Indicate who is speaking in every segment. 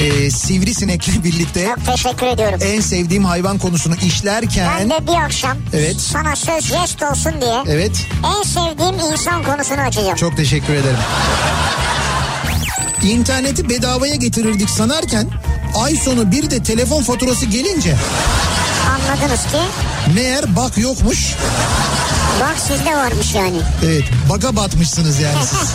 Speaker 1: e, sivrisinekle birlikte
Speaker 2: Çok teşekkür ediyorum.
Speaker 1: en sevdiğim hayvan konusunu
Speaker 2: ben
Speaker 1: işlerken...
Speaker 2: de bir akşam
Speaker 1: Evet.
Speaker 2: sana söz jest olsun diye
Speaker 1: Evet
Speaker 2: en sevdiğim insan konusunu açacağım.
Speaker 1: çok teşekkür ederim. İnterneti bedavaya getirirdik sanarken ay sonu bir de telefon faturası gelince
Speaker 2: Anladınız ki
Speaker 1: meğer bak yokmuş.
Speaker 2: bak sizde varmış yani.
Speaker 1: Evet baga batmışsınız yani siz.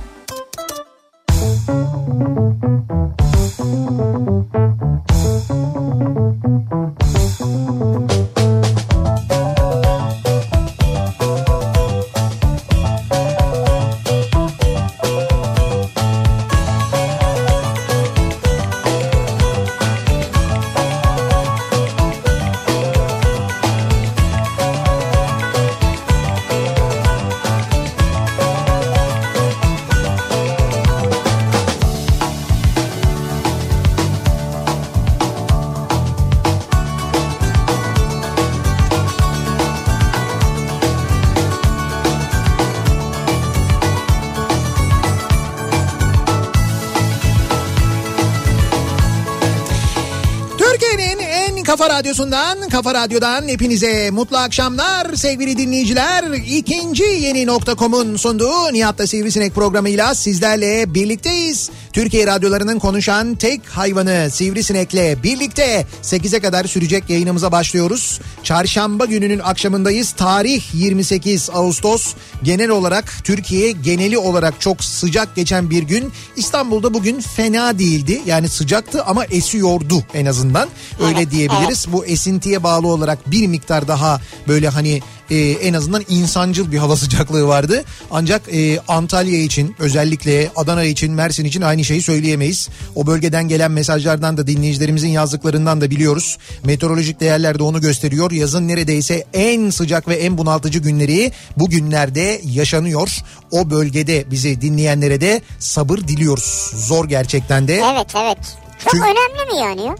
Speaker 1: Türkiye'nin en kafa radyosundan, kafa radyodan hepinize mutlu akşamlar sevgili dinleyiciler. İkinci yeni nokta.com'un sunduğu Nihat'la Sivrisinek programıyla sizlerle birlikteyiz. Türkiye radyolarının konuşan tek hayvanı Sivrisinek'le birlikte 8'e kadar sürecek yayınımıza başlıyoruz. Çarşamba gününün akşamındayız. Tarih 28 Ağustos. Genel olarak Türkiye geneli olarak çok sıcak geçen bir gün. İstanbul'da bugün fena değildi. Yani sıcaktı ama esiyordu en azından. Öyle
Speaker 2: Evet,
Speaker 1: diyebiliriz. Bu esintiye bağlı olarak bir miktar daha böyle hani e, en azından insancıl bir hava sıcaklığı vardı. Ancak e, Antalya için özellikle Adana için Mersin için aynı şeyi söyleyemeyiz. O bölgeden gelen mesajlardan da dinleyicilerimizin yazdıklarından da biliyoruz. Meteorolojik değerler de onu gösteriyor. Yazın neredeyse en sıcak ve en bunaltıcı günleri bu günlerde yaşanıyor. O bölgede bizi dinleyenlere de sabır diliyoruz. Zor gerçekten de.
Speaker 2: Evet evet. Çok
Speaker 1: Çünkü-
Speaker 2: önemli mi yani ya?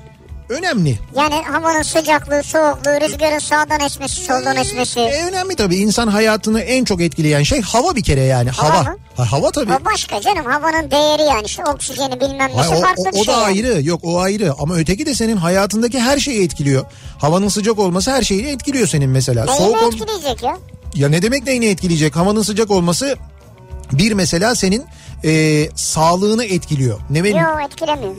Speaker 1: Önemli.
Speaker 2: Yani havanın sıcaklığı, soğukluğu, rüzgarın sağdan esmesi, soldan esmesi.
Speaker 1: E, önemli tabii insan hayatını en çok etkileyen şey hava bir kere yani hava.
Speaker 2: Hava
Speaker 1: Ha,
Speaker 2: mı?
Speaker 1: Hava, tabii.
Speaker 2: O başka canım havanın değeri yani işte oksijeni bilmem
Speaker 1: Hayır,
Speaker 2: nesi
Speaker 1: o,
Speaker 2: farklı
Speaker 1: o-
Speaker 2: bir
Speaker 1: o
Speaker 2: şey.
Speaker 1: da
Speaker 2: yani.
Speaker 1: ayrı yok o ayrı ama öteki de senin hayatındaki her şeyi etkiliyor. Havanın sıcak olması her şeyi etkiliyor senin mesela.
Speaker 2: Neyini
Speaker 1: Soğuk ol-
Speaker 2: etkileyecek ya?
Speaker 1: ya ne demek neyini etkileyecek? Havanın sıcak olması bir mesela senin e, sağlığını etkiliyor. Ne benim?
Speaker 2: Yok etkilemiyor.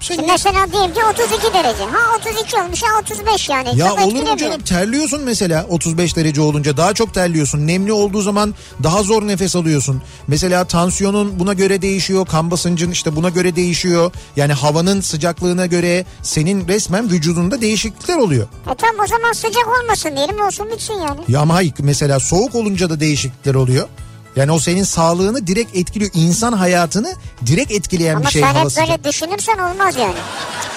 Speaker 1: Sen
Speaker 2: Şimdi
Speaker 1: ne-
Speaker 2: mesela diyelim ki 32 derece. Ha 32 olmuş ha 35 yani.
Speaker 1: Ya olur
Speaker 2: Çok
Speaker 1: mu
Speaker 2: etkilemiyor.
Speaker 1: canım terliyorsun mesela 35 derece olunca daha çok terliyorsun. Nemli olduğu zaman daha zor nefes alıyorsun. Mesela tansiyonun buna göre değişiyor. Kan basıncın işte buna göre değişiyor. Yani havanın sıcaklığına göre senin resmen vücudunda değişiklikler oluyor.
Speaker 2: E tamam o zaman sıcak olmasın diyelim olsun bitsin yani.
Speaker 1: Ya ama hayır mesela soğuk olunca da değişiklikler oluyor. Yani o senin sağlığını direkt etkiliyor. İnsan hayatını direkt etkileyen
Speaker 2: Ama
Speaker 1: bir şey
Speaker 2: sen hep
Speaker 1: hava
Speaker 2: böyle
Speaker 1: sıcaklığı.
Speaker 2: düşünürsen olmaz yani.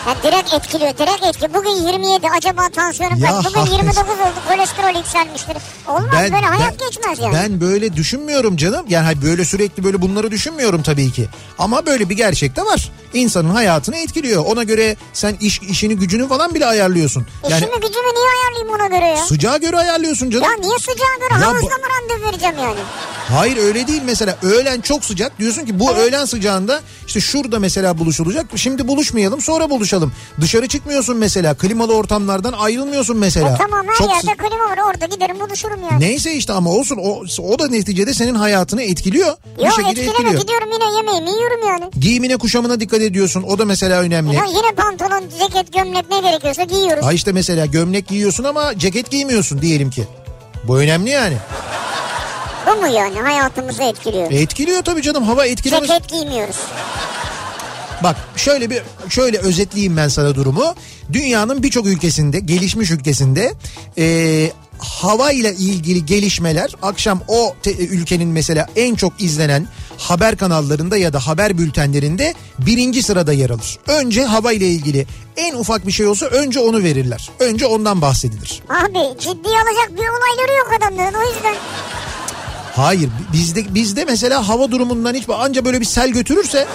Speaker 2: Ya direkt etkiliyor direkt etki. Bugün 27 acaba tansiyonum
Speaker 1: Ya
Speaker 2: kaç? Bugün
Speaker 1: hayır.
Speaker 2: 29 oldu kolesterol yükselmiştir. Olmaz böyle hayat
Speaker 1: ben-
Speaker 2: geçmez yani.
Speaker 1: Ben böyle düşünmüyorum canım. Yani hayır, böyle sürekli böyle bunları düşünmüyorum tabii ki. Ama böyle bir gerçek de var. İnsanın hayatını etkiliyor. Ona göre sen iş işini gücünü falan bile ayarlıyorsun. Yani
Speaker 2: İşimi E gücümü niye ayarlayayım ona göre ya?
Speaker 1: sıcağa göre ayarlıyorsun canım.
Speaker 2: Ya niye sıcağa göre
Speaker 1: Ya bu-
Speaker 2: havuzda mı randevu vereceğim yani?
Speaker 1: Hayır öyle değil mesela öğlen çok sıcak diyorsun ki bu öğlen sıcağında işte şurada mesela buluşulacak şimdi buluşmayalım sonra buluşalım. Dışarı çıkmıyorsun mesela klimalı ortamlardan ayrılmıyorsun mesela.
Speaker 2: E tamam her
Speaker 1: Çok
Speaker 2: yerde
Speaker 1: sı-
Speaker 2: klima var orada giderim buluşurum yani.
Speaker 1: Neyse işte ama olsun o, o da neticede senin hayatını etkiliyor. bir
Speaker 2: Yok
Speaker 1: şekilde
Speaker 2: etkileme
Speaker 1: etkiliyor.
Speaker 2: gidiyorum yine yemeğimi yiyorum yani.
Speaker 1: Giyimine kuşamına dikkat ediyorsun. O da mesela önemli.
Speaker 2: Ya yine pantolon, ceket, gömlek ne gerekiyorsa giyiyoruz.
Speaker 1: Ha işte mesela gömlek giyiyorsun ama ceket giymiyorsun diyelim ki. Bu önemli yani.
Speaker 2: Bu mu yani hayatımızı etkiliyor?
Speaker 1: E etkiliyor tabii canım. Hava etkilemez.
Speaker 2: Ceket giymiyoruz.
Speaker 1: Bak şöyle bir şöyle özetleyeyim ben sana durumu. Dünyanın birçok ülkesinde, gelişmiş ülkesinde e, hava ile ilgili gelişmeler akşam o te- ülkenin mesela en çok izlenen haber kanallarında ya da haber bültenlerinde birinci sırada yer alır. Önce hava ile ilgili en ufak bir şey olsa önce onu verirler. Önce ondan bahsedilir.
Speaker 2: Abi ciddi alacak bir olayları yok adamların o yüzden.
Speaker 1: Hayır bizde bizde mesela hava durumundan hiç anca böyle bir sel götürürse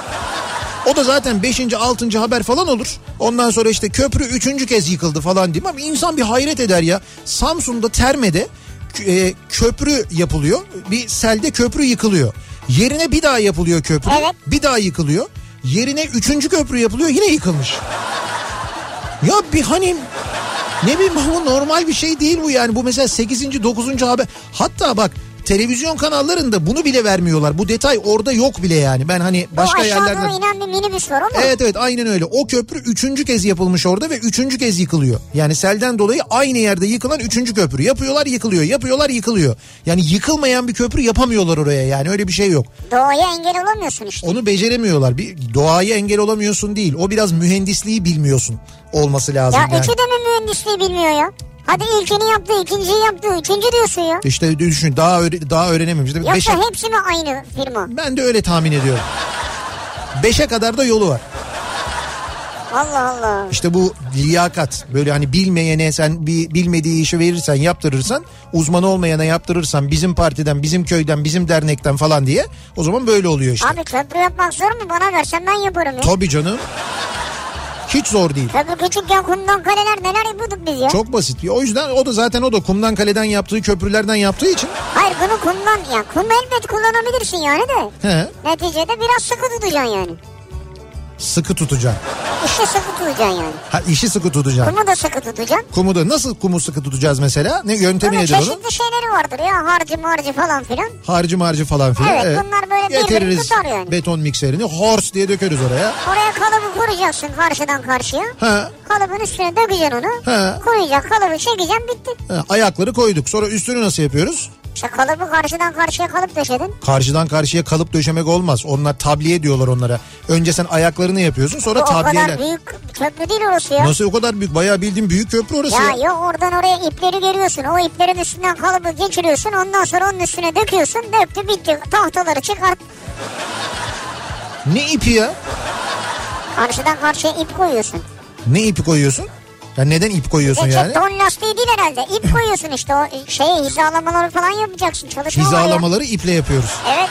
Speaker 1: o da zaten 5. 6. haber falan olur. Ondan sonra işte köprü 3. kez yıkıldı falan diyeyim ama insan bir hayret eder ya. Samsun'da Terme'de e, köprü yapılıyor. Bir selde köprü yıkılıyor. Yerine bir daha yapılıyor köprü.
Speaker 2: Evet.
Speaker 1: Bir daha yıkılıyor. Yerine 3. köprü yapılıyor yine yıkılmış. Ya bir hani ne bileyim bu normal bir şey değil bu yani. Bu mesela 8. 9. haber. Hatta bak televizyon kanallarında bunu bile vermiyorlar. Bu detay orada yok bile yani. Ben hani başka
Speaker 2: Bu aşağı
Speaker 1: yerlerden...
Speaker 2: doğru inen bir minibüs var ama.
Speaker 1: Evet evet aynen öyle. O köprü üçüncü kez yapılmış orada ve üçüncü kez yıkılıyor. Yani selden dolayı aynı yerde yıkılan üçüncü köprü. Yapıyorlar yıkılıyor, yapıyorlar yıkılıyor. Yani yıkılmayan bir köprü yapamıyorlar oraya yani öyle bir şey yok.
Speaker 2: Doğaya engel olamıyorsun işte.
Speaker 1: Onu beceremiyorlar. Bir doğaya engel olamıyorsun değil. O biraz mühendisliği bilmiyorsun olması lazım.
Speaker 2: Ya
Speaker 1: yani.
Speaker 2: üçü de mi mühendisliği bilmiyor ya? Hadi ilkini yaptı, ikinciyi yaptı, üçüncü diyorsun ya.
Speaker 1: İşte düşün daha öğre- daha öğrenememiş. Değil mi? Beşe-
Speaker 2: Yoksa hepsi mi aynı firma?
Speaker 1: ben de öyle tahmin ediyorum. Beşe kadar da yolu var.
Speaker 2: Allah Allah.
Speaker 1: İşte bu liyakat böyle hani bilmeyene sen bir bilmediği işi verirsen yaptırırsan uzman olmayana yaptırırsan bizim partiden bizim köyden bizim dernekten falan diye o zaman böyle oluyor işte.
Speaker 2: Abi köprü yapmak zor mu? Bana versen ben yaparım ya.
Speaker 1: Tabii canım. Hiç zor değil.
Speaker 2: Köprü küçükken kumdan kaleler neler yapıyorduk biz ya.
Speaker 1: Çok basit. O yüzden o da zaten o da kumdan kaleden yaptığı köprülerden yaptığı için.
Speaker 2: Hayır bunu kumdan ya. Kum elbet kullanabilirsin yani de.
Speaker 1: He,
Speaker 2: Neticede biraz sıkı tutacaksın yani.
Speaker 1: sıkı tutacaksın.
Speaker 2: İşte sıkı tutacaksın yani.
Speaker 1: Ha, işi sıkı tutacaksın.
Speaker 2: Kumu da sıkı tutacaksın.
Speaker 1: Kumu da nasıl kumu sıkı tutacağız mesela? Ne yöntemi
Speaker 2: Bunun
Speaker 1: nedir onun?
Speaker 2: çeşitli şeyleri vardır ya. Harcı marcı falan filan.
Speaker 1: Harcı marcı falan filan. E,
Speaker 2: Evet, bunlar böyle birbirini
Speaker 1: Getiririz
Speaker 2: tutar yani.
Speaker 1: beton mikserini horse diye dökeriz oraya.
Speaker 2: Oraya kalıbı kuracaksın karşıdan karşıya.
Speaker 1: Ha,
Speaker 2: Kalıbın üstüne dökeceksin onu.
Speaker 1: He.
Speaker 2: Koyacaksın kalıbı çekeceksin bitti.
Speaker 1: Ha, e, ayakları koyduk. Sonra üstünü nasıl yapıyoruz?
Speaker 2: İşte kalıbı karşıdan karşıya kalıp döşedin.
Speaker 1: Karşıdan karşıya kalıp döşemek olmaz. Onlar tabliye diyorlar onlara. Önce sen ayaklarını yapıyorsun
Speaker 2: Bu
Speaker 1: sonra
Speaker 2: o kadar
Speaker 1: tabliyeler.
Speaker 2: büyük köprü değil orası ya.
Speaker 1: Nasıl şey? o kadar büyük? Bayağı bildiğin büyük köprü orası.
Speaker 2: Ya
Speaker 1: ya.
Speaker 2: yok oradan oraya ipleri görüyorsun. O iplerin üstünden kalıbı geçiriyorsun. Ondan sonra onun üstüne döküyorsun. Döktü bitti. Tahtaları çıkart.
Speaker 1: Ne ipi ya?
Speaker 2: Karşıdan karşıya ip koyuyorsun.
Speaker 1: Ne ipi koyuyorsun? Ya neden ip koyuyorsun
Speaker 2: Geçen
Speaker 1: yani?
Speaker 2: don lastiği değil herhalde. İp koyuyorsun işte o e, şeye hizalamaları falan yapacaksın. Çalışma var ya.
Speaker 1: Hizalamaları iple yapıyoruz.
Speaker 2: Evet.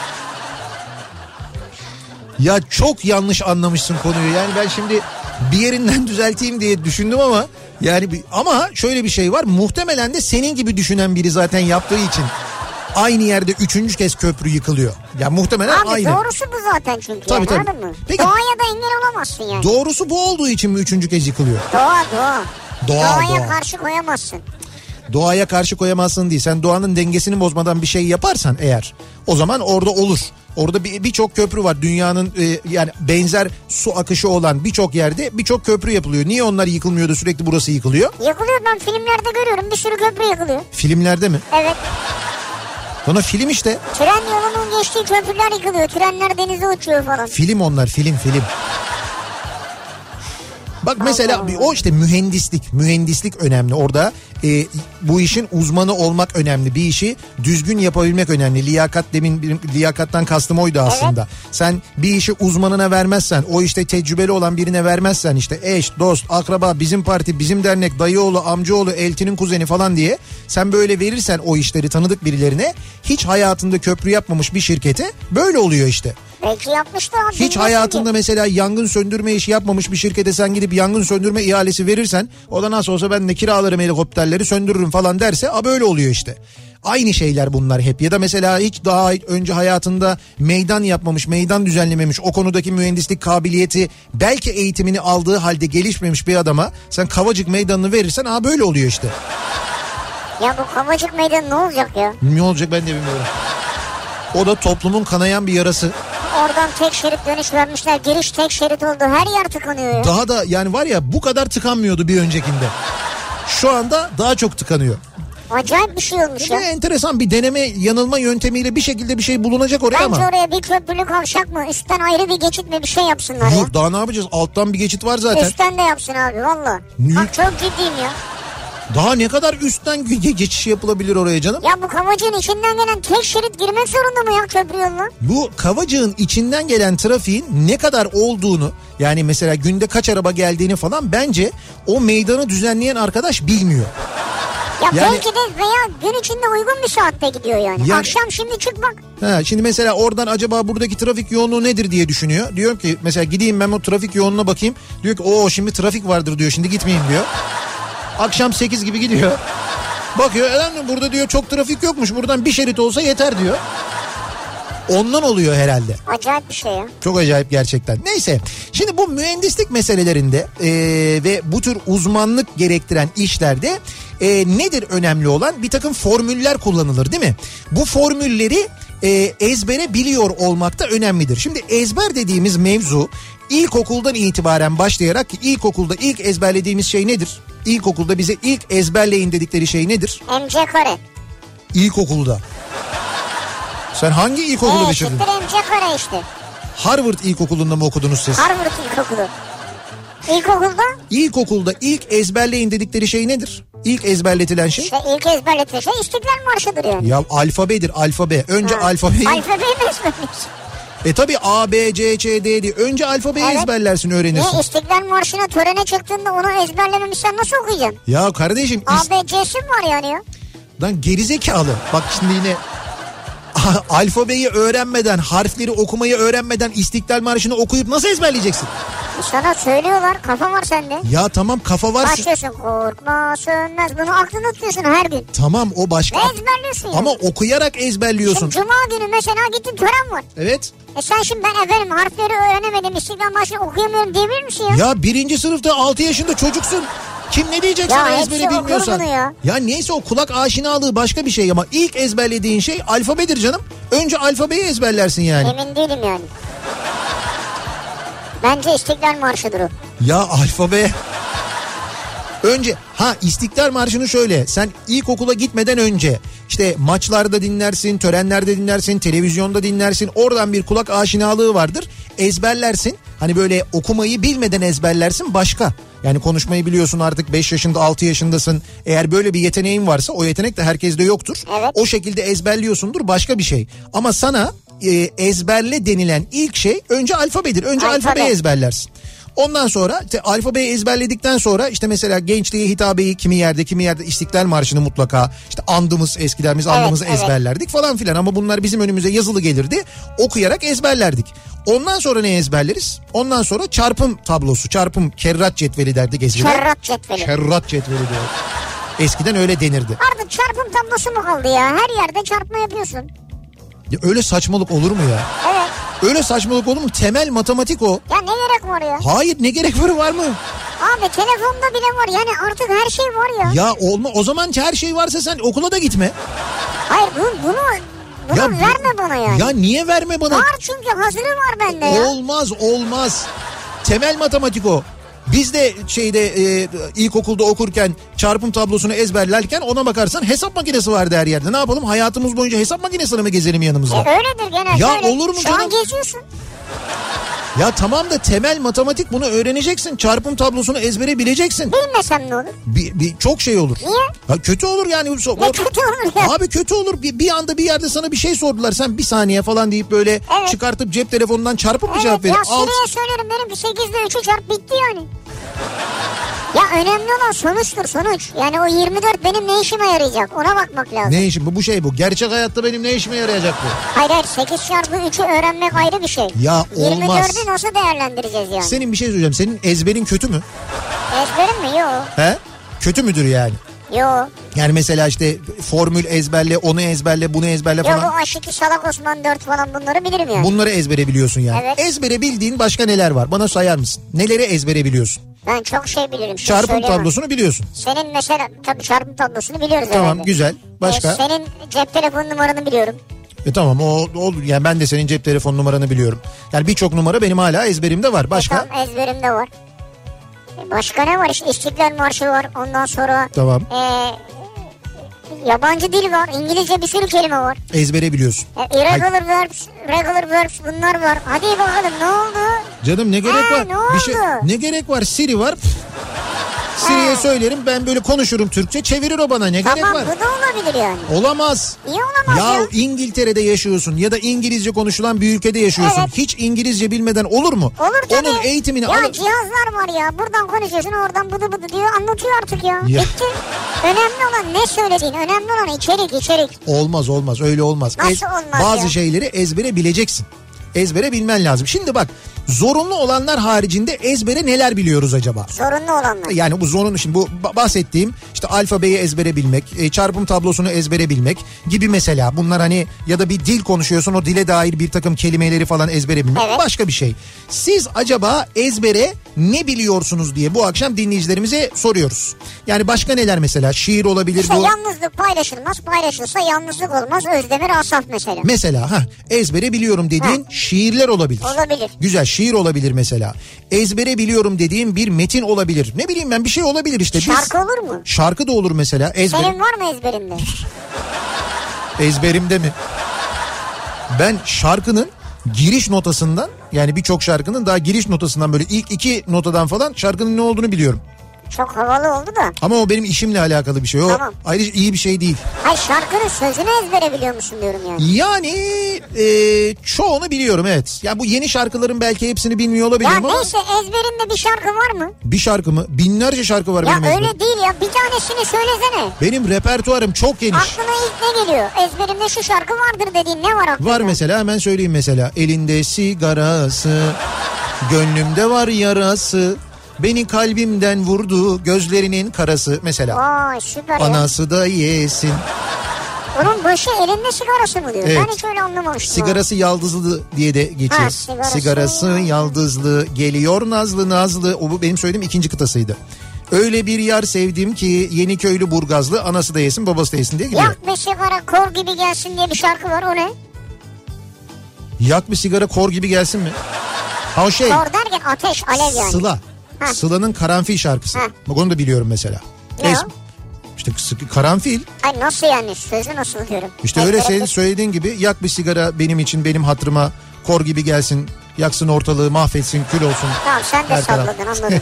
Speaker 1: Ya çok yanlış anlamışsın konuyu. Yani ben şimdi bir yerinden düzelteyim diye düşündüm ama yani bir- ama şöyle bir şey var. Muhtemelen de senin gibi düşünen biri zaten yaptığı için aynı yerde üçüncü kez köprü yıkılıyor. Ya muhtemelen
Speaker 2: Abi
Speaker 1: aynı.
Speaker 2: doğrusu bu zaten çünkü.
Speaker 1: Tabii,
Speaker 2: yani,
Speaker 1: tabii.
Speaker 2: Anladın mı?
Speaker 1: Peki-
Speaker 2: Doğaya da engel olamazsın yani.
Speaker 1: Doğrusu bu olduğu için mi üçüncü kez yıkılıyor?
Speaker 2: doğa doğa.
Speaker 1: Doğa,
Speaker 2: Doğaya
Speaker 1: doğa.
Speaker 2: karşı koyamazsın.
Speaker 1: Doğaya karşı koyamazsın değil. Sen doğanın dengesini bozmadan bir şey yaparsan eğer o zaman orada olur. Orada bir- birçok köprü var. Dünyanın e, yani benzer su akışı olan birçok yerde birçok köprü yapılıyor. Niye onlar yıkılmıyordu sürekli burası yıkılıyor?
Speaker 2: Yıkılıyor ben filmlerde görüyorum bir sürü köprü yıkılıyor.
Speaker 1: Filmlerde mi?
Speaker 2: Evet.
Speaker 1: Bana film işte.
Speaker 2: Tren yolunun geçtiği köprüler yıkılıyor. Trenler denize uçuyor falan.
Speaker 1: Film onlar film film. Bak mesela bir o işte mühendislik, mühendislik önemli. Orada e, bu işin uzmanı olmak önemli. Bir işi düzgün yapabilmek önemli. Liyakat demin bir- liyakattan kastım oydu aslında. Sen bir işi uzmanına vermezsen, o işte tecrübeli olan birine vermezsen işte eş, dost, akraba, bizim parti, bizim dernek, dayıoğlu, amcaoğlu, eltinin kuzeni falan diye sen böyle verirsen o işleri tanıdık birilerine hiç hayatında köprü yapmamış bir şirkete böyle oluyor işte.
Speaker 2: Belki yapmıştı abi.
Speaker 1: Hiç
Speaker 2: bilmiyorsun
Speaker 1: hayatında
Speaker 2: ki.
Speaker 1: mesela yangın söndürme işi yapmamış bir şirkete sen gidip yangın söndürme ihalesi verirsen o da nasıl olsa ben de kiralarım helikopterleri söndürürüm falan derse a böyle oluyor işte. Aynı şeyler bunlar hep ya da mesela hiç daha önce hayatında meydan yapmamış, meydan düzenlememiş, o konudaki mühendislik kabiliyeti belki eğitimini aldığı halde gelişmemiş bir adama sen Kavacık meydanını verirsen a böyle oluyor işte.
Speaker 2: Ya bu Kavacık Meydanı ne olacak ya?
Speaker 1: Ne olacak ben de bilmiyorum. O da toplumun kanayan bir yarası.
Speaker 2: Oradan tek şerit dönüş vermişler. Giriş tek şerit oldu. Her yer tıkanıyor ya.
Speaker 1: Daha da yani var ya bu kadar tıkanmıyordu bir öncekinde. Şu anda daha çok tıkanıyor.
Speaker 2: Acayip bir şey olmuş
Speaker 1: Şimdi
Speaker 2: ya.
Speaker 1: enteresan bir deneme yanılma yöntemiyle bir şekilde bir şey bulunacak oraya
Speaker 2: Bence
Speaker 1: ama.
Speaker 2: oraya bir köprülü kavşak mı? Üstten ayrı bir geçit mi? Bir şey yapsınlar ya.
Speaker 1: Yok daha ne yapacağız? Alttan bir geçit var zaten.
Speaker 2: Üstten de yapsın abi valla.
Speaker 1: Niye?
Speaker 2: Bak çok ciddiyim ya.
Speaker 1: Daha ne kadar üstten ge- geçiş yapılabilir oraya canım?
Speaker 2: Ya bu kavacığın içinden gelen tek şerit girmek zorunda mı ya köprü yoluna?
Speaker 1: Bu Kavacık'ın içinden gelen trafiğin ne kadar olduğunu yani mesela günde kaç araba geldiğini falan bence o meydanı düzenleyen arkadaş bilmiyor.
Speaker 2: Ya
Speaker 1: Yani-
Speaker 2: belki de veya gün içinde uygun bir saatte gidiyor yani.
Speaker 1: Yani-
Speaker 2: Akşam şimdi çık bak.
Speaker 1: Ha, şimdi mesela oradan acaba buradaki trafik yoğunluğu nedir diye düşünüyor. Diyor ki mesela gideyim ben o trafik yoğunluğuna bakayım. Diyor ki o şimdi trafik vardır diyor şimdi gitmeyeyim diyor. Akşam 8 gibi gidiyor. Bakıyor efendim burada diyor çok trafik yokmuş buradan bir şerit olsa yeter diyor. Ondan oluyor herhalde.
Speaker 2: Acayip bir şey ya.
Speaker 1: Çok acayip gerçekten. Neyse şimdi bu mühendislik meselelerinde e, ve bu tür uzmanlık gerektiren işlerde e, nedir önemli olan? Bir takım formüller kullanılır değil mi? Bu formülleri e, ezbere biliyor olmak da önemlidir. Şimdi ezber dediğimiz mevzu ilkokuldan itibaren başlayarak ki ilkokulda ilk ezberlediğimiz şey nedir? İlkokulda bize ilk ezberleyin dedikleri şey nedir?
Speaker 2: MC kare.
Speaker 1: İlkokulda. Sen hangi ilkokulu
Speaker 2: E
Speaker 1: bitirdin?
Speaker 2: eşittir MC kare işte.
Speaker 1: Harvard ilkokulunda mı okudunuz siz?
Speaker 2: Harvard İlkokulu. İlkokulda
Speaker 1: İlkokulda ilk ezberleyin dedikleri şey nedir? İlk ezberletilen şey?
Speaker 2: işte ilk ezberletilen şey İstiklal Marşı'dır yani.
Speaker 1: Ya alfabedir alfabe. Önce
Speaker 2: Ha.
Speaker 1: alfabeyi...
Speaker 2: Alfabeyi mi ezberlemiş?
Speaker 1: E tabi A, B, C, C, D diye. Önce alfabeyi
Speaker 2: Evet.
Speaker 1: ezberlersin öğrenirsin.
Speaker 2: Ne İstiklal Marşı'na törene çıktığında onu ezberlememişsen nasıl okuyacaksın?
Speaker 1: Ya kardeşim is...
Speaker 2: ABC'si mi var yani ya?
Speaker 1: lan gerizekalı. Bak şimdi yine... Alfabeyi öğrenmeden, harfleri okumayı öğrenmeden İstiklal Marşı'nı okuyup nasıl ezberleyeceksin?
Speaker 2: Sana söylüyorlar kafa var sende.
Speaker 1: Ya tamam kafa var.
Speaker 2: Başlıyorsun korkma sönmez bunu aklında tutuyorsun her gün.
Speaker 1: Tamam o başka.
Speaker 2: Ne ezberliyorsun ya?
Speaker 1: Ama okuyarak ezberliyorsun.
Speaker 2: Şimdi Cuma günü mesela gittin tören var.
Speaker 1: Evet.
Speaker 2: E sen şimdi ben efendim harfleri öğrenemedim İstiklal Marşı'nı okuyamıyorum diyebilir misin ya?
Speaker 1: Ya birinci sınıfta 6 yaşında çocuksun. Kim ne diyecek
Speaker 2: Ya
Speaker 1: sana
Speaker 2: hepsi
Speaker 1: ezberi
Speaker 2: okur
Speaker 1: bilmiyorsan.
Speaker 2: bunu ya.
Speaker 1: neyse o kulak aşinalığı başka bir şey ama ilk ezberlediğin şey alfabedir canım. Önce alfabeyi ezberlersin yani.
Speaker 2: Emin değilim yani. Bence İstiklal Marşı'dır o.
Speaker 1: Ya alfabe. Önce ha İstiklal Marşı'nı şöyle sen ilkokula gitmeden önce işte maçlarda dinlersin, törenlerde dinlersin, televizyonda dinlersin. Oradan bir kulak aşinalığı vardır. Ezberlersin. Hani böyle okumayı bilmeden ezberlersin başka. Yani konuşmayı biliyorsun artık 5 yaşında 6 yaşındasın. Eğer böyle bir yeteneğin varsa o yetenek de herkeste yoktur.
Speaker 2: Evet.
Speaker 1: O şekilde ezberliyorsundur başka bir şey. Ama sana e, ezberle denilen ilk şey önce alfabedir. Önce
Speaker 2: Alfabe.
Speaker 1: alfabeyi ezberlersin. Ondan sonra işte alfabeyi ezberledikten sonra işte mesela gençliğe hitabeyi kimi yerde kimi yerde İstiklal Marşı'nı mutlaka işte andımız eskiden biz andımızı
Speaker 2: evet.
Speaker 1: ezberlerdik falan filan ama bunlar bizim önümüze yazılı gelirdi okuyarak ezberlerdik. Ondan sonra ne ezberleriz? Ondan sonra çarpım tablosu çarpım kerrat cetveli derdik eskiden.
Speaker 2: Kerrat cetveli.
Speaker 1: Kerrat cetveli diyor. Eskiden öyle denirdi.
Speaker 2: Artık çarpım tablosu mu kaldı ya? Her yerde çarpma yapıyorsun.
Speaker 1: Ya öyle saçmalık olur mu ya?
Speaker 2: Evet.
Speaker 1: Öyle saçmalık olur mu? Temel matematik o.
Speaker 2: Ya ne gerek var ya?
Speaker 1: Hayır ne gerek var var mı?
Speaker 2: Abi telefonda bile var yani artık her şey var ya.
Speaker 1: Ya olma o zaman her şey varsa sen okula da gitme.
Speaker 2: Hayır bu, bunu bunu
Speaker 1: ya,
Speaker 2: verme bana yani.
Speaker 1: Ya niye verme bana?
Speaker 2: Var çünkü hazırı var bende ya.
Speaker 1: Olmaz olmaz. Temel matematik o. Biz de şeyde e, ilkokulda okurken çarpım tablosunu ezberlerken ona bakarsan hesap makinesi vardı her yerde. Ne yapalım hayatımız boyunca hesap makinesini mi gezelim
Speaker 2: E,
Speaker 1: yanımızda?
Speaker 2: öyledir genelde.
Speaker 1: Ya
Speaker 2: öyle.
Speaker 1: olur mu
Speaker 2: Şu an
Speaker 1: canım?
Speaker 2: geziyorsun.
Speaker 1: Ya tamam da temel matematik bunu öğreneceksin. Çarpım tablosunu ezbere bileceksin.
Speaker 2: Bilmesem ne olur?
Speaker 1: Bir, bir- çok şey olur.
Speaker 2: Niye?
Speaker 1: Ya kötü olur yani.
Speaker 2: Ne kötü olur ya.
Speaker 1: Abi kötü olur. Bir, bir anda bir yerde sana bir şey sordular. Sen bir saniye falan deyip böyle
Speaker 2: Evet.
Speaker 1: çıkartıp cep telefonundan çarpıp mı cevap
Speaker 2: Evet
Speaker 1: verir?
Speaker 2: ya
Speaker 1: Al.
Speaker 2: Siri'ye söylüyorum benim 8 ile 3'ü çarp bitti yani. Ya önemli olan sonuçtur sonuç. Yani o 24 benim ne işime yarayacak ona bakmak lazım.
Speaker 1: Ne işim bu? Bu şey bu. Gerçek hayatta benim ne işime yarayacak bu?
Speaker 2: Hayır hayır 8 çarpı 3'ü öğrenmek ayrı bir şey.
Speaker 1: Ya
Speaker 2: 24'ü
Speaker 1: olmaz.
Speaker 2: nasıl değerlendireceğiz yani?
Speaker 1: Senin bir şey söyleyeceğim. Senin ezberin kötü mü?
Speaker 2: Ezberim mi? Yo.
Speaker 1: He? Kötü müdür yani?
Speaker 2: Yo.
Speaker 1: Yani mesela işte formül ezberle, onu ezberle, bunu ezberle
Speaker 2: Yo bu
Speaker 1: falan.
Speaker 2: Aşık-ı Salak Osman 4 falan bunları bilirim yani.
Speaker 1: Bunları ezbere biliyorsun yani.
Speaker 2: Evet.
Speaker 1: Ezbere bildiğin başka neler var? Bana sayar mısın? Neleri ezbere biliyorsun?
Speaker 2: Ben çok şey bilirim. şimdi
Speaker 1: Çarpım
Speaker 2: söyleyemem.
Speaker 1: tablosunu biliyorsun.
Speaker 2: Senin mesela tabii çarpım tablosunu biliyoruz
Speaker 1: Tamam
Speaker 2: herhalde.
Speaker 1: güzel. Başka?
Speaker 2: Ee, senin cep telefon numaranı biliyorum.
Speaker 1: E tamam o, o yani ben de senin cep telefon numaranı biliyorum. Yani birçok numara benim hala ezberimde var. Başka?
Speaker 2: Tam ezberimde var. E, Başka ne var? İşte İstiklal Marşı var. Ondan sonra
Speaker 1: Tamam.
Speaker 2: e, yabancı dil var. İngilizce bir sürü kelime var.
Speaker 1: Ezbere biliyorsun.
Speaker 2: E, irregular verbs, regular verbs bunlar var. Hadi bakalım ne oldu?
Speaker 1: Canım ne gerek
Speaker 2: Ha,
Speaker 1: var?
Speaker 2: ne
Speaker 1: Bir şey
Speaker 2: oldu?
Speaker 1: ne gerek var? Siri var. Pf, Siri'ye söylerim ben böyle konuşurum Türkçe çevirir o bana ne gerek
Speaker 2: Tamam
Speaker 1: şey var?
Speaker 2: bu da olabilir yani.
Speaker 1: Olamaz.
Speaker 2: Niye olamaz ya?
Speaker 1: Ya İngiltere'de yaşıyorsun ya da İngilizce konuşulan bir ülkede yaşıyorsun.
Speaker 2: Evet.
Speaker 1: Hiç İngilizce bilmeden olur mu?
Speaker 2: Olur tabii.
Speaker 1: Onun eğitimini
Speaker 2: Ya
Speaker 1: alıp...
Speaker 2: cihazlar var ya. Buradan konuşuyorsun oradan bıdı bıdı diyor. Anlatıyor artık ya.
Speaker 1: Ya.
Speaker 2: Bitti. Önemli olan ne söylediğin. Önemli olan içerik içerik.
Speaker 1: Olmaz olmaz öyle olmaz.
Speaker 2: Nasıl olmaz
Speaker 1: bazı
Speaker 2: ya?
Speaker 1: şeyleri ezbere bileceksin. Ezbere bilmen lazım. Şimdi bak zorunlu olanlar haricinde ezbere neler biliyoruz acaba?
Speaker 2: Zorunlu olanlar.
Speaker 1: Yani bu zorunlu şimdi bu ba- bahsettiğim işte alfabeyi ezbere bilmek, e, çarpım tablosunu ezbere bilmek gibi mesela bunlar hani ya da bir dil konuşuyorsun o dile dair bir takım kelimeleri falan ezbere bilmek
Speaker 2: Evet.
Speaker 1: başka bir şey. Siz acaba ezbere ne biliyorsunuz diye bu akşam dinleyicilerimize soruyoruz. Yani başka neler mesela şiir olabilir
Speaker 2: İşte
Speaker 1: bu.
Speaker 2: yalnızlık paylaşılmaz. Paylaşılsa yalnızlık olmaz. Özdemir Asaf mesela.
Speaker 1: Mesela ha ezbere biliyorum dediğin
Speaker 2: Ha.
Speaker 1: şiirler olabilir.
Speaker 2: Olabilir.
Speaker 1: Güzel şiir olabilir mesela. Ezbere biliyorum dediğin bir metin olabilir. Ne bileyim ben bir şey olabilir işte. Biz-
Speaker 2: Şarkı olur mu?
Speaker 1: Şarkı da olur mesela. Ezbere,
Speaker 2: Senin var mı ezberinde?
Speaker 1: ezberimde mi? Ben şarkının giriş notasından yani birçok şarkının daha giriş notasından böyle ilk iki notadan falan şarkının ne olduğunu biliyorum.
Speaker 2: Çok havalı oldu da.
Speaker 1: Ama o benim işimle alakalı bir şey. O
Speaker 2: Tamam.
Speaker 1: ayrıca iyi bir şey değil.
Speaker 2: Ay şarkının sözünü ezbere biliyor musun diyorum yani.
Speaker 1: Yani e, çoğunu biliyorum evet. Ya bu yeni şarkıların belki hepsini bilmiyor
Speaker 2: Ya
Speaker 1: olabilirim ama
Speaker 2: neyse ezberinde bir şarkı var mı?
Speaker 1: bir şarkı mı? Binlerce şarkı var
Speaker 2: Ya
Speaker 1: benim ezberim.
Speaker 2: öyle değil ya. Bir tanesini söylesene.
Speaker 1: Benim repertuarım çok geniş.
Speaker 2: Aklına ilk ne geliyor? Ezberimde şu şarkı vardır dediğin ne var aklında?
Speaker 1: Var mesela hemen söyleyeyim mesela. Elinde sigarası, gönlümde var yarası. Beni kalbimden vurdu gözlerinin karası mesela.
Speaker 2: Vay süper ya.
Speaker 1: Anası da yesin.
Speaker 2: Onun başı elinde sigarası mı diyor?
Speaker 1: Evet.
Speaker 2: Ben hiç öyle anlamamıştım.
Speaker 1: Sigarası yaldızlı diye de geçiyor.
Speaker 2: Ha, sigarası-
Speaker 1: sigarası yaldızlı geliyor nazlı nazlı. O bu benim söylediğim ikinci kıtasıydı. Öyle bir yer sevdim ki yeni köylü burgazlı anası da yesin babası da yesin diye gidiyor.
Speaker 2: Yak be sigara kor gibi gelsin diye bir şarkı var o ne?
Speaker 1: Yak bir sigara kor gibi gelsin mi? Ha o şey.
Speaker 2: Kor derken ateş alev yani.
Speaker 1: Sıla.
Speaker 2: Ha.
Speaker 1: Sıla'nın karanfil şarkısı.
Speaker 2: Ha.
Speaker 1: Bak onu da biliyorum mesela.
Speaker 2: Ne
Speaker 1: Es-
Speaker 2: o?
Speaker 1: İşte sıkı- karanfil.
Speaker 2: Ay nasıl yani sözü nasıl diyorum.
Speaker 1: İşte öyle şey- senin
Speaker 2: Ezberimde-
Speaker 1: söylediğin gibi yak bir sigara benim için benim hatırıma kor gibi gelsin. Yaksın ortalığı mahvetsin kül olsun.
Speaker 2: Tamam sen de
Speaker 1: Her taraf.
Speaker 2: salladın anladım.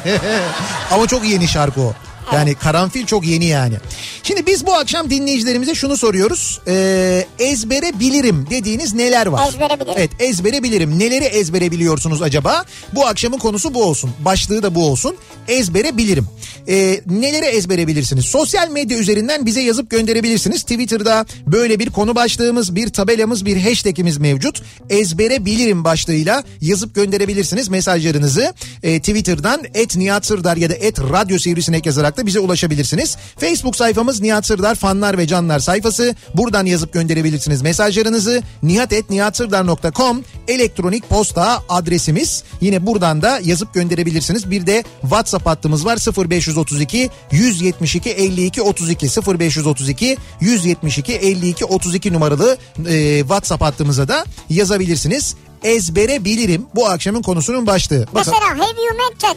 Speaker 1: Ama çok yeni şarkı o. Yani karanfil çok yeni yani. Şimdi biz bu akşam dinleyicilerimize şunu soruyoruz. Ee, ezbere bilirim dediğiniz neler var?
Speaker 2: Ezbere bilirim.
Speaker 1: Evet ezbere bilirim. Neleri ezbere biliyorsunuz acaba? Bu akşamın konusu bu olsun. Başlığı da bu olsun. Ezbere bilirim. Ee, neleri ezbere bilirsiniz? Sosyal medya üzerinden bize yazıp gönderebilirsiniz. Twitter'da böyle bir konu başlığımız, bir tabelamız, bir hashtagimiz mevcut. Ezbere bilirim başlığıyla yazıp gönderebilirsiniz mesajlarınızı. Ee, Twitter'dan et Nihat Sırdar ya da et Radyo Sivrisinek yazarak da bize ulaşabilirsiniz. Facebook sayfamız Nihat Sırdar fanlar ve canlar sayfası. Buradan yazıp gönderebilirsiniz mesajlarınızı. nihatetnihatsırdar.com elektronik posta adresimiz. Yine buradan da yazıp gönderebilirsiniz. Bir de WhatsApp hattımız var 0532 172 52 32 0532 172 52 32 numaralı e, WhatsApp hattımıza da yazabilirsiniz. Ezbere bilirim bu akşamın konusunun başlığı. Bakın
Speaker 2: Mesela Have You Met Ted?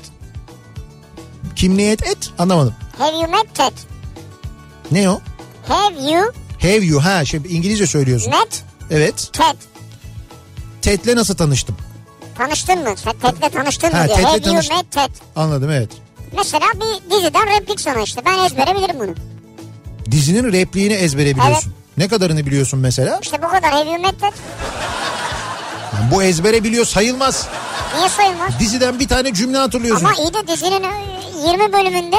Speaker 1: kimliğe et et anlamadım.
Speaker 2: Have You Met Ted?
Speaker 1: Ne o?
Speaker 2: Have You
Speaker 1: Have you ha şey İngilizce söylüyorsun.
Speaker 2: Met
Speaker 1: Evet.
Speaker 2: Ted?
Speaker 1: Ted'le nasıl tanıştım?
Speaker 2: Tanıştın mı? Sen Ted'le tanıştın
Speaker 1: Ha,
Speaker 2: mı diyor.
Speaker 1: Ted'le
Speaker 2: Have
Speaker 1: tanıştım.
Speaker 2: You Met Ted?
Speaker 1: Anladım evet.
Speaker 2: Mesela bir diziden replik sana işte. Ben ezbere bilirim bunu.
Speaker 1: Dizinin repliğini ezbere biliyorsun. Ne kadarını biliyorsun mesela?
Speaker 2: İşte bu kadar Have You Met Ted?
Speaker 1: Yani bu ezbere biliyor sayılmaz.
Speaker 2: Niye sayılmaz?
Speaker 1: Diziden bir tane cümle hatırlıyorsun.
Speaker 2: Ama iyi de dizinin ö, 20 bölümünde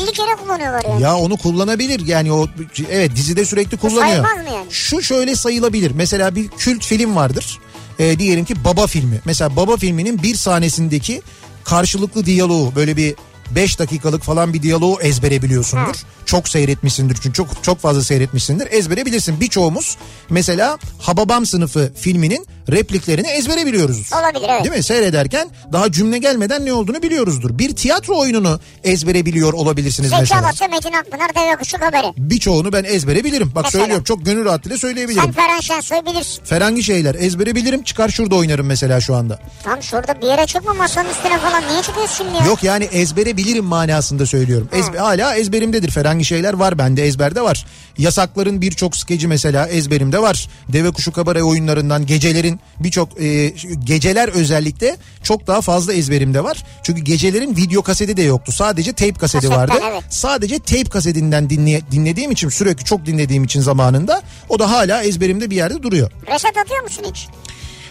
Speaker 2: 50 kere kullanıyorlar yani.
Speaker 1: Ya onu kullanabilir yani o evet dizide sürekli kullanıyor.
Speaker 2: sayılmaz mı yani?
Speaker 1: Şu şöyle sayılabilir. Mesela bir kült film vardır. Ee, diyelim ki Baba filmi. Mesela Baba filminin bir sahnesindeki karşılıklı diyaloğu böyle bir 5 dakikalık falan bir diyaloğu ezbere biliyorsundur. Çok seyretmişsindir çünkü çok çok fazla seyretmişsindir. Ezbere bilirsin. Birçoğumuz mesela Hababam sınıfı filminin repliklerini ezbere biliyoruz.
Speaker 2: Olabilir, evet.
Speaker 1: Değil mi? Seyrederken daha cümle gelmeden ne olduğunu biliyoruzdur. Bir tiyatro oyununu ezbere biliyor olabilirsiniz
Speaker 2: Zeki
Speaker 1: mesela.
Speaker 2: Alasya, Metin Akpınar, Deve Kuşu haberi.
Speaker 1: Birçoğunu ben ezbere bilirim. Bak
Speaker 2: Mesela?
Speaker 1: söylüyorum çok gönül rahatlığıyla söyleyebilirim.
Speaker 2: Sen Ferhan Şensoy bilirsin.
Speaker 1: Ferengi şeyler ezbere bilirim çıkar şurada oynarım mesela şu anda.
Speaker 2: Tam şurada bir yere çıkma masanın üstüne falan. Niye çıkıyorsun şimdi ya?
Speaker 1: Yok yani ezbere bilirim manasında söylüyorum. Ezbe, hala ezberimdedir Ferengi aynı şeyler var bende ezberde var. Yasakların birçok skeci mesela ezberimde var. Deve kuşu kabare oyunlarından gecelerin birçok e, geceler özellikle çok daha fazla ezberimde var. Çünkü gecelerin video kaseti de yoktu. Sadece tape kaseti
Speaker 2: Kasetten,
Speaker 1: vardı.
Speaker 2: evet.
Speaker 1: Sadece tape kasetinden dinleye, dinlediğim için sürekli çok dinlediğim için zamanında o da hala ezberimde bir yerde duruyor.
Speaker 2: Reset atıyor musun hiç?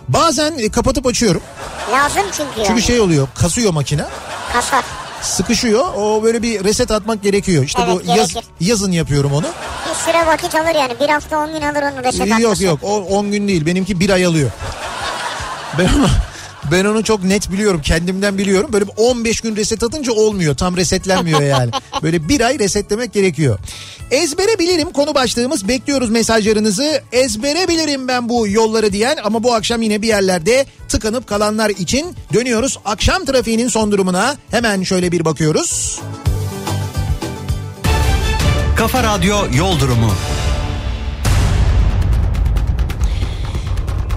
Speaker 1: Bazen e, kapatıp açıyorum.
Speaker 2: Lazım çünkü yani.
Speaker 1: Çünkü şey oluyor kasıyor makine.
Speaker 2: Kasar.
Speaker 1: sıkışıyor. O böyle bir reset atmak gerekiyor. İşte
Speaker 2: Evet,
Speaker 1: bu yaz,
Speaker 2: gerekir.
Speaker 1: yazın yapıyorum onu. Ee,
Speaker 2: Bir süre vakit alır yani. Bir hafta on gün alır onu reset atması.
Speaker 1: yok yok o 10 gün değil. Benimki bir ay alıyor. Ben onu, ben onu çok net biliyorum. Kendimden biliyorum. Böyle bir 15 gün reset atınca olmuyor. Tam resetlenmiyor yani. Böyle bir ay resetlemek gerekiyor. Ezbere bilirim konu başlığımız. Bekliyoruz mesajlarınızı. Ezbere bilirim ben bu yolları diyen ama bu akşam yine bir yerlerde tıkanıp kalanlar için dönüyoruz. Akşam trafiğinin son durumuna hemen şöyle bir bakıyoruz.
Speaker 3: Kafa Radyo Yol Durumu.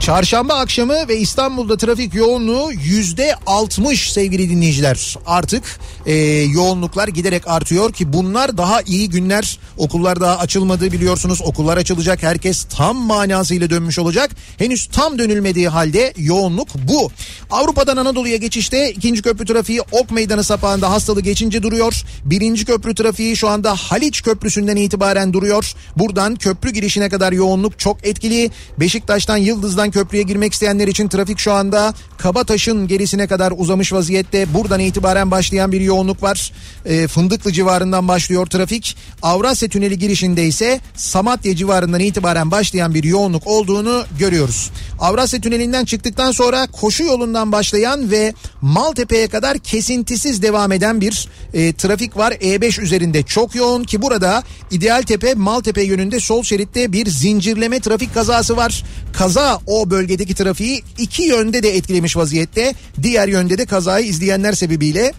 Speaker 1: Çarşamba akşamı ve İstanbul'da trafik yoğunluğu yüzde 60 sevgili dinleyiciler. Artık e, yoğunluklar giderek artıyor ki bunlar daha iyi günler. Okullar daha açılmadı biliyorsunuz. Okullar açılacak herkes tam manasıyla dönmüş olacak. Henüz tam dönülmediği halde yoğunluk bu. Avrupa'dan Anadolu'ya geçişte ikinci köprü trafiği Ok Meydanı sapağında hastalı geçince duruyor. Birinci köprü trafiği şu anda Haliç Köprüsü'nden itibaren duruyor. Buradan köprü girişine kadar yoğunluk çok etkili. Beşiktaş'tan Yıldız'dan köprüye girmek isteyenler için trafik şu anda Kabataş'ın gerisine kadar uzamış vaziyette. Buradan itibaren başlayan bir yoğunluk var. E, Fındıklı civarından başlıyor trafik. Avrasya Tüneli girişinde ise Samatya civarından itibaren başlayan bir yoğunluk olduğunu görüyoruz. Avrasya Tüneli'nden çıktıktan sonra koşu yolundan başlayan ve Maltepe'ye kadar kesintisiz devam eden bir e, trafik var. E5 üzerinde çok yoğun ki burada İdeal Tepe Maltepe yönünde sol şeritte bir zincirleme trafik kazası var. Kaza o bölgedeki trafiği iki yönde de etkilemiş vaziyette. Diğer yönde de kazayı izleyenler sebebiyle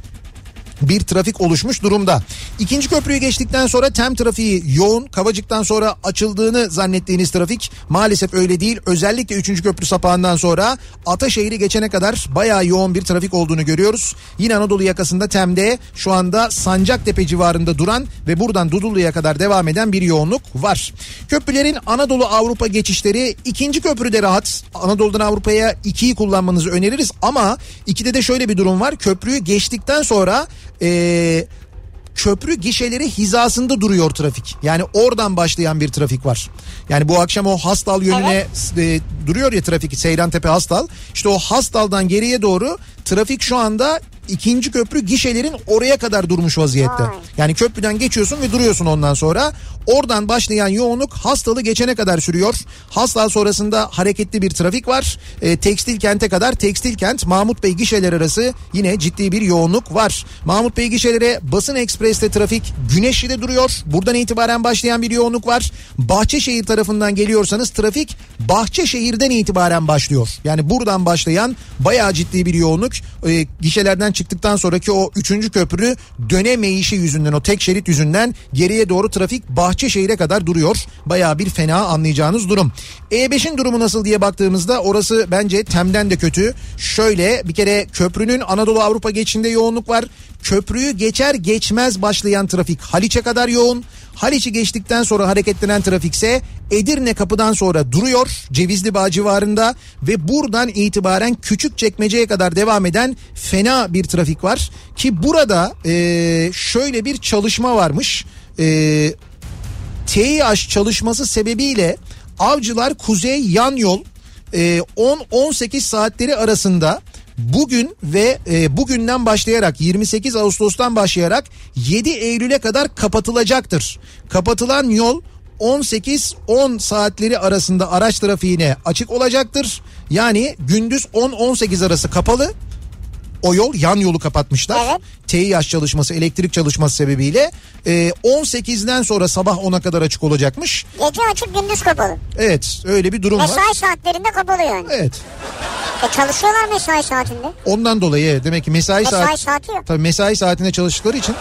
Speaker 1: bir trafik oluşmuş durumda. İkinci köprüyü geçtikten sonra tem trafiği yoğun. Kavacık'tan sonra açıldığını zannettiğiniz trafik maalesef öyle değil. Özellikle 3. köprü sapağından sonra Ataşehir'i geçene kadar bayağı yoğun bir trafik olduğunu görüyoruz. Yine Anadolu yakasında Tem'de şu anda Sancaktepe civarında duran ve buradan Dudullu'ya kadar devam eden bir yoğunluk var. Köprülerin Anadolu Avrupa geçişleri ikinci köprüde rahat. Anadolu'dan Avrupa'ya 2'yi kullanmanızı öneririz ama 2'de de şöyle bir durum var. Köprüyü geçtikten sonra e, köprü gişeleri hizasında duruyor trafik. Yani oradan başlayan bir trafik var. Yani bu akşam o Hastal yönüne e, duruyor ya trafik Seyran Tepe Hastal. İşte o Hastal'dan geriye doğru trafik şu anda ikinci köprü gişelerin oraya kadar durmuş vaziyette.
Speaker 2: Vay.
Speaker 1: Yani köprüden geçiyorsun ve duruyorsun ondan sonra. Oradan başlayan yoğunluk hastalı geçene kadar sürüyor. Hastal sonrasında hareketli bir trafik var. E, tekstil kente kadar tekstil kent Mahmut Bey gişeler arası yine ciddi bir yoğunluk var. Mahmut Bey gişelere basın ekspreste trafik Güneşli'de duruyor. Buradan itibaren başlayan bir yoğunluk var. Bahçeşehir tarafından geliyorsanız trafik Bahçeşehir'den itibaren başlıyor. Yani buradan başlayan bayağı ciddi bir yoğunluk. E, gişelerden çıktıktan sonraki o 3. köprü dönemeyişi yüzünden o tek şerit yüzünden geriye doğru trafik Bahçeşehir'e kadar duruyor. Bayağı bir fena anlayacağınız durum. E5'in durumu nasıl diye baktığımızda orası bence Tem'den de kötü. Şöyle bir kere köprünün Anadolu Avrupa geçişinde yoğunluk var. Köprüyü geçer geçmez başlayan trafik Haliç'e kadar yoğun. Haliç'i geçtikten sonra hareketlenen trafikse Edirne kapıdan sonra duruyor Cevizli Bağ civarında ve buradan itibaren küçük çekmeceye kadar devam eden fena bir trafik var ki burada eee, şöyle bir çalışma varmış. Eee TİAŞ çalışması sebebiyle avcılar kuzey yan yol e, 10-18 saatleri arasında bugün ve e, bugünden başlayarak 28 Ağustos'tan başlayarak 7 Eylül'e kadar kapatılacaktır. Kapatılan yol 18-10 saatleri arasında araç trafiğine açık olacaktır. Yani gündüz 10-18 arası kapalı. O yol yan yolu kapatmışlar.
Speaker 2: Evet.
Speaker 1: TİH çalışması, elektrik çalışması sebebiyle e, 18'den sonra sabah 10'a kadar açık olacakmış.
Speaker 2: Gece açık gündüz kapalı.
Speaker 1: Evet, öyle bir durum var.
Speaker 2: Mesai saatlerinde kapalı yani.
Speaker 1: Evet.
Speaker 2: E çalışıyorlar mesai saatinde.
Speaker 1: Ondan dolayı evet, demek ki mesai,
Speaker 2: Mesai
Speaker 1: saat
Speaker 2: saati yok.
Speaker 1: tabii mesai saatinde çalıştıkları için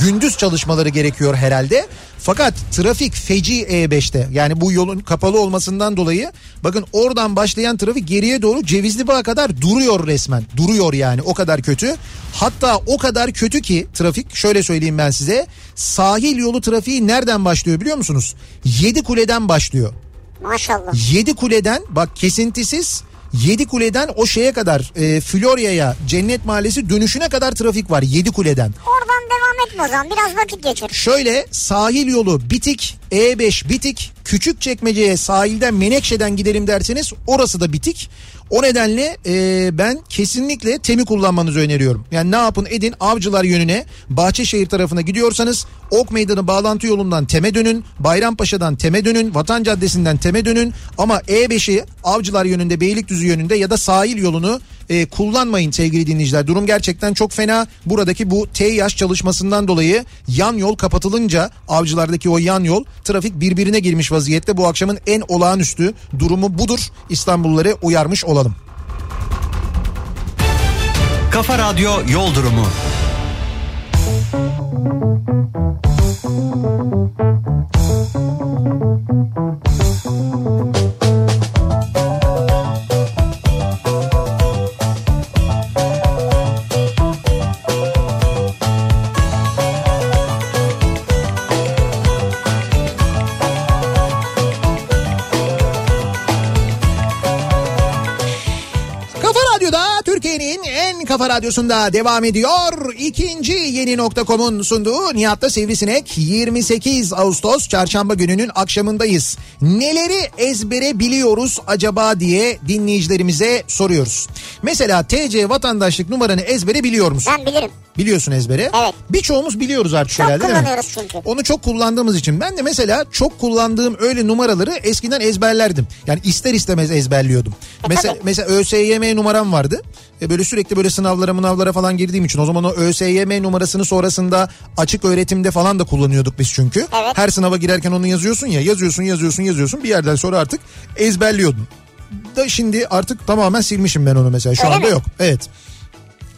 Speaker 1: gündüz çalışmaları gerekiyor herhalde. Fakat trafik feci E5'te yani bu yolun kapalı olmasından dolayı bakın oradan başlayan trafik geriye doğru Cevizli Bağ'a kadar duruyor resmen. Duruyor yani o kadar kötü. Hatta o kadar kötü ki trafik şöyle söyleyeyim ben size sahil yolu trafiği nereden başlıyor biliyor musunuz? Yedi kuleden başlıyor.
Speaker 2: Maşallah.
Speaker 1: 7 kuleden bak kesintisiz 7 kuleden o şeye kadar e, Florya'ya Cennet Mahallesi dönüşüne kadar trafik var 7 kuleden.
Speaker 2: Oradan devam etme o zaman biraz vakit geçir.
Speaker 1: Şöyle sahil yolu bitik E5 bitik küçük çekmeceye sahilden Menekşe'den gidelim derseniz orası da bitik. O nedenle e, ben kesinlikle temi kullanmanızı öneriyorum. Yani ne yapın edin avcılar yönüne Bahçeşehir tarafına gidiyorsanız Ok Meydanı bağlantı yolundan teme dönün. Bayrampaşa'dan teme dönün. Vatan Caddesi'nden teme dönün. Ama E5'i avcılar yönünde Beylikdüzü yönünde ya da sahil yolunu e, kullanmayın sevgili dinleyiciler. Durum gerçekten çok fena. Buradaki bu TİAŞ çalışmasından dolayı yan yol kapatılınca avcılardaki o yan yol trafik birbirine girmiş vaziyette. Bu akşamın en olağanüstü durumu budur. İstanbulluları uyarmış olalım.
Speaker 3: Kafa Radyo Yol Durumu.
Speaker 1: Kafa Radyo'da Türkiye'nin en kafa radyosunda devam ediyor. İkinci yeni nokta.com'un sunduğu Nihat'ta Sivrisinek 28 Ağustos çarşamba gününün akşamındayız. Neleri ezbere biliyoruz acaba diye dinleyicilerimize soruyoruz. Mesela TC vatandaşlık numaranı ezbere biliyor musun?
Speaker 2: Ben bilirim.
Speaker 1: Biliyorsun ezbere.
Speaker 2: Evet.
Speaker 1: Birçoğumuz biliyoruz artık
Speaker 2: Çok
Speaker 1: herhalde değil mi?
Speaker 2: kullanıyoruz çünkü.
Speaker 1: Onu çok kullandığımız için ben de mesela çok kullandığım öyle numaraları eskiden ezberlerdim. Yani ister istemez ezberliyordum. mesela
Speaker 2: E, tabii.
Speaker 1: mesela ÖSYM numaram vardı. E böyle sürekli böyle sınavlara mınavlara falan girdiğim için o zaman o ÖSYM numarasını sonrasında açık öğretimde falan da kullanıyorduk biz çünkü.
Speaker 2: Evet.
Speaker 1: Her sınava girerken onu yazıyorsun ya yazıyorsun yazıyorsun yazıyorsun bir yerden sonra artık ezberliyordun. Da şimdi artık tamamen silmişim ben onu mesela şu
Speaker 2: Öyle
Speaker 1: anda
Speaker 2: mi?
Speaker 1: yok. Evet.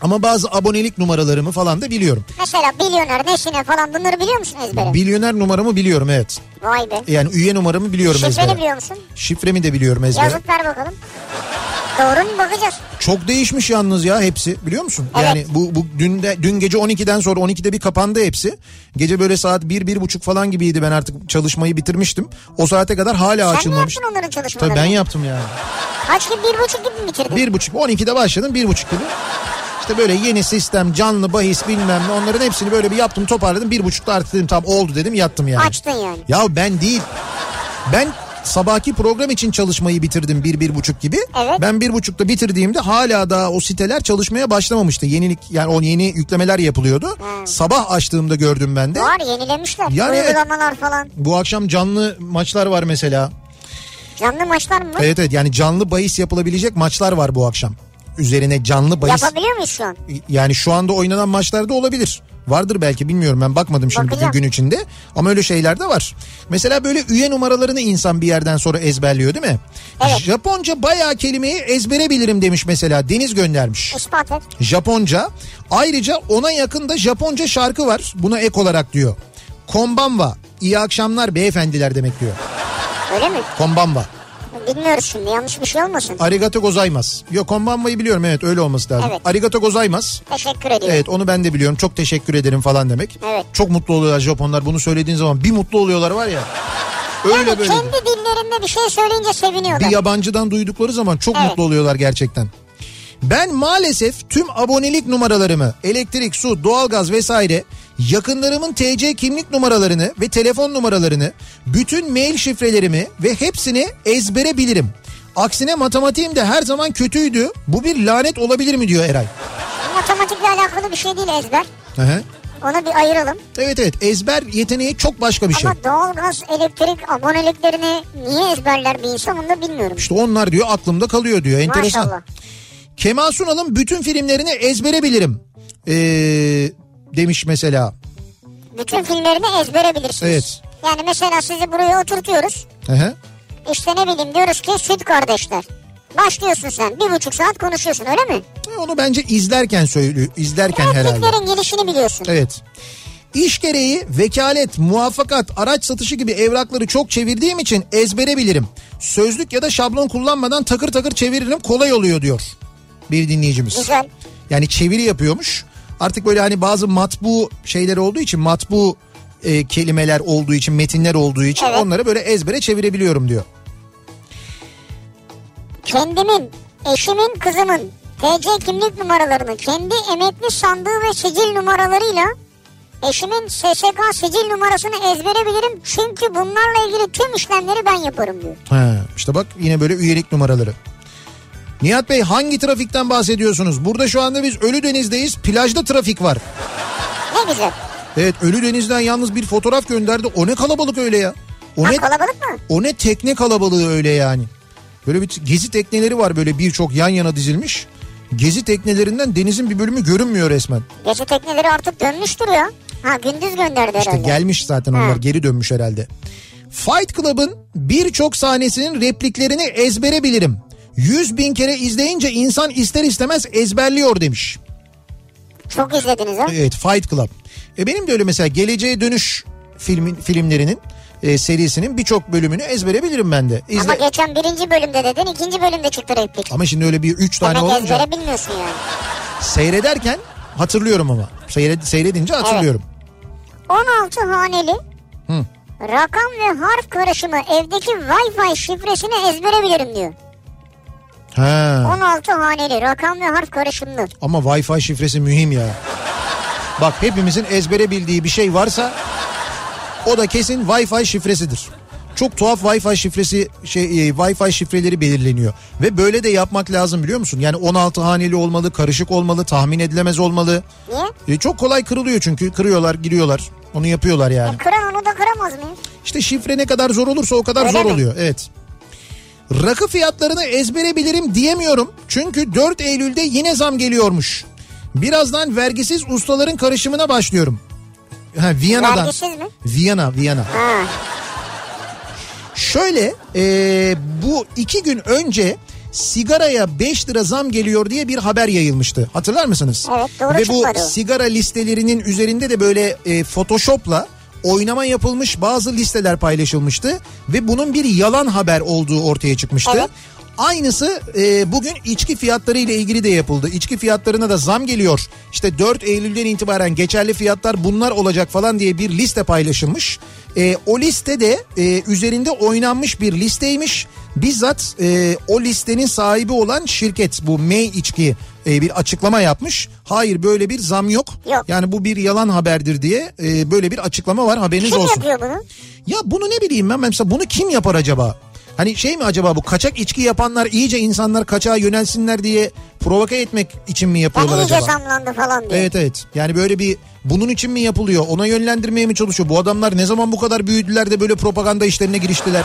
Speaker 1: Ama bazı abonelik numaralarımı falan da biliyorum.
Speaker 2: Mesela milyoner, neşine falan bunları biliyor musun ezbere?
Speaker 1: Milyoner numaramı biliyorum evet.
Speaker 2: Vay be.
Speaker 1: Yani üye numaramı biliyorum ezbere.
Speaker 2: Şifreni biliyor musun?
Speaker 1: Şifremi de biliyorum ezbere.
Speaker 2: Yazıp ver bakalım. Doğru mu bakacağız?
Speaker 1: Çok değişmiş yalnız ya hepsi biliyor musun?
Speaker 2: Evet.
Speaker 1: Yani bu, bu dün, de, dün gece 12'den sonra 12'de bir kapandı hepsi. Gece böyle saat 1 bir buçuk falan gibiydi ben artık çalışmayı bitirmiştim. O saate kadar hala
Speaker 2: Sen mi
Speaker 1: açılmamış.
Speaker 2: yaptın onların çalışmalarını?
Speaker 1: Tabii ben yaptım yani.
Speaker 2: Kaç gibi bir buçuk gibi mi bitirdin?
Speaker 1: Bir buçuk 12'de başladım bir buçuk gibi. İşte böyle yeni sistem canlı bahis bilmem ne onların hepsini böyle bir yaptım toparladım. Bir buçukta artık dedim tam oldu dedim yattım yani.
Speaker 2: Açtın yani.
Speaker 1: Ya ben değil. Ben sabahki program için çalışmayı bitirdim bir bir buçuk gibi.
Speaker 2: Evet.
Speaker 1: Ben bir buçukta bitirdiğimde hala daha o siteler çalışmaya başlamamıştı. Yenilik yani o yeni yüklemeler yapılıyordu. Sabah açtığımda gördüm ben de.
Speaker 2: Var yenilemişler.
Speaker 1: Yani evet.
Speaker 2: Uygulamalar falan.
Speaker 1: Bu akşam canlı maçlar var mesela.
Speaker 2: Canlı maçlar mı?
Speaker 1: Evet evet yani canlı bahis yapılabilecek maçlar var bu akşam. Üzerine canlı bahis
Speaker 2: Yapabiliyor muyuz şu an?
Speaker 1: yani şu anda oynanan maçlarda olabilir. Vardır belki bilmiyorum ben bakmadım şimdi bugün
Speaker 2: Bakacağım.
Speaker 1: gün içinde. Ama öyle şeyler de var. Mesela böyle üye numaralarını insan bir yerden sonra ezberliyor değil mi?
Speaker 2: Evet.
Speaker 1: Japonca bayağı kelimeyi ezbere bilirim demiş mesela Deniz göndermiş.
Speaker 2: İspat et.
Speaker 1: Japonca. Ayrıca ona yakın da Japonca şarkı var. Buna ek olarak diyor. Konbanwa. İyi akşamlar beyefendiler demek diyor.
Speaker 2: Öyle mi?
Speaker 1: Konbanwa.
Speaker 2: Bilmiyoruz şimdi yanlış bir şey olmasın.
Speaker 1: Arigato gozaimasu. Yok konbanwa'yı biliyorum evet öyle olması lazım.
Speaker 2: Evet.
Speaker 1: Arigato gozaimasu.
Speaker 2: Teşekkür ediyorum.
Speaker 1: Evet onu ben de biliyorum. Çok teşekkür ederim falan demek.
Speaker 2: Evet.
Speaker 1: Çok mutlu oluyorlar Japonlar bunu söylediğin zaman. Bir mutlu oluyorlar var ya. Öyle
Speaker 2: yani
Speaker 1: böyle.
Speaker 2: kendi dillerinde bir şey söyleyince seviniyorlar.
Speaker 1: Bir yabancıdan duydukları zaman çok
Speaker 2: Evet.
Speaker 1: mutlu oluyorlar gerçekten. Ben maalesef tüm abonelik numaralarımı, elektrik, su, doğalgaz vesaire, yakınlarımın TC kimlik numaralarını ve telefon numaralarını, bütün mail şifrelerimi ve hepsini ezbere bilirim. Aksine matematiğim de her zaman kötüydü. Bu bir lanet olabilir mi diyor Eray.
Speaker 2: Matematikle alakalı bir şey değil ezber.
Speaker 1: Hı hı.
Speaker 2: Onu bir ayıralım.
Speaker 1: Evet evet ezber yeteneği çok başka bir şey.
Speaker 2: Ama doğalgaz, elektrik aboneliklerini niye ezberler bir insan onu da bilmiyorum.
Speaker 1: İşte onlar diyor aklımda kalıyor diyor. Şey, Enteresan.
Speaker 2: Maşallah.
Speaker 1: Kemal Sunal'ın bütün filmlerini ezbere bilirim. Ee, demiş mesela.
Speaker 2: Bütün filmlerini ezbere bilirsiniz.
Speaker 1: Evet.
Speaker 2: Yani mesela sizi buraya oturtuyoruz.
Speaker 1: Hı hı.
Speaker 2: İşte ne bileyim diyoruz ki süt kardeşler. Başlıyorsun sen bir buçuk saat konuşuyorsun öyle mi?
Speaker 1: E, Onu bence izlerken söylüyor. izlerken herhalde.
Speaker 2: Erkeklerin gelişini biliyorsun.
Speaker 1: Evet. İş gereği vekalet, muvaffakat, araç satışı gibi evrakları çok çevirdiğim için ezbere bilirim. Sözlük ya da şablon kullanmadan takır takır çeviririm kolay oluyor diyor bir dinleyicimiz.
Speaker 2: Güzel.
Speaker 1: Yani çeviri yapıyormuş. Artık böyle hani bazı matbu şeyler olduğu için matbu e, kelimeler olduğu için metinler olduğu için
Speaker 2: Evet.
Speaker 1: onları böyle ezbere çevirebiliyorum diyor.
Speaker 2: Kendimin, eşimin, kızımın TC kimlik numaralarını kendi emekli sandığı ve sicil numaralarıyla eşimin SSK sicil numarasını ezbere bilirim. Çünkü bunlarla ilgili tüm işlemleri ben yaparım diyor.
Speaker 1: He, işte bak yine böyle üyelik numaraları. Nihat Bey hangi trafikten bahsediyorsunuz? Burada şu anda biz Ölüdeniz'deyiz. Plajda trafik var.
Speaker 2: Ne güzel.
Speaker 1: Evet Ölüdeniz'den yalnız bir fotoğraf gönderdi. O ne kalabalık öyle ya. O
Speaker 2: Ha,
Speaker 1: ne,
Speaker 2: kalabalık mı?
Speaker 1: o ne tekne kalabalığı öyle yani. Böyle bir gezi tekneleri var böyle birçok yan yana dizilmiş. Gezi teknelerinden denizin bir bölümü görünmüyor resmen.
Speaker 2: Gece tekneleri artık dönmüştür ya. Ha gündüz gönderdi
Speaker 1: İşte
Speaker 2: herhalde.
Speaker 1: gelmiş zaten onlar
Speaker 2: Ha.
Speaker 1: geri dönmüş herhalde. Fight Club'ın birçok sahnesinin repliklerini ezbere bilirim. 100 bin kere izleyince insan ister istemez ezberliyor demiş.
Speaker 2: Çok izlediniz ha.
Speaker 1: Evet Fight Club. E benim de öyle mesela Geleceğe Dönüş filmin filmlerinin e, serisinin birçok bölümünü ezbere bilirim ben de. İzle...
Speaker 2: Ama geçen birinci bölümde dedin ikinci bölümde çıktı replik.
Speaker 1: Ama şimdi öyle bir 3 tane
Speaker 2: Demek
Speaker 1: olunca
Speaker 2: ezbere bilmiyorsun yani.
Speaker 1: seyrederken hatırlıyorum ama. Seyre- seyredince hatırlıyorum.
Speaker 2: 16 haneli
Speaker 1: Hı.
Speaker 2: rakam ve harf karışımı evdeki Wi-Fi şifresini ezbere bilirim diyor.
Speaker 1: Ha.
Speaker 2: 16 haneli rakam ve harf karışımlı.
Speaker 1: Ama Wi-Fi şifresi mühim ya. Bak hepimizin ezbere bildiği bir şey varsa o da kesin Wi-Fi şifresidir. Çok tuhaf Wi-Fi şifresi şey e, Wi-Fi şifreleri belirleniyor ve böyle de yapmak lazım biliyor musun? Yani 16 haneli olmalı, karışık olmalı, tahmin edilemez olmalı.
Speaker 2: Niye?
Speaker 1: E, çok kolay kırılıyor çünkü kırıyorlar, giriyorlar. Onu yapıyorlar yani.
Speaker 2: Kıran onu da kıramaz mı?
Speaker 1: İşte şifre ne kadar zor olursa o kadar
Speaker 2: Öyle
Speaker 1: zor
Speaker 2: mi?
Speaker 1: oluyor. Evet. Rakı fiyatlarını ezbere bilirim diyemiyorum. Çünkü 4 Eylül'de yine zam geliyormuş. Birazdan vergisiz ustaların karışımına başlıyorum. Ha, Viyana'dan.
Speaker 2: Vergisiz mi?
Speaker 1: Viyana, Viyana.
Speaker 2: Ha.
Speaker 1: Şöyle e, bu iki gün önce sigaraya 5 lira zam geliyor diye bir haber yayılmıştı. Hatırlar mısınız?
Speaker 2: Evet, doğru
Speaker 1: Ve bu
Speaker 2: çıkmadı.
Speaker 1: sigara listelerinin üzerinde de böyle e, photoshopla oynama yapılmış bazı listeler paylaşılmıştı. Ve bunun bir yalan haber olduğu ortaya çıkmıştı.
Speaker 2: Evet.
Speaker 1: Aynısı e, bugün içki fiyatları ile ilgili de yapıldı. İçki fiyatlarına da zam geliyor. İşte 4 Eylül'den itibaren geçerli fiyatlar bunlar olacak falan diye bir liste paylaşılmış. E, o listede e, üzerinde oynanmış bir listeymiş. Bizzat e, o listenin sahibi olan şirket bu May içki e, bir açıklama yapmış. Hayır böyle bir zam yok.
Speaker 2: Yok.
Speaker 1: Yani bu bir yalan haberdir diye e, böyle bir açıklama var haberiniz
Speaker 2: Kim
Speaker 1: olsun.
Speaker 2: yapıyor bunu?
Speaker 1: Ya bunu ne bileyim ben mesela bunu kim yapar acaba? Hani şey mi acaba bu kaçak içki yapanlar iyice insanlar kaçağa yönelsinler diye provoke etmek için mi
Speaker 2: Yani
Speaker 1: yapıyorlar
Speaker 2: iyice
Speaker 1: acaba?
Speaker 2: zamlandı falan diyor.
Speaker 1: Evet evet yani böyle bir bunun için mi yapılıyor ona yönlendirmeye mi çalışıyor bu adamlar ne zaman bu kadar büyüdüler de böyle propaganda işlerine giriştiler?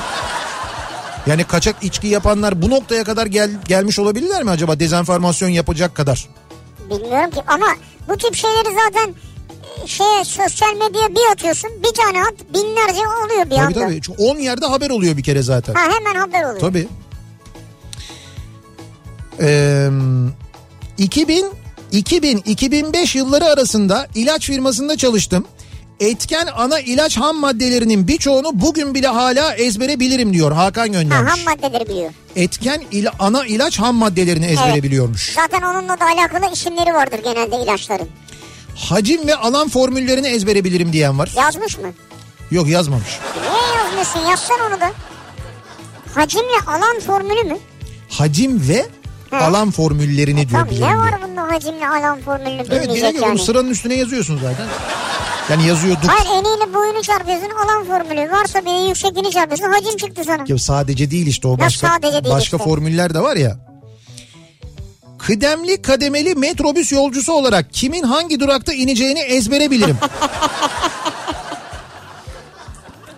Speaker 1: Yani kaçak içki yapanlar bu noktaya kadar gel, gelmiş olabilirler mi acaba dezenformasyon yapacak kadar?
Speaker 2: Bilmiyorum ki ama bu tip şeyleri zaten e, şeye sosyal medyaya bir atıyorsun bir tane at binlerce oluyor bir
Speaker 1: Tabii
Speaker 2: anda.
Speaker 1: tabii Çünkü 10 yerde haber oluyor bir kere zaten.
Speaker 2: Ha hemen haber oluyor.
Speaker 1: Tabii. Ee, 2000 2000 2005 yılları arasında ilaç firmasında çalıştım. Etken ana ilaç ham maddelerinin birçoğunu bugün bile hala ezbere bilirim diyor Hakan
Speaker 2: Ha,
Speaker 1: göndermiş.
Speaker 2: ham maddeleri biliyor.
Speaker 1: Etken ila, ana ilaç ham maddelerini ezbere
Speaker 2: Evet.
Speaker 1: biliyormuş.
Speaker 2: Zaten onunla da alakalı isimleri vardır genelde ilaçların.
Speaker 1: Hacim ve alan formüllerini ezbere bilirim diyen var.
Speaker 2: Yazmış mı?
Speaker 1: Yok yazmamış.
Speaker 2: Niye yazmıyorsun? Yazsan onu da. Hacimle alan formülü mü?
Speaker 1: Hacim ve
Speaker 2: He.
Speaker 1: alan formüllerini diyor.
Speaker 2: E, Tamam
Speaker 1: bilirim
Speaker 2: ne
Speaker 1: diyor.
Speaker 2: var bunda hacimle alan formülünü
Speaker 1: Evet
Speaker 2: bilmeyecek
Speaker 1: gerek yok.
Speaker 2: yani.
Speaker 1: Oğlum, Sıranın üstüne yazıyorsun zaten. Yani yazıyorduk.
Speaker 2: Hayır eniyle boyunu çarpıyorsun alan formülü. Varsa bir de yüksekliğini çarpıyorsun hacim çıktı sana.
Speaker 1: Ya sadece değil işte o başka
Speaker 2: sadece değil
Speaker 1: başka
Speaker 2: işte?
Speaker 1: formüller de var ya. Kıdemli kademeli metrobüs yolcusu olarak kimin hangi durakta ineceğini ezbere bilirim.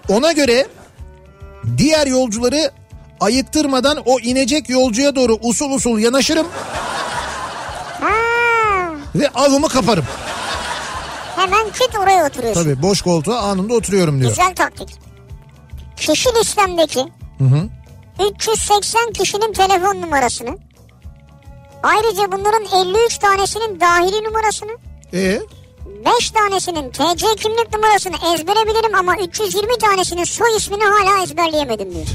Speaker 1: Ona göre diğer yolcuları ayıktırmadan o inecek yolcuya doğru usul usul yanaşırım
Speaker 2: Ha,
Speaker 1: ve avımı kaparım.
Speaker 2: hemen kit oraya oturuyorsun.
Speaker 1: Tabii boş koltuğa anında oturuyorum diyor.
Speaker 2: Güzel taktik. Kişi listemdeki 380 kişinin telefon numarasını ayrıca bunların 53 tanesinin dahili numarasını
Speaker 1: E
Speaker 2: 5 tanesinin TC kimlik numarasını ezbere bilirim ama 320 tanesinin soy ismini hala ezberleyemedim diyor.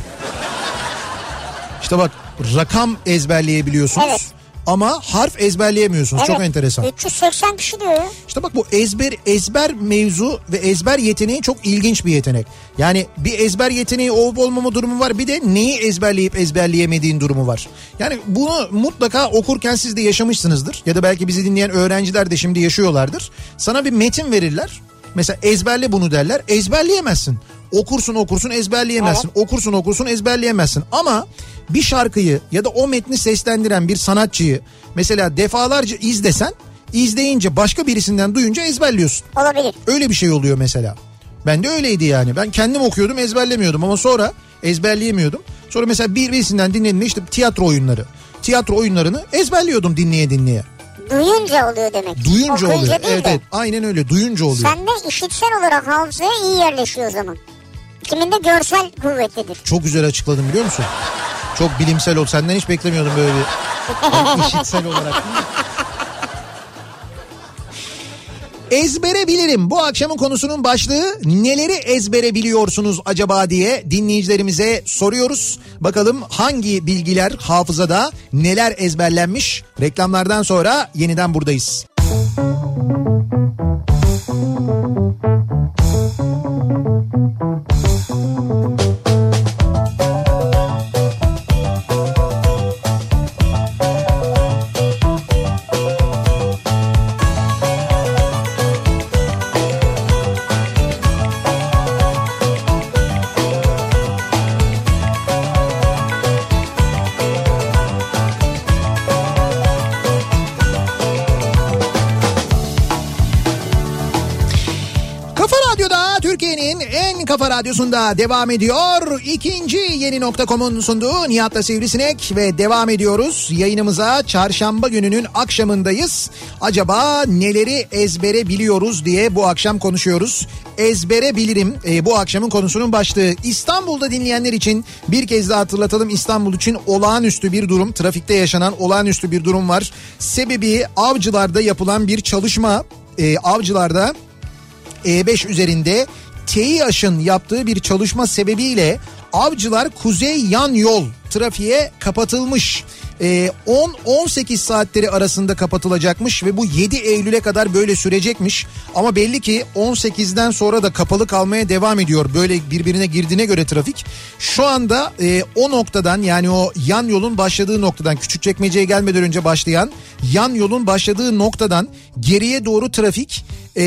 Speaker 1: İşte bak rakam ezberleyebiliyorsunuz.
Speaker 2: Evet.
Speaker 1: Ama harf ezberleyemiyorsunuz. Çok
Speaker 2: Evet,
Speaker 1: enteresan.
Speaker 2: 380 kişi diyor ya.
Speaker 1: İşte bak bu ezber ezber mevzu ve ezber yeteneği çok ilginç bir yetenek. Yani bir ezber yeteneği olup olmama durumu var bir de neyi ezberleyip ezberleyemediğin durumu var. Yani bunu mutlaka okurken siz de yaşamışsınızdır ya da belki bizi dinleyen öğrenciler de şimdi yaşıyorlardır. Sana bir metin verirler. Mesela ezberle bunu derler. Ezberleyemezsin. Okursun okursun ezberleyemezsin. Okursun okursun ezberleyemezsin. Ama bir şarkıyı ya da o metni seslendiren bir sanatçıyı mesela defalarca izlesen izleyince başka birisinden duyunca ezberliyorsun.
Speaker 2: Olabilir.
Speaker 1: Öyle bir şey oluyor mesela. Ben de öyleydi yani. Ben kendim okuyordum ezberlemiyordum ama sonra ezberleyemiyordum. Sonra mesela bir- birisinden dinlediğimde işte tiyatro oyunları. Tiyatro oyunlarını ezberliyordum dinleye dinleye.
Speaker 2: Duyunca oluyor demek.
Speaker 1: Duyunca
Speaker 2: Okuyunca
Speaker 1: oluyor.
Speaker 2: değil
Speaker 1: Evet,
Speaker 2: de.
Speaker 1: evet aynen öyle duyunca oluyor.
Speaker 2: Sen de işitsel olarak hafızaya iyi yerleşiyor o zaman. Kimin de görsel kuvvetlidir.
Speaker 1: Çok güzel açıkladın biliyor musun? Çok bilimsel ol. Senden hiç beklemiyordum böyle bir Yani işitsel olarak. Ezbere bilirim. Bu akşamın konusunun başlığı neleri ezbere biliyorsunuz acaba diye dinleyicilerimize soruyoruz. Bakalım hangi bilgiler hafızada neler ezberlenmiş? Reklamlardan sonra yeniden buradayız. Kafa Radyo'da Türkiye'nin en kafa radyosunda devam ediyor. İkinci yeni nokta.com'un sunduğu Nihat'la Sivrisinek ve devam ediyoruz. Yayınımıza çarşamba gününün akşamındayız. Acaba neleri ezbere biliyoruz diye bu akşam konuşuyoruz. Ezbere bilirim e, bu akşamın konusunun başlığı. İstanbul'da dinleyenler için bir kez daha hatırlatalım. İstanbul için olağanüstü bir durum. Trafikte yaşanan olağanüstü bir durum var. Sebebi avcılarda yapılan bir çalışma. E, avcılarda e5 E üzerinde TEİAŞ'ın yaptığı bir çalışma sebebiyle avcılar kuzey yan yol trafiğe kapatılmış. E, 10-18 saatleri arasında kapatılacakmış ve bu 7 Eylül'e kadar böyle sürecekmiş. Ama belli ki 18'den sonra da kapalı kalmaya devam ediyor böyle birbirine girdiğine göre trafik. Şu anda e, o noktadan yani o yan yolun başladığı noktadan Küçükçekmece'ye gelmeden önce başlayan yan yolun başladığı noktadan geriye doğru trafik e,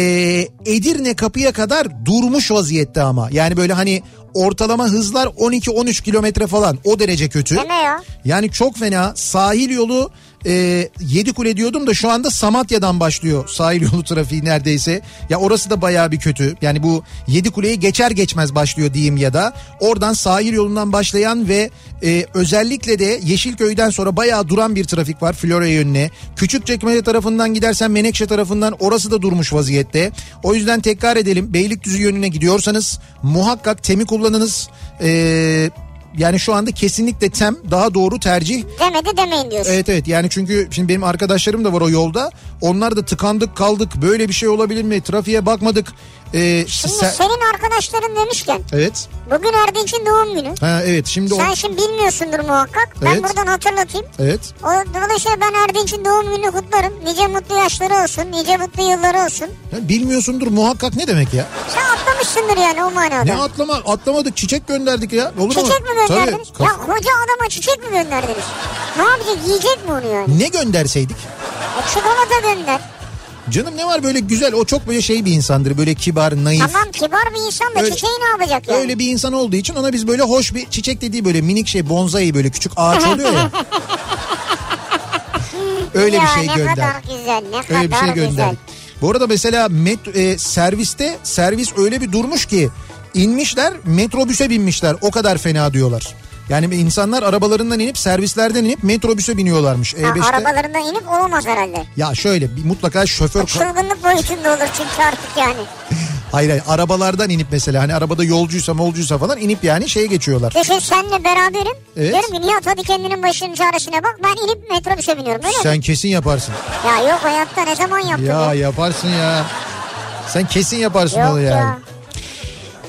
Speaker 1: Edirne kapıya kadar durmuş vaziyette ama. Yani böyle hani ortalama hızlar 12-13 kilometre falan o derece kötü.
Speaker 2: Deme ya.
Speaker 1: Yani çok fena sahil yolu e, Yedikule diyordum da şu anda Samatya'dan başlıyor sahil yolu trafiği neredeyse. Ya orası da bayağı bir kötü. Yani bu Yedikule'yi geçer geçmez başlıyor diyeyim ya da. Oradan sahil yolundan başlayan ve e, özellikle de Yeşilköy'den sonra bayağı duran bir trafik var Florya yönüne. Küçükçekmece tarafından gidersen Menekşe tarafından orası da durmuş vaziyette. O yüzden tekrar edelim Beylikdüzü yönüne gidiyorsanız muhakkak temi kullanınız. E, yani şu anda kesinlikle tem daha doğru tercih.
Speaker 2: Demedi demeyin diyorsun.
Speaker 1: Evet evet yani çünkü şimdi benim arkadaşlarım da var o yolda. Onlar da tıkandık kaldık böyle bir şey olabilir mi? Trafiğe bakmadık. Ee, işte
Speaker 2: Şimdi
Speaker 1: sen-
Speaker 2: senin arkadaşların demişken
Speaker 1: Evet.
Speaker 2: bugün Erdinç'in doğum günü.
Speaker 1: Ha evet şimdi o...
Speaker 2: Sen şimdi bilmiyorsundur muhakkak. Ben
Speaker 1: Evet.
Speaker 2: buradan hatırlatayım.
Speaker 1: Evet.
Speaker 2: O, dolayısıyla ben Erdinç'in doğum gününü kutlarım. Nice mutlu yaşları olsun, nice mutlu yılları olsun.
Speaker 1: Ya bilmiyorsundur muhakkak ne demek ya?
Speaker 2: Sen atlamışsındır yani o manada.
Speaker 1: Ne atlama atlamadık çiçek gönderdik ya. Olur mu?
Speaker 2: Çiçek mi
Speaker 1: Tabii.
Speaker 2: gönderdiniz?
Speaker 1: Kaf-
Speaker 2: Ya koca adama çiçek mi gönderdiniz? Ne yapacak? Yiyecek mi onu yani?
Speaker 1: Ne gönderseydik?
Speaker 2: E, çikolata gönder.
Speaker 1: Canım ne var böyle güzel o çok böyle şey bir insandır. Böyle kibar, naif.
Speaker 2: Tamam kibar bir insan da
Speaker 1: Öyle-
Speaker 2: çiçeği ne yapacak yani?
Speaker 1: Öyle bir insan olduğu için ona biz böyle hoş bir çiçek dediği böyle minik şey bonsai böyle küçük ağaç oluyor ya. Öyle bir
Speaker 2: Ya
Speaker 1: şey
Speaker 2: ne
Speaker 1: gönder.
Speaker 2: kadar güzel ne kadar
Speaker 1: Öyle bir şey
Speaker 2: güzel.
Speaker 1: gönder. Bu arada mesela met, e, serviste servis öyle bir durmuş ki inmişler metrobüse binmişler o kadar fena diyorlar. Yani insanlar arabalarından inip servislerden inip metrobüse biniyorlarmış.
Speaker 2: Ha,
Speaker 1: E5'te.
Speaker 2: arabalarından inip olamaz herhalde.
Speaker 1: Ya şöyle bir- mutlaka şoför... ka-
Speaker 2: Çılgınlık boyutunda olur çünkü artık yani.
Speaker 1: hayır hayır arabalardan inip mesela hani arabada yolcuysa molcuysa falan inip yani şeye geçiyorlar.
Speaker 2: Düşün senle beraberim.
Speaker 1: Evet.
Speaker 2: Diyorum ki Nihat hadi kendinin başının çaresine bak. Ben inip metrobüse biniyorum öyle mi?
Speaker 1: Sen kesin yaparsın.
Speaker 2: Ya yok hayatta ne zaman yaptın ya?
Speaker 1: Ya yaparsın ya. Sen kesin yaparsın
Speaker 2: Yok
Speaker 1: onu
Speaker 2: ya.
Speaker 1: yani.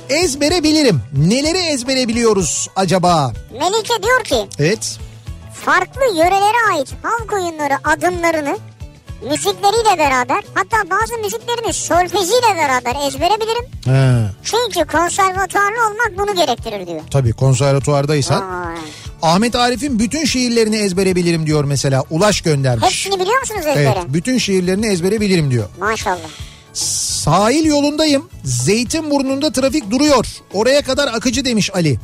Speaker 1: Ezbere bilirim. Neleri ezbere biliyoruz acaba?
Speaker 2: Melike diyor ki
Speaker 1: Evet.
Speaker 2: farklı yörelere ait halk oyunları adımlarını müzikleriyle beraber hatta bazı müziklerini solfejiyle beraber ezbere bilirim.
Speaker 1: Ha,
Speaker 2: Çünkü konservatuarlı olmak bunu gerektirir diyor.
Speaker 1: tabii konservatuvardaysan.
Speaker 2: Vay.
Speaker 1: Ahmet Arif'in bütün şiirlerini ezbere bilirim diyor mesela. Ulaş göndermiş.
Speaker 2: Hepsini biliyor musunuz ezbere?
Speaker 1: Evet, bütün şiirlerini ezbere bilirim diyor.
Speaker 2: Maşallah.
Speaker 1: Sahil yolundayım. Zeytinburnu'nda trafik duruyor. Oraya kadar akıcı demiş Ali.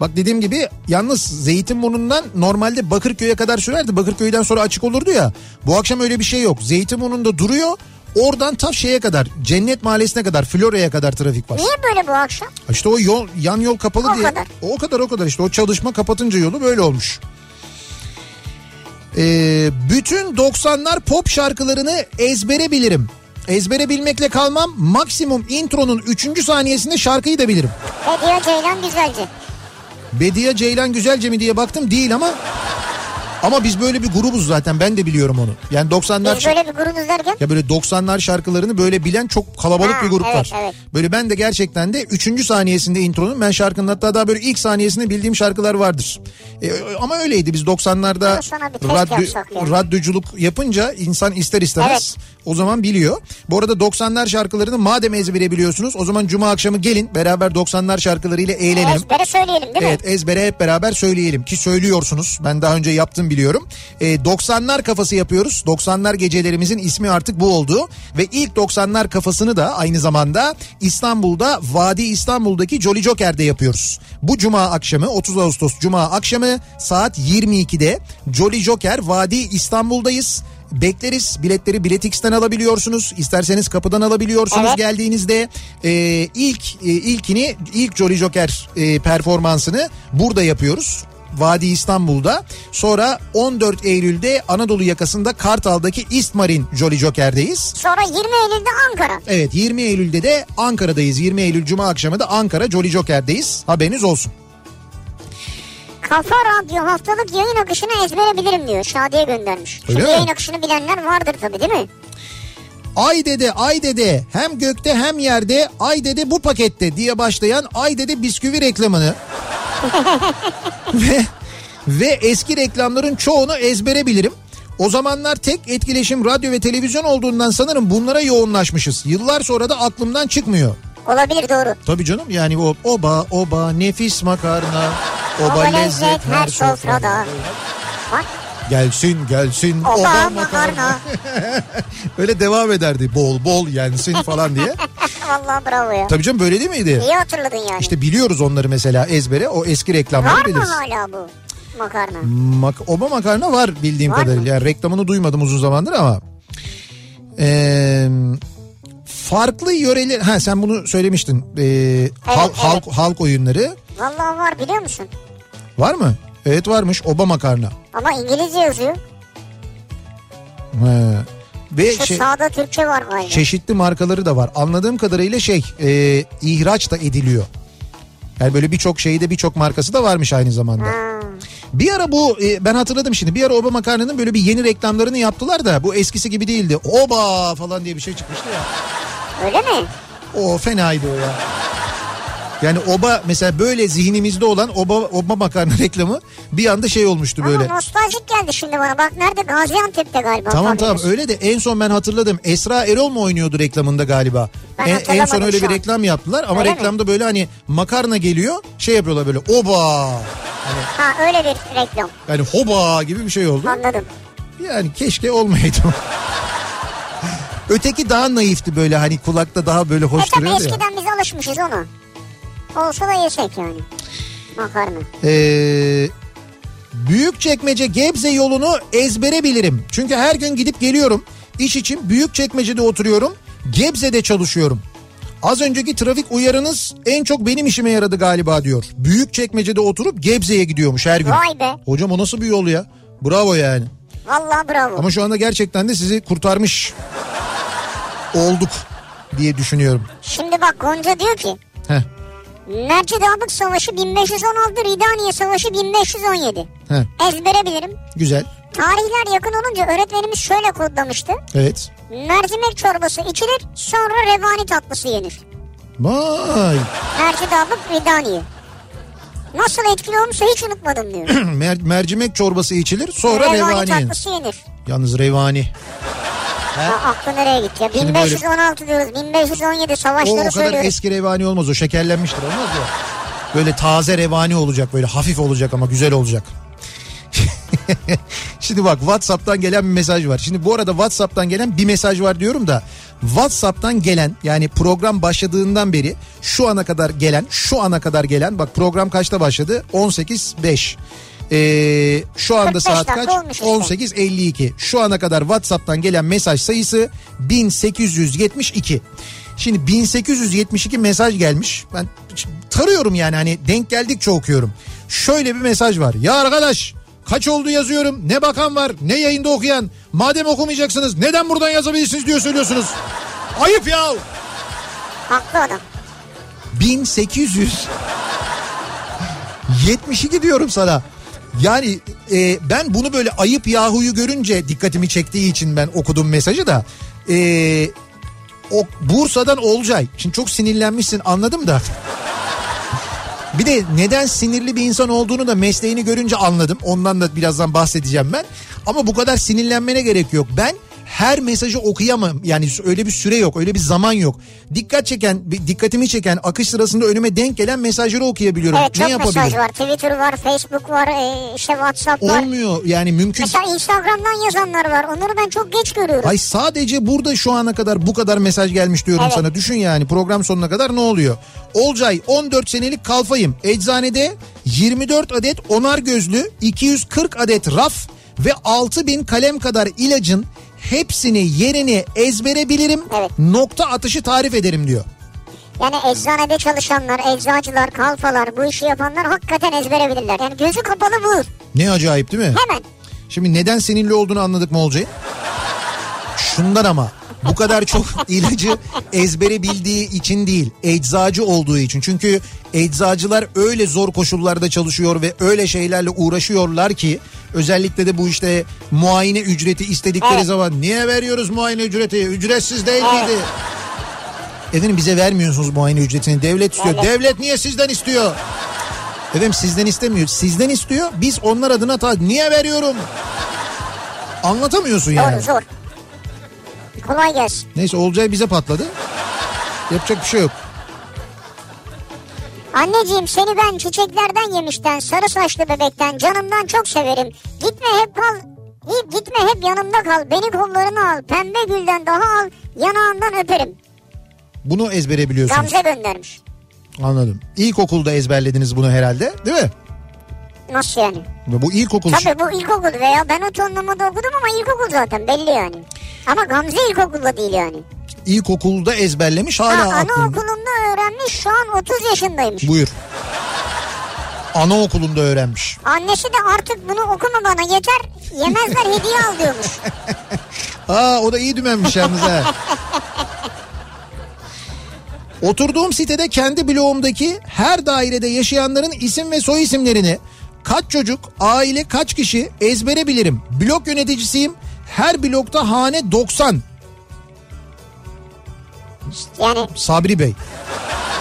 Speaker 1: Bak dediğim gibi yalnız Zeytinburnu'ndan normalde Bakırköy'e kadar sürerdi. Bakırköy'den sonra açık olurdu ya. Bu akşam öyle bir şey yok. Zeytinburnu'nda duruyor. Oradan ta şeye kadar Cennet Mahallesi'ne kadar Florya'ya kadar trafik var.
Speaker 2: Niye böyle bu akşam?
Speaker 1: İşte o yol yan yol kapalı
Speaker 2: O
Speaker 1: diye.
Speaker 2: kadar.
Speaker 1: O kadar o kadar işte o çalışma kapatınca yolu böyle olmuş. Ee, bütün 90'lar pop şarkılarını ezbere bilirim. Ezbere bilmekle kalmam maksimum intronun 3. saniyesinde şarkıyı da bilirim.
Speaker 2: Hediye E Ceylan güzelce.
Speaker 1: Bediye Ceylan Güzelce mi diye baktım değil ama ama biz böyle bir grubuz zaten ben de biliyorum onu. Yani 90'lar
Speaker 2: Biz böyle bir grubuz derken
Speaker 1: ya böyle 90'lar şarkıları böyle bilen çok kalabalık
Speaker 2: Ha,
Speaker 1: bir grup
Speaker 2: evet,
Speaker 1: var.
Speaker 2: evet.
Speaker 1: Böyle ben de gerçekten de 3. saniyesinde intronun ben şarkının hatta daha böyle ilk saniyesinde bildiğim şarkılar vardır. E, ama öyleydi biz 90'larda
Speaker 2: Ama sana bir test yapsak ya.
Speaker 1: radyo, radyoculuk yapınca insan ister istemez
Speaker 2: Evet.
Speaker 1: o zaman biliyor. Bu arada 90'lar şarkılarını madem ezbere biliyorsunuz o zaman cuma akşamı gelin beraber 90'lar şarkılarıyla eğlenelim.
Speaker 2: ezbere söyleyelim değil mi?
Speaker 1: Evet ezbere hep beraber söyleyelim ki söylüyorsunuz. Ben daha önce yaptım biliyorum. E, 90'lar kafası yapıyoruz. 90'lar gecelerimizin ismi artık bu oldu. Ve ilk 90'lar kafasını da aynı zamanda İstanbul'da Vadi İstanbul'daki Jolly Joker'de yapıyoruz. Bu cuma akşamı 30 Ağustos cuma akşamı saat 22'de Jolly Joker Vadi İstanbul'dayız. Bekleriz. Biletleri Biletix'ten alabiliyorsunuz. İsterseniz kapıdan alabiliyorsunuz
Speaker 2: Evet.
Speaker 1: geldiğinizde. e, ilk e, ilkini ilk Jolly Joker e, performansını burada yapıyoruz. Vadi İstanbul'da. Sonra 14 Eylül'de Anadolu yakasında Kartal'daki İstmarin Jolly Joker'deyiz.
Speaker 2: Sonra 20 Eylül'de Ankara.
Speaker 1: Evet 20 Eylül'de de Ankara'dayız. 20 Eylül Cuma akşamı da Ankara Jolly Joker'deyiz. Haberiniz olsun.
Speaker 2: Kafa Radyo haftalık yayın akışını ezbere bilirim diyor. Şadiye göndermiş. Şimdi
Speaker 1: Öyle mi?
Speaker 2: yayın akışını bilenler vardır tabii değil mi?
Speaker 1: Ay dede ay dede hem gökte hem yerde ay dede bu pakette diye başlayan ay dede bisküvi reklamını ve, ve eski reklamların çoğunu ezbere bilirim. O zamanlar tek etkileşim radyo ve televizyon olduğundan sanırım bunlara yoğunlaşmışız. Yıllar sonra da aklımdan çıkmıyor.
Speaker 2: Olabilir doğru.
Speaker 1: Tabii canım yani o oba oba nefis makarna oba,
Speaker 2: Oba
Speaker 1: lezzet her sofrada.
Speaker 2: Bak
Speaker 1: Gelsin gelsin
Speaker 2: oba,
Speaker 1: oba makarna.
Speaker 2: makarna.
Speaker 1: Öyle devam ederdi bol bol yensin falan diye.
Speaker 2: Vallahi bravo ya.
Speaker 1: Tabii canım böyle değil miydi?
Speaker 2: İyi hatırladın yani.
Speaker 1: İşte biliyoruz onları mesela ezbere. O eski reklamları
Speaker 2: Var mı
Speaker 1: biliriz.
Speaker 2: hala bu makarna?
Speaker 1: Mak- Oba makarna var bildiğim
Speaker 2: Var
Speaker 1: kadarıyla.
Speaker 2: mı?
Speaker 1: Yani reklamını duymadım uzun zamandır ama. Ee, farklı yöreler... Ha sen bunu söylemiştin. Ee, hal-
Speaker 2: evet.
Speaker 1: Halk, halk oyunları
Speaker 2: Vallahi var biliyor musun?
Speaker 1: var mı? Evet varmış oba makarna.
Speaker 2: Ama İngilizce yazıyor.
Speaker 1: Şey, He. Ve
Speaker 2: Şu
Speaker 1: şey-
Speaker 2: sağda Türkçe var galiba.
Speaker 1: çeşitli markaları da var. Anladığım kadarıyla şey e, ihraç da ediliyor. Yani böyle birçok şeyde birçok markası da varmış aynı zamanda.
Speaker 2: Ha.
Speaker 1: Bir ara bu e, ben hatırladım şimdi bir ara Oba Makarna'nın böyle bir yeni reklamlarını yaptılar da bu eskisi gibi değildi. Oba falan diye bir şey çıkmıştı ya.
Speaker 2: Öyle mi?
Speaker 1: O fenaydı o ya. Yani oba mesela böyle zihnimizde olan oba oba makarna reklamı bir anda şey olmuştu böyle.
Speaker 2: Ama nostaljik geldi şimdi bana. Bak nerede? Gaziantep'te galiba.
Speaker 1: Tamam tamam
Speaker 2: fabrikası.
Speaker 1: öyle de en son ben hatırladım. Esra Erol mu oynuyordu reklamında galiba? E,
Speaker 2: Ben
Speaker 1: en, en son
Speaker 2: hatırlamadım
Speaker 1: öyle
Speaker 2: şu
Speaker 1: bir
Speaker 2: an.
Speaker 1: reklam yaptılar ama
Speaker 2: Öyle mi?
Speaker 1: reklamda böyle hani makarna geliyor şey yapıyorlar böyle oba
Speaker 2: Ha öyle bir reklam.
Speaker 1: yani hoba gibi bir şey oldu.
Speaker 2: Anladım.
Speaker 1: Yani keşke olmayaydı. Öteki daha naifti böyle hani kulakta daha böyle
Speaker 2: E
Speaker 1: hoş
Speaker 2: tabii
Speaker 1: duruyordu ya.
Speaker 2: eskiden biz alışmışız ona. Olsa da yesek yani. Makarna.
Speaker 1: Ee, Büyükçekmece Gebze yolunu ezbere bilirim. Çünkü her gün gidip geliyorum. İş için Büyükçekmece'de oturuyorum. Gebze'de çalışıyorum. Az önceki trafik uyarınız en çok benim işime yaradı galiba diyor. Büyükçekmece'de oturup Gebze'ye gidiyormuş her gün.
Speaker 2: Vay be.
Speaker 1: Hocam o nasıl bir yol ya? Bravo yani.
Speaker 2: Vallahi bravo.
Speaker 1: Ama şu anda gerçekten de sizi kurtarmış olduk diye düşünüyorum.
Speaker 2: Şimdi bak Gonca diyor ki
Speaker 1: Heh,
Speaker 2: Mercidabık Savaşı 1516, Ridaniye Savaşı 1517.
Speaker 1: heh,
Speaker 2: Ezbere bilirim.
Speaker 1: güzel.
Speaker 2: Tarihler yakın olunca öğretmenimiz şöyle kodlamıştı.
Speaker 1: Evet.
Speaker 2: Mercimek çorbası içilir sonra revani tatlısı yenir.
Speaker 1: Vay.
Speaker 2: Merci dağılıp vidaniye. Nasıl etkili olmuşsa hiç unutmadım diyor.
Speaker 1: Mer- mercimek çorbası içilir sonra
Speaker 2: revani,
Speaker 1: revani. yenir.
Speaker 2: tatlısı yenir.
Speaker 1: Yalnız revani.
Speaker 2: Ya aklı nereye gitti ya?
Speaker 1: Şimdi böyle-
Speaker 2: 1516 diyoruz 1517
Speaker 1: O, o
Speaker 2: savaşları
Speaker 1: kadar
Speaker 2: söylüyoruz.
Speaker 1: eski revani olmaz o şekerlenmiştir olmaz ya. Böyle taze revani olacak böyle hafif olacak ama güzel olacak. Şimdi bak Whatsapp'tan gelen bir mesaj var. Şimdi bu arada Whatsapp'tan gelen bir mesaj var diyorum da Whatsapp'tan gelen yani program başladığından beri şu ana kadar gelen şu ana kadar gelen bak program kaçta başladı? 18.05. Ee, şu anda
Speaker 2: 45
Speaker 1: saat
Speaker 2: dakika
Speaker 1: kaç?
Speaker 2: olmuş işte.
Speaker 1: 18.52. Şu ana kadar WhatsApp'tan gelen mesaj sayısı 1872. Şimdi 1872 mesaj gelmiş. Ben tarıyorum yani hani denk geldikçe okuyorum. Şöyle bir mesaj var. Ya arkadaş kaç oldu yazıyorum. Ne bakan var ne yayında okuyan. Madem okumayacaksınız neden buradan yazabilirsiniz diyor söylüyorsunuz. Ayıp ya.
Speaker 2: Haklı adam.
Speaker 1: 1872 diyorum sana. Yani e, ben bunu böyle ayıp yahuyu görünce dikkatimi çektiği için ben okudum mesajı da. E, o Bursa'dan Olcay. Şimdi çok sinirlenmişsin anladım da. Bir de neden sinirli bir insan olduğunu da mesleğini görünce anladım. Ondan da birazdan bahsedeceğim ben. Ama bu kadar sinirlenmene gerek yok. Ben her mesajı okuyamam. Yani öyle bir süre yok, öyle bir zaman yok. Dikkat çeken, bir- dikkatimi çeken, akış sırasında önüme denk gelen mesajları okuyabiliyorum.
Speaker 2: Evet
Speaker 1: ne
Speaker 2: çok mesaj
Speaker 1: yapabilirim?
Speaker 2: var. Twitter var, Facebook var, e, işte WhatsApp var.
Speaker 1: Olmuyor yani mümkün.
Speaker 2: Mesela Instagram'dan yazanlar var. Onları ben çok geç görüyorum.
Speaker 1: Ay sadece burada şu ana kadar bu kadar mesaj gelmiş diyorum
Speaker 2: Evet.
Speaker 1: sana. Düşün yani program sonuna kadar ne oluyor? Olcay 14 senelik kalfayım. Eczanede 24 adet onar gözlü, 240 adet raf ve 6000 kalem kadar ilacın hepsini yerini ezbere bilirim.
Speaker 2: Evet.
Speaker 1: Nokta atışı tarif ederim diyor.
Speaker 2: Yani eczanede çalışanlar, eczacılar, kalfalar, bu işi yapanlar hakikaten ezbere bilirler. Yani gözü kapalı bulur.
Speaker 1: Ne acayip değil mi?
Speaker 2: Hemen.
Speaker 1: Şimdi neden sinirli olduğunu anladık mı Olcay? Şundan ama bu kadar çok ilacı ezbere bildiği için değil eczacı olduğu için. Çünkü eczacılar öyle zor koşullarda çalışıyor ve öyle şeylerle uğraşıyorlar ki özellikle de bu işte muayene ücreti istedikleri
Speaker 2: Evet.
Speaker 1: zaman niye veriyoruz muayene ücreti ücretsiz değil
Speaker 2: Evet.
Speaker 1: miydi? Efendim bize vermiyorsunuz muayene ücretini devlet istiyor.
Speaker 2: Evet.
Speaker 1: Devlet niye sizden istiyor? Efendim sizden istemiyor. Sizden istiyor. Biz onlar adına ta niye veriyorum? Anlatamıyorsun yani.
Speaker 2: Doğru zor. Kolay gelsin.
Speaker 1: Neyse Olcay bize patladı. Yapacak bir şey yok.
Speaker 2: Anneciğim seni ben çiçeklerden yemişten, sarı saçlı bebekten, canımdan çok severim. Gitme hep kal, hep gitme hep yanımda kal. Beni kollarına al, pembe gülden daha al, yanağından öperim.
Speaker 1: Bunu ezbere biliyorsunuz.
Speaker 2: Gamze göndermiş.
Speaker 1: Anladım. İlkokulda ezberlediniz bunu herhalde değil mi?
Speaker 2: Nasıl yani?
Speaker 1: Ve bu ilkokul.
Speaker 2: Tabii bu ilkokul veya ben o tonlamada okudum ama ilkokul zaten belli yani. Ama Gamze ilkokulda değil yani.
Speaker 1: İlkokulda ezberlemiş hala
Speaker 2: Ha,
Speaker 1: aklında.
Speaker 2: anaokulunda öğrenmiş şu an 30 yaşındaymış.
Speaker 1: Buyur. Anaokulunda öğrenmiş.
Speaker 2: Annesi de artık bunu okuma bana yeter yemezler hediye al diyormuş.
Speaker 1: Aa o da iyi dümenmiş yalnız ha. Oturduğum sitede kendi bloğumdaki her dairede yaşayanların isim ve soy isimlerini kaç çocuk, aile kaç kişi ezbere bilirim. Blok yöneticisiyim. Her blokta hane 90.
Speaker 2: Yani
Speaker 1: Sabri Bey.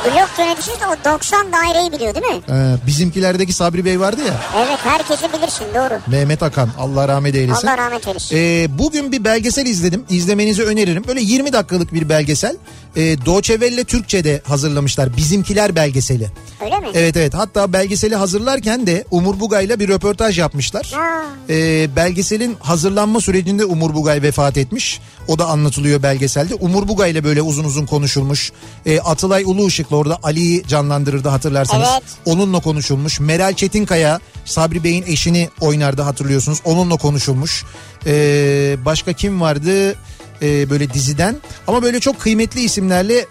Speaker 2: blok yöneticisi de o 90 daireyi biliyor değil mi?
Speaker 1: Ee, bizimkilerdeki Sabri Bey vardı ya.
Speaker 2: Evet herkesi bilirsin doğru.
Speaker 1: Mehmet Akan. Allah rahmet eylesin.
Speaker 2: Allah rahmet eylesin.
Speaker 1: Ee, bugün bir belgesel izledim. İzlemenizi öneririm. Böyle 20 dakikalık bir belgesel. Ee, Deutsche Welle Türkçe'de hazırlamışlar. Bizimkiler belgeseli.
Speaker 2: Öyle mi?
Speaker 1: Evet evet hatta belgeseli hazırlarken de Umur Bugay'la bir röportaj yapmışlar.
Speaker 2: Ha.
Speaker 1: Ee, belgeselin hazırlanma sürecinde Umur Bugay vefat etmiş. O da anlatılıyor belgeselde. Umur Bugay'la böyle uzun uzun konuşulmuş. Ee, Atılay Ulu Işık'la orada Ali'yi canlandırırdı hatırlarsanız.
Speaker 2: Evet.
Speaker 1: Onunla konuşulmuş. Meral Çetinkaya Sabri Bey'in eşini oynardı hatırlıyorsunuz. Onunla konuşulmuş. Ee, başka kim vardı? Ee, böyle diziden ama böyle çok kıymetli isimlerle e,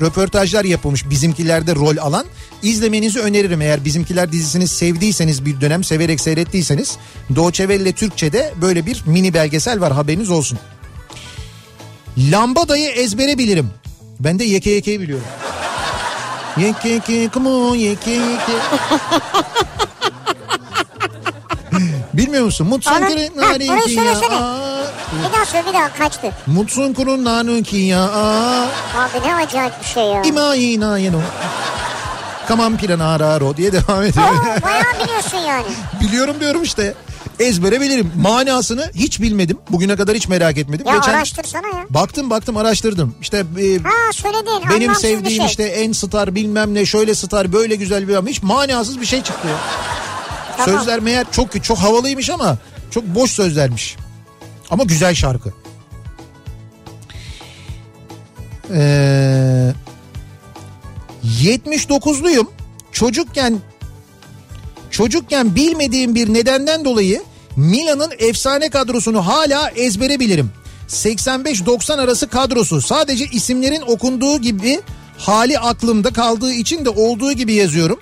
Speaker 1: röportajlar yapılmış bizimkilerde rol alan izlemenizi öneririm eğer bizimkiler dizisini sevdiyseniz bir dönem severek seyrettiyseniz Doğçe Welle Türkçe'de böyle bir mini belgesel var haberiniz olsun. Lambadayı ezbere bilirim. Ben de yeke yekeyi biliyorum. Yeke yeke kumu yeke yeke. Bilmiyor musun? Mutsun
Speaker 2: Onun-
Speaker 1: kırın
Speaker 2: Ha, orayı
Speaker 1: narinkin ya.
Speaker 2: söylesene.
Speaker 1: Aa,
Speaker 2: Bir daha söyle bir daha kaçtı.
Speaker 1: Mutsun kurun narinkin ya. Aa.
Speaker 2: Abi ne acayip bir şey ya.
Speaker 1: İma ina yeno. Kamam piranararo diye devam ediyor.
Speaker 2: Oo, bayağı biliyorsun yani.
Speaker 1: Biliyorum diyorum işte. Ezbere bilirim. Manasını hiç bilmedim. Bugüne kadar hiç merak etmedim.
Speaker 2: Ya araştırsana ya.
Speaker 1: Baktım baktım araştırdım. İşte e,
Speaker 2: Ha söyledin
Speaker 1: benim
Speaker 2: anlamsız bir
Speaker 1: sevdiğim
Speaker 2: şey.
Speaker 1: işte en star bilmem ne şöyle star böyle güzel bir adam. Hiç manasız bir şey çıktı ya.
Speaker 2: Tamam.
Speaker 1: Sözler meğer çok çok havalıymış ama çok boş sözlermiş. Ama güzel şarkı. Ee, 79'luyum. Çocukken çocukken bilmediğim bir nedenden dolayı Milan'ın efsane kadrosunu hala ezbere bilirim. 85-90 arası kadrosu. Sadece isimlerin okunduğu gibi hali aklımda kaldığı için de olduğu gibi yazıyorum.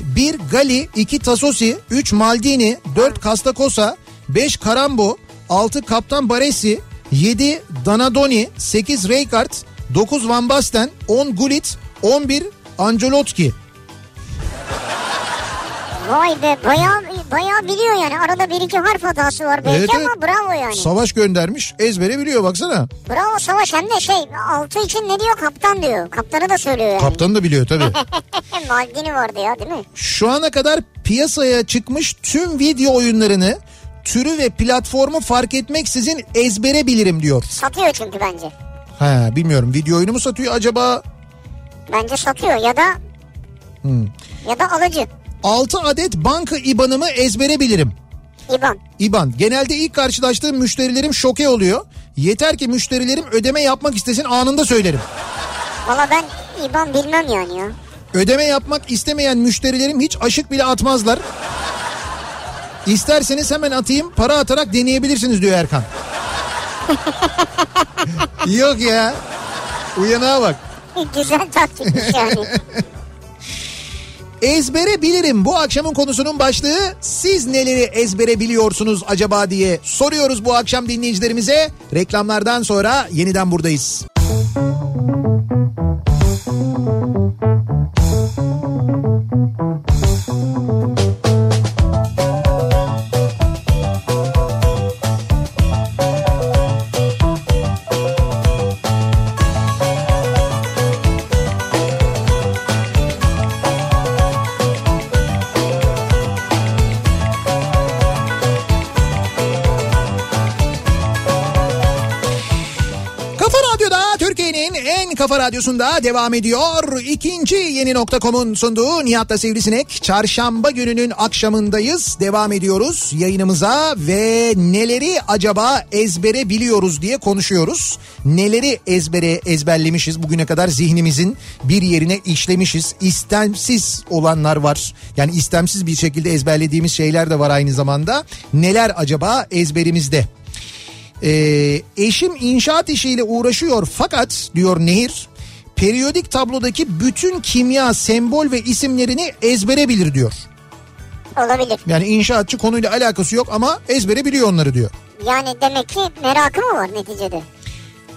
Speaker 1: 1 Gali, 2 Tasosi, 3 Maldini, 4 Castacosa, 5 Karambo, 6 Kaptan Baresi, 7 Danadoni, 8 Rijkaard, 9 Van Basten, 10 Gullit, 11 Ancelotti.
Speaker 2: Vay be bayağı, bayağı biliyor yani. Arada bir iki harf hatası var belki
Speaker 1: Evet,
Speaker 2: ama
Speaker 1: evet.
Speaker 2: bravo yani.
Speaker 1: Savaş göndermiş ezbere biliyor baksana.
Speaker 2: bravo Savaş hem de şey altı için ne diyor kaptan diyor. Kaptanı da söylüyor yani.
Speaker 1: Kaptanı da biliyor tabii.
Speaker 2: Hem Maldini vardı ya değil mi?
Speaker 1: Şu ana kadar piyasaya çıkmış tüm video oyunlarını türü ve platformu fark etmeksizin ezbere bilirim diyor.
Speaker 2: Satıyor çünkü bence.
Speaker 1: Ha bilmiyorum video oyunu mu satıyor acaba?
Speaker 2: Bence satıyor ya da
Speaker 1: Hmm.
Speaker 2: ya da alıcı.
Speaker 1: 6 adet banka IBAN'ımı ezbere bilirim.
Speaker 2: İban.
Speaker 1: İban. Genelde ilk karşılaştığım müşterilerim şoke oluyor. Yeter ki müşterilerim ödeme yapmak istesin anında söylerim.
Speaker 2: Valla ben İban bilmem yani ya.
Speaker 1: Ödeme yapmak istemeyen müşterilerim hiç aşık bile atmazlar. İsterseniz hemen atayım para atarak deneyebilirsiniz diyor Erkan. Yok ya. Uyanığa bak.
Speaker 2: Güzel taktikmiş yani.
Speaker 1: Ezbere bilirim bu akşamın konusunun başlığı siz neleri ezbere biliyorsunuz acaba diye soruyoruz bu akşam dinleyicilerimize. Reklamlardan sonra yeniden buradayız. Kafa Radyo'da Türkiye'nin en kafa radyosunda devam ediyor. İkinci yeni nokta.com'un sunduğu Nihat'la Sivrisinek. Çarşamba gününün akşamındayız. Devam ediyoruz yayınımıza ve neleri acaba ezbere biliyoruz diye konuşuyoruz. Neleri ezbere ezberlemişiz bugüne kadar zihnimizin bir yerine işlemişiz. İstemsiz olanlar var. Yani istemsiz bir şekilde ezberlediğimiz şeyler de var aynı zamanda. Neler acaba ezberimizde? Ee, eşim inşaat işiyle uğraşıyor fakat diyor Nehir periyodik tablodaki bütün kimya, sembol ve isimlerini ezbere bilir diyor.
Speaker 2: Olabilir.
Speaker 1: Yani inşaatçı konuyla alakası yok ama ezbere biliyor onları diyor.
Speaker 2: Yani demek ki merakı mı var neticede?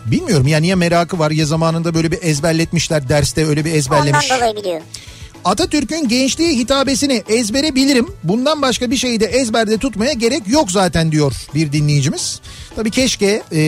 Speaker 1: Bilmiyorum yani ya merakı var ya zamanında böyle bir ezberletmişler derste öyle bir şey.
Speaker 2: Ondan
Speaker 1: ezberlemiş.
Speaker 2: dolayı biliyor.
Speaker 1: Atatürk'ün gençliği hitabesini ezbere bilirim. Bundan başka bir şeyi de ezberde tutmaya gerek yok zaten diyor bir dinleyicimiz. Tabii keşke e,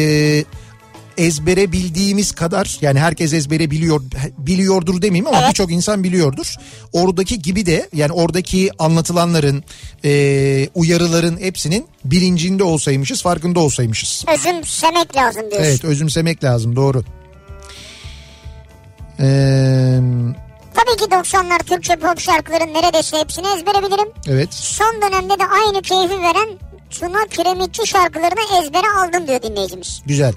Speaker 1: ezbere bildiğimiz kadar yani herkes ezbere biliyor biliyordur demeyeyim ama
Speaker 2: Evet.
Speaker 1: birçok insan biliyordur. Oradaki gibi de yani oradaki anlatılanların e, uyarıların hepsinin bilincinde olsaymışız farkında olsaymışız.
Speaker 2: Özümsemek lazım diyorsun.
Speaker 1: Evet özümsemek lazım doğru. Eee,
Speaker 2: Tabii ki 90'lar Türkçe pop şarkıların neredeyse hepsini ezbere bilirim.
Speaker 1: evet.
Speaker 2: Son dönemde de aynı keyfi veren Tuna Kiremitçi şarkılarını ezbere aldım diyor dinleyicimiz.
Speaker 1: Güzel.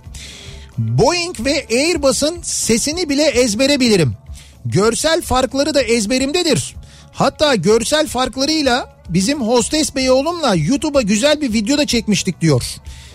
Speaker 1: Boeing ve Airbus'un sesini bile ezbere bilirim. Görsel farkları da ezberimdedir. Hatta görsel farklarıyla bizim hostes bey oğlumla YouTube'a güzel bir video da çekmiştik diyor.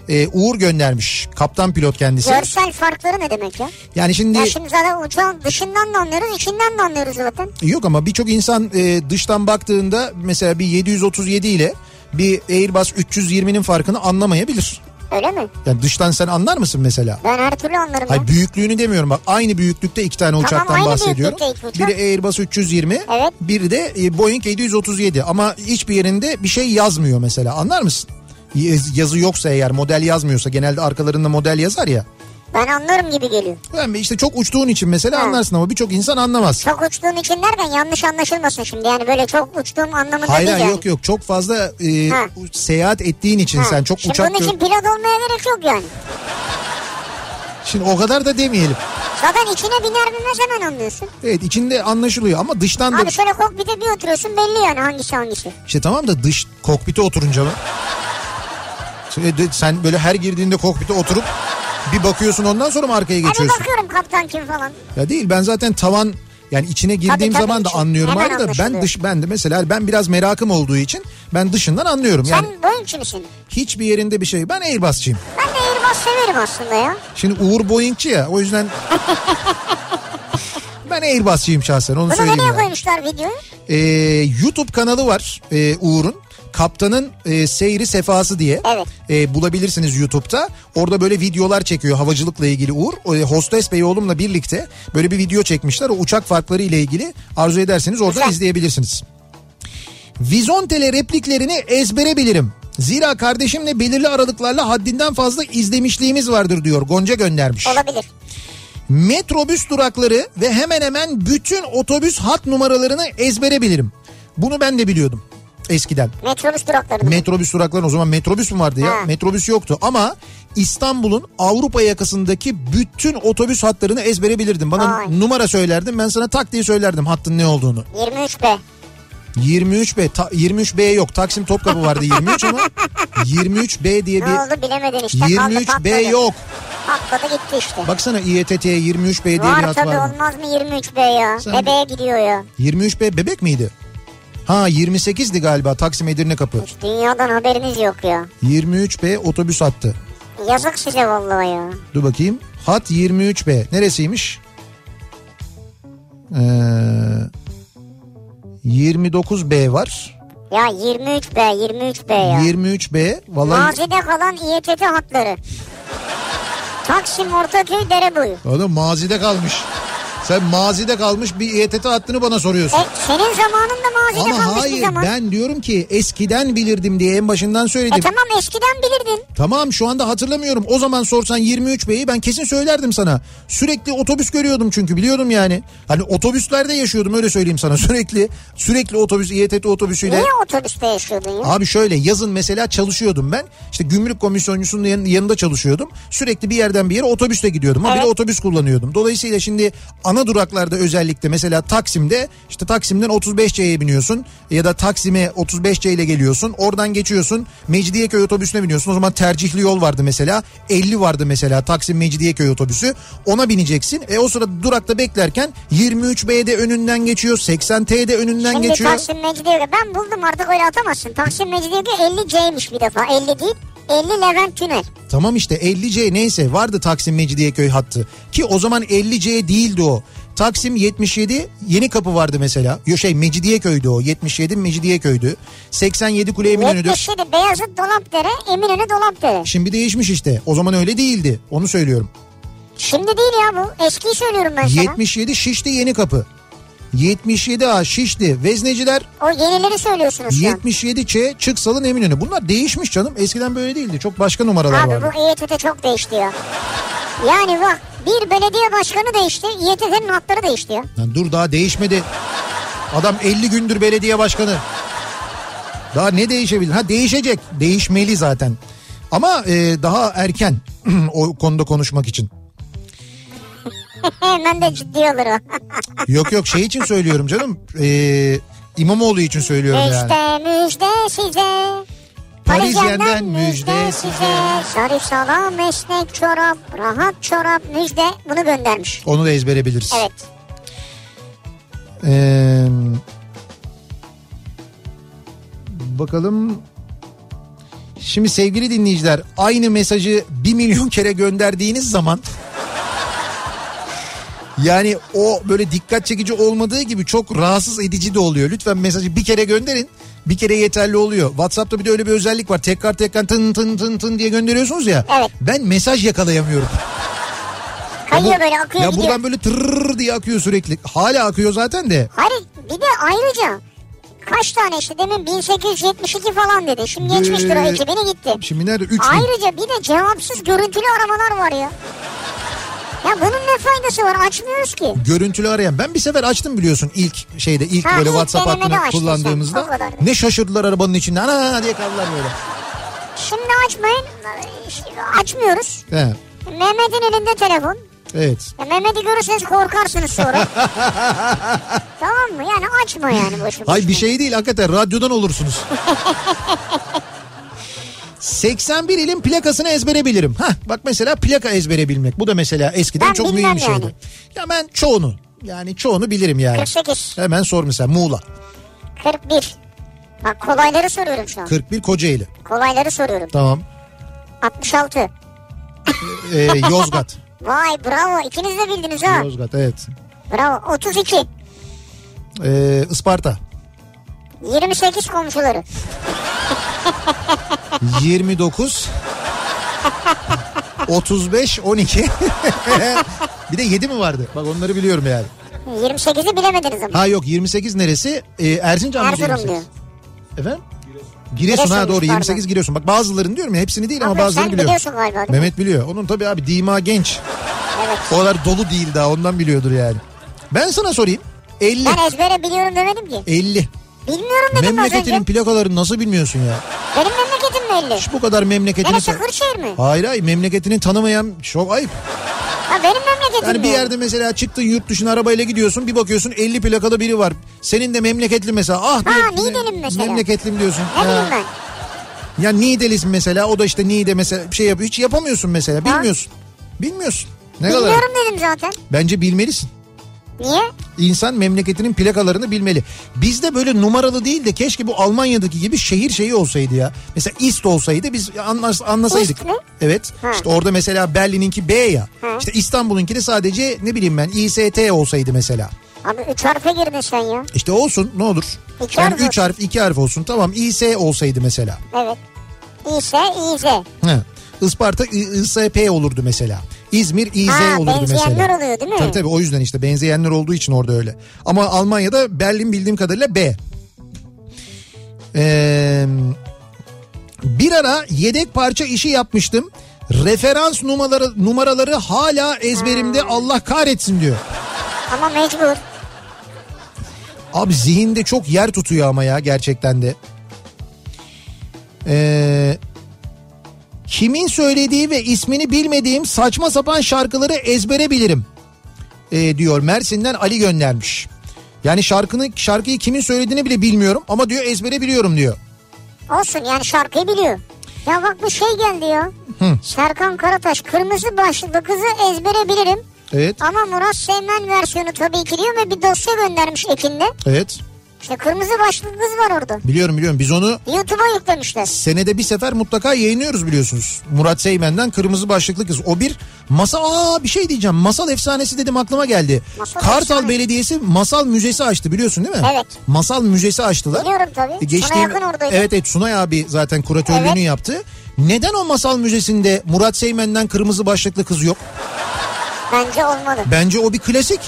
Speaker 1: Ee, Uğur göndermiş. Kaptan pilot kendisi.
Speaker 2: Görsel farkları ne demek ya?
Speaker 1: Yani şimdi
Speaker 2: Ya şimdi zaten uçağın dışından da anlıyoruz, içinden de anlıyoruz zaten.
Speaker 1: yok ama birçok insan e, dıştan baktığında mesela bir 737 ile bir Airbus 320'nin farkını anlamayabilir.
Speaker 2: Öyle mi?
Speaker 1: Yani dıştan sen anlar mısın mesela?
Speaker 2: Ben her türlü anlarım ya.
Speaker 1: Hayır büyüklüğünü demiyorum bak aynı büyüklükte iki tane uçaktan
Speaker 2: aynı
Speaker 1: bahsediyorum.
Speaker 2: büyüklükte iki uçak.
Speaker 1: Biri Airbus 320
Speaker 2: Evet.
Speaker 1: biri de e, Boeing 737 ama hiçbir yerinde bir şey yazmıyor mesela anlar mısın? Yaz- Yazı yoksa eğer model yazmıyorsa genelde arkalarında model yazar ya.
Speaker 2: Ben anlarım gibi geliyor.
Speaker 1: Ben bir işte çok uçtuğun için mesela anlarsın ama birçok insan anlamaz.
Speaker 2: Çok uçtuğun için derken yanlış anlaşılmasın şimdi. Yani böyle çok uçtuğum anlamında
Speaker 1: Hayır
Speaker 2: değil
Speaker 1: hayır,
Speaker 2: yani.
Speaker 1: yok yok çok fazla e,
Speaker 2: Ha.
Speaker 1: u- seyahat ettiğin için
Speaker 2: Ha.
Speaker 1: sen çok
Speaker 2: Şimdi
Speaker 1: uçak
Speaker 2: bunun
Speaker 1: gör-
Speaker 2: için pilot olmaya gerek yok yani.
Speaker 1: Şimdi o kadar da demeyelim.
Speaker 2: Zaten içine biner binmez hemen anlıyorsun.
Speaker 1: Evet içinde anlaşılıyor ama dıştan da
Speaker 2: Abi şöyle kokpite bir oturuyorsun belli yani hangisi hangisi.
Speaker 1: İşte tamam da dış kokpite oturunca mı? Sen- de- Sen böyle her girdiğinde kokpite oturup bir bakıyorsun ondan sonra mı arkaya
Speaker 2: Hani
Speaker 1: geçiyorsun?
Speaker 2: bakıyorum kaptan kim falan.
Speaker 1: Ya değil ben zaten tavan yani içine girdiğim
Speaker 2: Tabii, tabii,
Speaker 1: zaman da
Speaker 2: için.
Speaker 1: anlıyorum
Speaker 2: Hemen
Speaker 1: abi da ben
Speaker 2: anlaşılıyor.
Speaker 1: dış ben de mesela ben biraz merakım olduğu için ben dışından anlıyorum. Yani
Speaker 2: Sen Boeing'çi misin?
Speaker 1: hiçbir yerinde bir şey. Ben Airbus'çıyım.
Speaker 2: Ben de Airbus severim aslında ya.
Speaker 1: Şimdi Uğur Boeing'çi ya o yüzden ben Airbus'çıyım şahsen onu
Speaker 2: Bunu
Speaker 1: söyleyeyim.
Speaker 2: nereye
Speaker 1: yani.
Speaker 2: koymuşlar videoyu?
Speaker 1: Ee, YouTube kanalı var e, Uğur'un. Kaptanın e, seyri sefası diye
Speaker 2: Evet.
Speaker 1: E, bulabilirsiniz YouTube'da. Orada böyle videolar çekiyor havacılıkla ilgili Uğur. E, Hostes Beyoğlu'mla birlikte böyle bir video çekmişler. O uçak farkları ile ilgili arzu ederseniz oradan
Speaker 2: Güzel.
Speaker 1: izleyebilirsiniz. Vizontele repliklerini ezbere bilirim. Zira kardeşimle belirli aralıklarla haddinden fazla izlemişliğimiz vardır diyor. Gonca göndermiş.
Speaker 2: Olabilir.
Speaker 1: Metrobüs durakları ve hemen hemen bütün otobüs hat numaralarını ezbere bilirim. Bunu ben de biliyordum eskiden.
Speaker 2: Metrobüs duraklarında.
Speaker 1: Metrobüs durakları o zaman metrobüs mü vardı ya?
Speaker 2: Ha.
Speaker 1: Metrobüs yoktu ama İstanbul'un Avrupa yakasındaki bütün otobüs hatlarını ezbere bilirdim. Bana
Speaker 2: Vay.
Speaker 1: numara söylerdim ben sana tak diye söylerdim hattın ne olduğunu.
Speaker 2: 23B.
Speaker 1: 23B ta- 23B yok Taksim Topkapı vardı 23 ama 23B diye
Speaker 2: Ne
Speaker 1: bir
Speaker 2: oldu bilemedin işte. kaldı,
Speaker 1: 23B
Speaker 2: patladı.
Speaker 1: yok.
Speaker 2: Patladı gitti işte.
Speaker 1: Baksana E İETT'ye 23B diye bir
Speaker 2: Var
Speaker 1: hat
Speaker 2: tabii
Speaker 1: vardı.
Speaker 2: olmaz mı 23B ya?
Speaker 1: Sen-
Speaker 2: Bebeğe gidiyor ya.
Speaker 1: 23B bebek miydi? Ha 28'di galiba Taksim Edirne Kapı.
Speaker 2: Hiç dünyadan haberiniz yok ya.
Speaker 1: 23B otobüs hattı.
Speaker 2: Yazık size vallahi ya.
Speaker 1: Dur bakayım. Hat 23B. Neresiymiş? Ee, 29B var.
Speaker 2: Ya 23B 23B ya.
Speaker 1: 23B. Vallahi
Speaker 2: Mazide kalan İETT hatları. Taksim Ortaköy Dereboyu.
Speaker 1: Oğlum mazide kalmış. Sen mazide kalmış bir İETT hattını bana soruyorsun.
Speaker 2: E, senin zamanında mazide
Speaker 1: Ama
Speaker 2: kalmış bir
Speaker 1: hayır
Speaker 2: zaman.
Speaker 1: ben diyorum ki eskiden bilirdim diye en başından
Speaker 2: E
Speaker 1: söyledim.
Speaker 2: tamam eskiden bilirdin.
Speaker 1: Tamam şu anda hatırlamıyorum. O zaman sorsan 23 Bey'i ben kesin söylerdim sana. Sürekli otobüs görüyordum çünkü biliyordum yani. Hani otobüslerde yaşıyordum öyle söyleyeyim sana. Sürekli sürekli otobüs İETT otobüsüyle.
Speaker 2: Niye otobüste yaşıyordun ya?
Speaker 1: Abi şöyle yazın mesela çalışıyordum ben. İşte gümrük komisyoncusunun yan- yanında çalışıyordum. Sürekli bir yerden bir yere otobüsle gidiyordum. Ha bir de
Speaker 2: Evet.
Speaker 1: otobüs kullanıyordum. Dolayısıyla şimdi ana duraklarda özellikle mesela Taksim'de işte Taksim'den 35C'ye biniyorsun ya da Taksim'e 35C ile geliyorsun. Oradan geçiyorsun Mecidiyeköy otobüsüne biniyorsun. O zaman tercihli yol vardı mesela. 50 vardı mesela Taksim Mecidiyeköy otobüsü. Ona bineceksin. E o sırada durakta beklerken 23B'de önünden geçiyor. 80T'de önünden
Speaker 2: Şimdi
Speaker 1: geçiyor.
Speaker 2: Taksim Mecidiyeköy ben buldum artık öyle atamazsın. Taksim Mecidiyeköy 50C'ymiş bir defa 50 değil 50 Levent Tünel.
Speaker 1: Tamam işte 50C neyse vardı Taksim Mecidiyeköy hattı. Ki o zaman 50C değildi o. Taksim 77 yeni kapı vardı mesela. Yo şey Mecidiyeköy'dü o. 77 Mecidiyeköy'dü. 87 Kule Eminönü'dü.
Speaker 2: 77 Beyazıt Dolapdere Eminönü Dolapdere.
Speaker 1: Şimdi değişmiş işte. O zaman öyle değildi. Onu söylüyorum.
Speaker 2: Şimdi değil ya bu eskiyi söylüyorum ben sana.
Speaker 1: 77 Şişli Yeni Kapı. 77A Şişli Vezneciler.
Speaker 2: O yenileri söylüyorsunuz şu an.
Speaker 1: 77Ç Çıksal'ın Eminönü. Bunlar değişmiş canım. Eskiden böyle değildi. Çok başka numaralar
Speaker 2: Abi
Speaker 1: vardı.
Speaker 2: bu İETT çok değişti ya. Yani bak bir belediye başkanı değişti, İETT'nin hakları değişti ya.
Speaker 1: Lan dur daha değişmedi. Adam 50 gündür belediye başkanı. Daha ne değişebilir? Ha değişecek. Değişmeli zaten. Ama e, daha erken o konuda konuşmak için.
Speaker 2: Hemen de ciddi olur o.
Speaker 1: Yok yok şey için söylüyorum canım. E, İmamoğlu için söylüyorum yani.
Speaker 2: işte müjde size.
Speaker 1: Parisyen'den müjde size.
Speaker 2: Sarı salam, esnek çorap, rahat çorap, müjde bunu göndermiş.
Speaker 1: Onu da ezbere biliriz.
Speaker 2: Evet.
Speaker 1: Ee, bakalım. Şimdi sevgili dinleyiciler aynı mesajı bir milyon kere gönderdiğiniz zaman yani o böyle dikkat çekici olmadığı gibi çok rahatsız edici de oluyor. Lütfen mesajı bir kere gönderin. bir kere yeterli oluyor. WhatsApp'ta bir de öyle bir özellik var. Tekrar tekrar tın tın tın tın diye gönderiyorsunuz ya.
Speaker 2: Evet.
Speaker 1: Ben mesaj yakalayamıyorum. Ya bu-
Speaker 2: Kayıyor böyle akıyor
Speaker 1: Ya
Speaker 2: gidiyor.
Speaker 1: buradan böyle tırrrr diye akıyor sürekli. Hala akıyor zaten de.
Speaker 2: Hayır bir de ayrıca kaç tane işte demin 1872 falan dedi. Şimdi geçmiştir o
Speaker 1: Ee,
Speaker 2: 2000'i gitti.
Speaker 1: Şimdi nerede? 3
Speaker 2: Ayrıca bir de cevapsız görüntülü aramalar var ya. Ya bunun ne faydası var açmıyoruz ki.
Speaker 1: Görüntülü arayan. Ben bir sefer açtım biliyorsun ilk şeyde ilk
Speaker 2: Ha,
Speaker 1: böyle
Speaker 2: ilk
Speaker 1: WhatsApp
Speaker 2: denemede
Speaker 1: hattını
Speaker 2: açtın
Speaker 1: kullandığımızda.
Speaker 2: sen, o kadar.
Speaker 1: ne şaşırdılar arabanın içinde. Ana diye kaldılar böyle.
Speaker 2: Şimdi açmayın açmıyoruz.
Speaker 1: He,
Speaker 2: Mehmet'in elinde telefon.
Speaker 1: evet.
Speaker 2: Ya Mehmet'i görürseniz korkarsınız sonra. tamam mı? Yani açma yani boşu
Speaker 1: Hay bir
Speaker 2: boşuna.
Speaker 1: şey değil hakikaten radyodan olursunuz. 81 ilin plakasını ezbere bilirim. Hah bak mesela plaka ezbere bilmek. Bu da mesela eskiden
Speaker 2: Ben
Speaker 1: çok
Speaker 2: bilmem
Speaker 1: mühim bir şeydi.
Speaker 2: yani.
Speaker 1: Ya ben çoğunu yani çoğunu bilirim yani.
Speaker 2: 48,
Speaker 1: Hemen sor mesela Muğla.
Speaker 2: 41. Bak kolayları soruyorum şu an.
Speaker 1: 41 Kocaeli.
Speaker 2: Kolayları soruyorum.
Speaker 1: Tamam.
Speaker 2: 66.
Speaker 1: Ee, Yozgat.
Speaker 2: Vay bravo ikiniz de bildiniz ha.
Speaker 1: Yozgat evet.
Speaker 2: Bravo 32.
Speaker 1: Ee, Isparta.
Speaker 2: 28 komşuları.
Speaker 1: 29 35 12 Bir de 7 mi vardı? Bak onları biliyorum yani.
Speaker 2: 28'i bilemediniz ama.
Speaker 1: Ha yok 28 neresi? Ee, Erzincan mı
Speaker 2: Erzurum
Speaker 1: 28?
Speaker 2: diyor.
Speaker 1: Efendim? Giresun, ha
Speaker 2: Giresun'muş,
Speaker 1: doğru
Speaker 2: pardon.
Speaker 1: 28 Giresun. Bak bazılarını diyorum ya hepsini değil ama
Speaker 2: Ama sen
Speaker 1: bazılarını biliyorum.
Speaker 2: biliyorsun galiba. değil mi?
Speaker 1: Mehmet biliyor. Onun tabii abi Dima genç.
Speaker 2: Evet.
Speaker 1: Oralar dolu değil daha ondan biliyordur yani. Ben sana sorayım. 50.
Speaker 2: Ben ezbere biliyorum demedim ki.
Speaker 1: 50.
Speaker 2: Bilmiyorum dedim az önce.
Speaker 1: Memleketinin plakalarını nasıl bilmiyorsun ya?
Speaker 2: Benim memleketim belli.
Speaker 1: Hiç bu kadar memleketini...
Speaker 2: Neresi Kırşehir mi?
Speaker 1: Hayır hayır memleketini tanımayan çok ayıp.
Speaker 2: Ha benim memleketim
Speaker 1: Yani bir
Speaker 2: belli.
Speaker 1: yerde mesela çıktın yurt dışına arabayla gidiyorsun bir bakıyorsun 50 plakalı biri var. Senin de memleketli mesela. Ah
Speaker 2: Ha,
Speaker 1: diye-
Speaker 2: Niğdelim mesela.
Speaker 1: Memleketlim diyorsun.
Speaker 2: Ne
Speaker 1: Ya.
Speaker 2: bileyim ben.
Speaker 1: Ya Niğdelisin mesela o da işte Niğde mesela bir şey yapıyor. Hiç yapamıyorsun mesela bilmiyorsun. Bilmiyorsun. Ne kadar?
Speaker 2: Biliyorum dedim zaten.
Speaker 1: Bence bilmelisin.
Speaker 2: Niye?
Speaker 1: İnsan memleketinin plakalarını bilmeli. Bizde böyle numaralı değil de keşke bu Almanya'daki gibi şehir şeyi olsaydı ya. Mesela İst olsaydı biz anlas- anlasaydık.
Speaker 2: İst mi?
Speaker 1: Evet.
Speaker 2: Ha.
Speaker 1: İşte orada mesela Berlin'inki B ya. İşte İstanbul'unki de sadece ne bileyim ben İST olsaydı mesela.
Speaker 2: Abi 3 harfe girdin sen ya.
Speaker 1: İşte olsun ne olur.
Speaker 2: İki
Speaker 1: yani
Speaker 2: harf
Speaker 1: 3
Speaker 2: olsun.
Speaker 1: harf 2 harf olsun tamam İS olsaydı mesela.
Speaker 2: Evet. İse İze.
Speaker 1: He. Isparta I- ISP olurdu mesela. İzmir İZ
Speaker 2: Ha,
Speaker 1: olurdu mesela.
Speaker 2: benzeyenler oluyor değil mi?
Speaker 1: Tabii tabii o yüzden işte benzeyenler olduğu için orada öyle. Ama Almanya'da Berlin bildiğim kadarıyla B. Ee, bir ara yedek parça işi yapmıştım. Referans numaraları numaraları hala ezberimde Allah kahretsin diyor.
Speaker 2: Ama mecbur.
Speaker 1: Abi zihinde çok yer tutuyor ama ya gerçekten de. Ee, kimin söylediği ve ismini bilmediğim saçma sapan şarkıları ezbere bilirim ee, diyor Mersin'den Ali göndermiş. Yani şarkını şarkıyı kimin söylediğini bile bilmiyorum ama diyor ezbere biliyorum diyor.
Speaker 2: Olsun yani şarkıyı biliyor. Ya bak bir şey geldi ya. Serkan Karataş kırmızı başlıklı kızı ezbere bilirim.
Speaker 1: Evet.
Speaker 2: Ama Murat Seymen versiyonu tabii ki diyor ve bir dosya göndermiş Ekin'de.
Speaker 1: Evet.
Speaker 2: İşte kırmızı başlıklı kız var orada.
Speaker 1: Biliyorum biliyorum. Biz onu
Speaker 2: YouTube'a yüklemişler.
Speaker 1: senede bir sefer mutlaka yayınlıyoruz biliyorsunuz. Murat Seymen'den Kırmızı Başlıklı Kız. O bir masal aa bir şey diyeceğim. Masal efsanesi dedim aklıma geldi.
Speaker 2: Masal
Speaker 1: Kartal
Speaker 2: efsane.
Speaker 1: Belediyesi Masal Müzesi açtı biliyorsun değil mi?
Speaker 2: Evet.
Speaker 1: Masal Müzesi açtılar.
Speaker 2: Biliyorum tabii.
Speaker 1: E,
Speaker 2: Sana yakın oradaydı.
Speaker 1: Evet evet Sunay abi zaten kuratörlüğünü
Speaker 2: Evet.
Speaker 1: yaptı. Neden o Masal Müzesi'nde Murat Seymen'den Kırmızı Başlıklı Kız yok?
Speaker 2: Bence olmalı.
Speaker 1: Bence o bir klasik.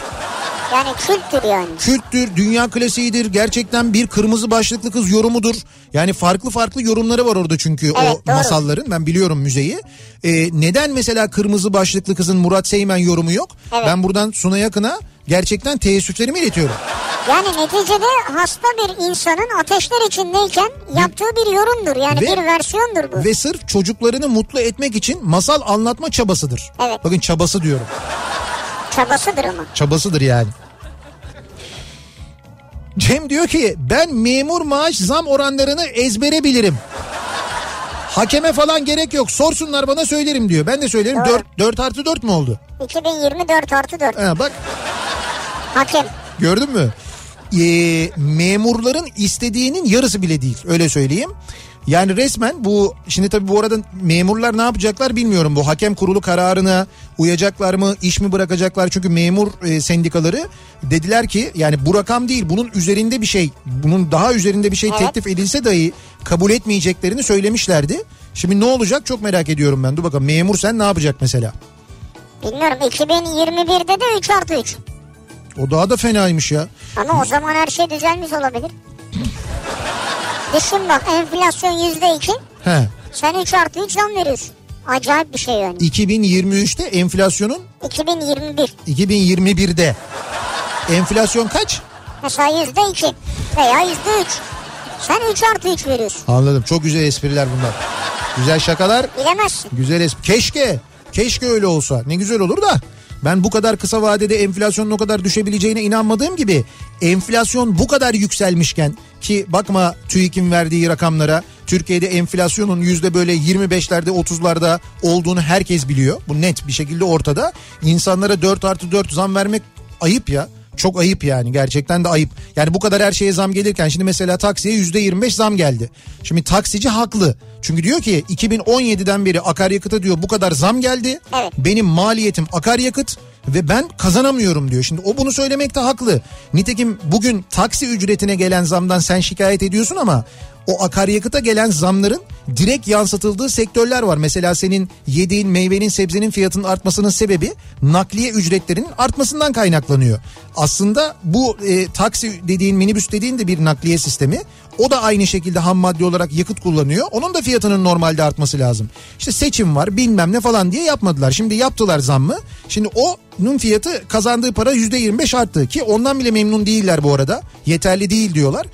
Speaker 2: Yani kültür yani.
Speaker 1: külttür, dünya klasiğidir. Gerçekten bir kırmızı başlıklı kız yorumudur. Yani farklı farklı yorumları var orada çünkü
Speaker 2: Evet,
Speaker 1: o
Speaker 2: doğru.
Speaker 1: masalların. Ben biliyorum müzeyi. Ee, neden mesela kırmızı başlıklı kızın Murat Seymen yorumu yok?
Speaker 2: Evet.
Speaker 1: Ben buradan Sunay Akın'a gerçekten teessüflerimi iletiyorum.
Speaker 2: Yani neticede hasta bir insanın ateşler içindeyken yaptığı bir yorumdur. Yani
Speaker 1: Ve-
Speaker 2: bir versiyondur bu.
Speaker 1: Ve sırf çocuklarını mutlu etmek için masal anlatma çabasıdır.
Speaker 2: Evet.
Speaker 1: Bakın çabası diyorum.
Speaker 2: Çabasıdır ama.
Speaker 1: Çabasıdır yani. Cem diyor ki ben memur maaş zam oranlarını ezbere bilirim. Hakeme falan gerek yok. Sorsunlar bana söylerim diyor. Ben de söylerim.
Speaker 2: Doğru.
Speaker 1: 4, 4 artı 4 mü oldu?
Speaker 2: 2024 artı 4.
Speaker 1: Ha, bak
Speaker 2: Hakem.
Speaker 1: gördün mü? Ee, memurların istediğinin yarısı bile değil. Öyle söyleyeyim. Yani resmen bu şimdi tabii bu arada memurlar ne yapacaklar bilmiyorum. Bu hakem kurulu kararına uyacaklar mı, iş mi bırakacaklar? Çünkü memur e, sendikaları dediler ki yani bu rakam değil bunun üzerinde bir şey, bunun daha üzerinde bir şey
Speaker 2: Evet.
Speaker 1: teklif edilse dahi kabul etmeyeceklerini söylemişlerdi. Şimdi ne olacak çok merak ediyorum ben. Dur bakalım memur sen ne yapacak mesela?
Speaker 2: Bilmiyorum 2021'de de 3 artı 3.
Speaker 1: O daha da fenaymış ya.
Speaker 2: Ama o zaman her şey düzelmiş olabilir. Düşün bak enflasyon %2
Speaker 1: He.
Speaker 2: sen 3 artı 3 zam veriyorsun. Acayip bir şey yani.
Speaker 1: 2023'te enflasyonun
Speaker 2: 2021
Speaker 1: 2021'de enflasyon kaç?
Speaker 2: mesela %2 veya %3. Sen 3 artı 3 veriyorsun.
Speaker 1: Anladım. Çok güzel espriler bunlar. Güzel şakalar,
Speaker 2: Bilemezsin.
Speaker 1: güzel espri. Keşke, keşke öyle olsa. Ne güzel olur da. Ben bu kadar kısa vadede enflasyonun o kadar düşebileceğine inanmadığım gibi enflasyon bu kadar yükselmişken ki bakma TÜİK'in verdiği rakamlara Türkiye'de enflasyonun yüzde böyle 25'lerde 30'larda olduğunu herkes biliyor. Bu net bir şekilde ortada. İnsanlara 4 artı 4 zam vermek ayıp ya. Çok ayıp yani gerçekten de ayıp. Yani bu kadar her şeye zam gelirken şimdi mesela taksiye yüzde 25 zam geldi. Şimdi taksici haklı. Çünkü diyor ki 2017'den beri akaryakıta diyor bu kadar zam geldi.
Speaker 2: Evet.
Speaker 1: Benim maliyetim akaryakıt ve ben kazanamıyorum diyor. Şimdi o bunu söylemekte haklı. Nitekim bugün taksi ücretine gelen zamdan sen şikayet ediyorsun ama o akaryakıta gelen zamların direkt yansıtıldığı sektörler var. Mesela senin yediğin meyvenin sebzenin fiyatının artmasının sebebi nakliye ücretlerinin artmasından kaynaklanıyor. Aslında bu e, taksi dediğin minibüs dediğin de bir nakliye sistemi. O da aynı şekilde ham madde olarak yakıt kullanıyor. Onun da fiyatının normalde artması lazım. İşte seçim var bilmem ne falan diye yapmadılar. Şimdi yaptılar zammı. Şimdi onun fiyatı kazandığı para %25 arttı ki ondan bile memnun değiller bu arada. Yeterli değil diyorlar.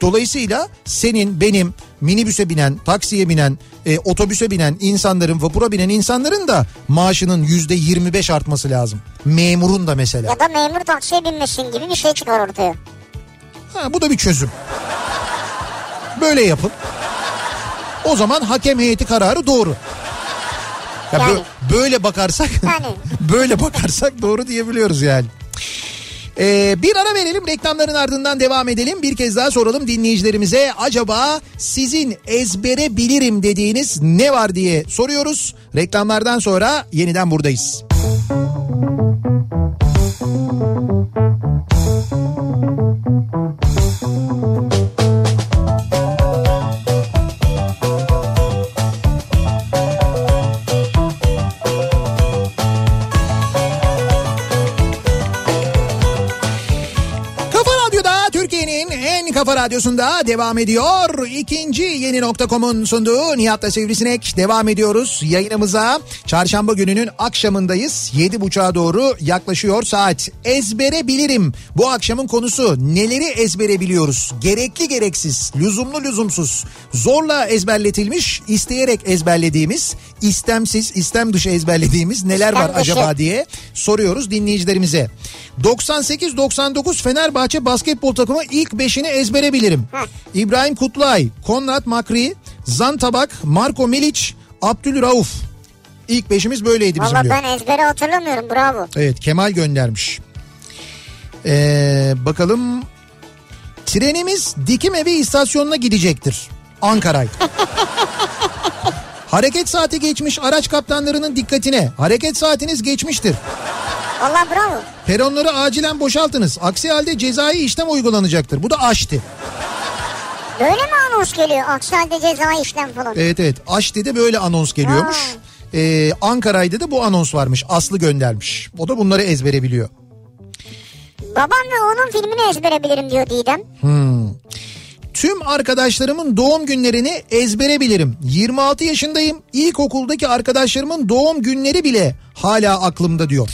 Speaker 1: Dolayısıyla senin, benim, minibüse binen, taksiye binen, e, otobüse binen insanların, vapura binen insanların da maaşının yüzde 25 artması lazım. Memurun da mesela.
Speaker 2: Ya da memur taksiye binmesin gibi bir şey çıkar ortaya.
Speaker 1: Ha, bu da bir çözüm. Böyle yapın. O zaman hakem heyeti kararı doğru. Ya bö-
Speaker 2: Yani.
Speaker 1: böyle bakarsak,
Speaker 2: Yani.
Speaker 1: böyle bakarsak doğru diyebiliyoruz yani. Ee, bir ara verelim reklamların ardından devam edelim. Bir kez daha soralım dinleyicilerimize acaba sizin ezbere bilirim dediğiniz ne var diye soruyoruz. Reklamlardan sonra yeniden buradayız. Kafa Radyo'da Türkiye'nin en kafa radyosunda devam ediyor. İkinci yeni nokta.com'un sunduğu Nihat'la Sivrisinek devam ediyoruz. Yayınımıza çarşamba gününün akşamındayız. Yedi buçuğa doğru yaklaşıyor saat. Ezbere bilirim. Bu akşamın konusu neleri ezbere biliyoruz? Gerekli gereksiz, lüzumlu lüzumsuz, zorla ezberletilmiş, isteyerek ezberlediğimiz, istemsiz, istem dışı ezberlediğimiz neler var
Speaker 2: İstem dışı.
Speaker 1: acaba diye soruyoruz dinleyicilerimize. 98-99 Fenerbahçe basketbol takımı ilk beşini ezbere bilirim. İbrahim Kutlay, Konrad Makri, Zantabak, Marko Milic, Abdülrauf. İlk beşimiz böyleydi bizim
Speaker 2: Valla
Speaker 1: diyor.
Speaker 2: ben ezbere hatırlamıyorum bravo.
Speaker 1: Evet Kemal göndermiş. Ee, bakalım. Trenimiz dikim evi istasyonuna gidecektir. Ankara'ya. Hareket saati geçmiş araç kaptanlarının dikkatine. Hareket saatiniz geçmiştir.
Speaker 2: Valla bravo.
Speaker 1: Peronları acilen boşaltınız. Aksi halde cezai işlem uygulanacaktır. Bu da aşti.
Speaker 2: Böyle mi anons geliyor? Aksi halde ceza işlem falan.
Speaker 1: Evet evet aşti de böyle anons geliyormuş.
Speaker 2: Ha.
Speaker 1: Ee, Ankara'da da bu anons varmış. Aslı göndermiş. O da bunları ezbere biliyor.
Speaker 2: Babam ve onun filmini ezbere bilirim diyor Didem.
Speaker 1: Hmm. Tüm arkadaşlarımın doğum günlerini ezbere bilirim. 26 yaşındayım. İlkokuldaki arkadaşlarımın doğum günleri bile hala aklımda diyor.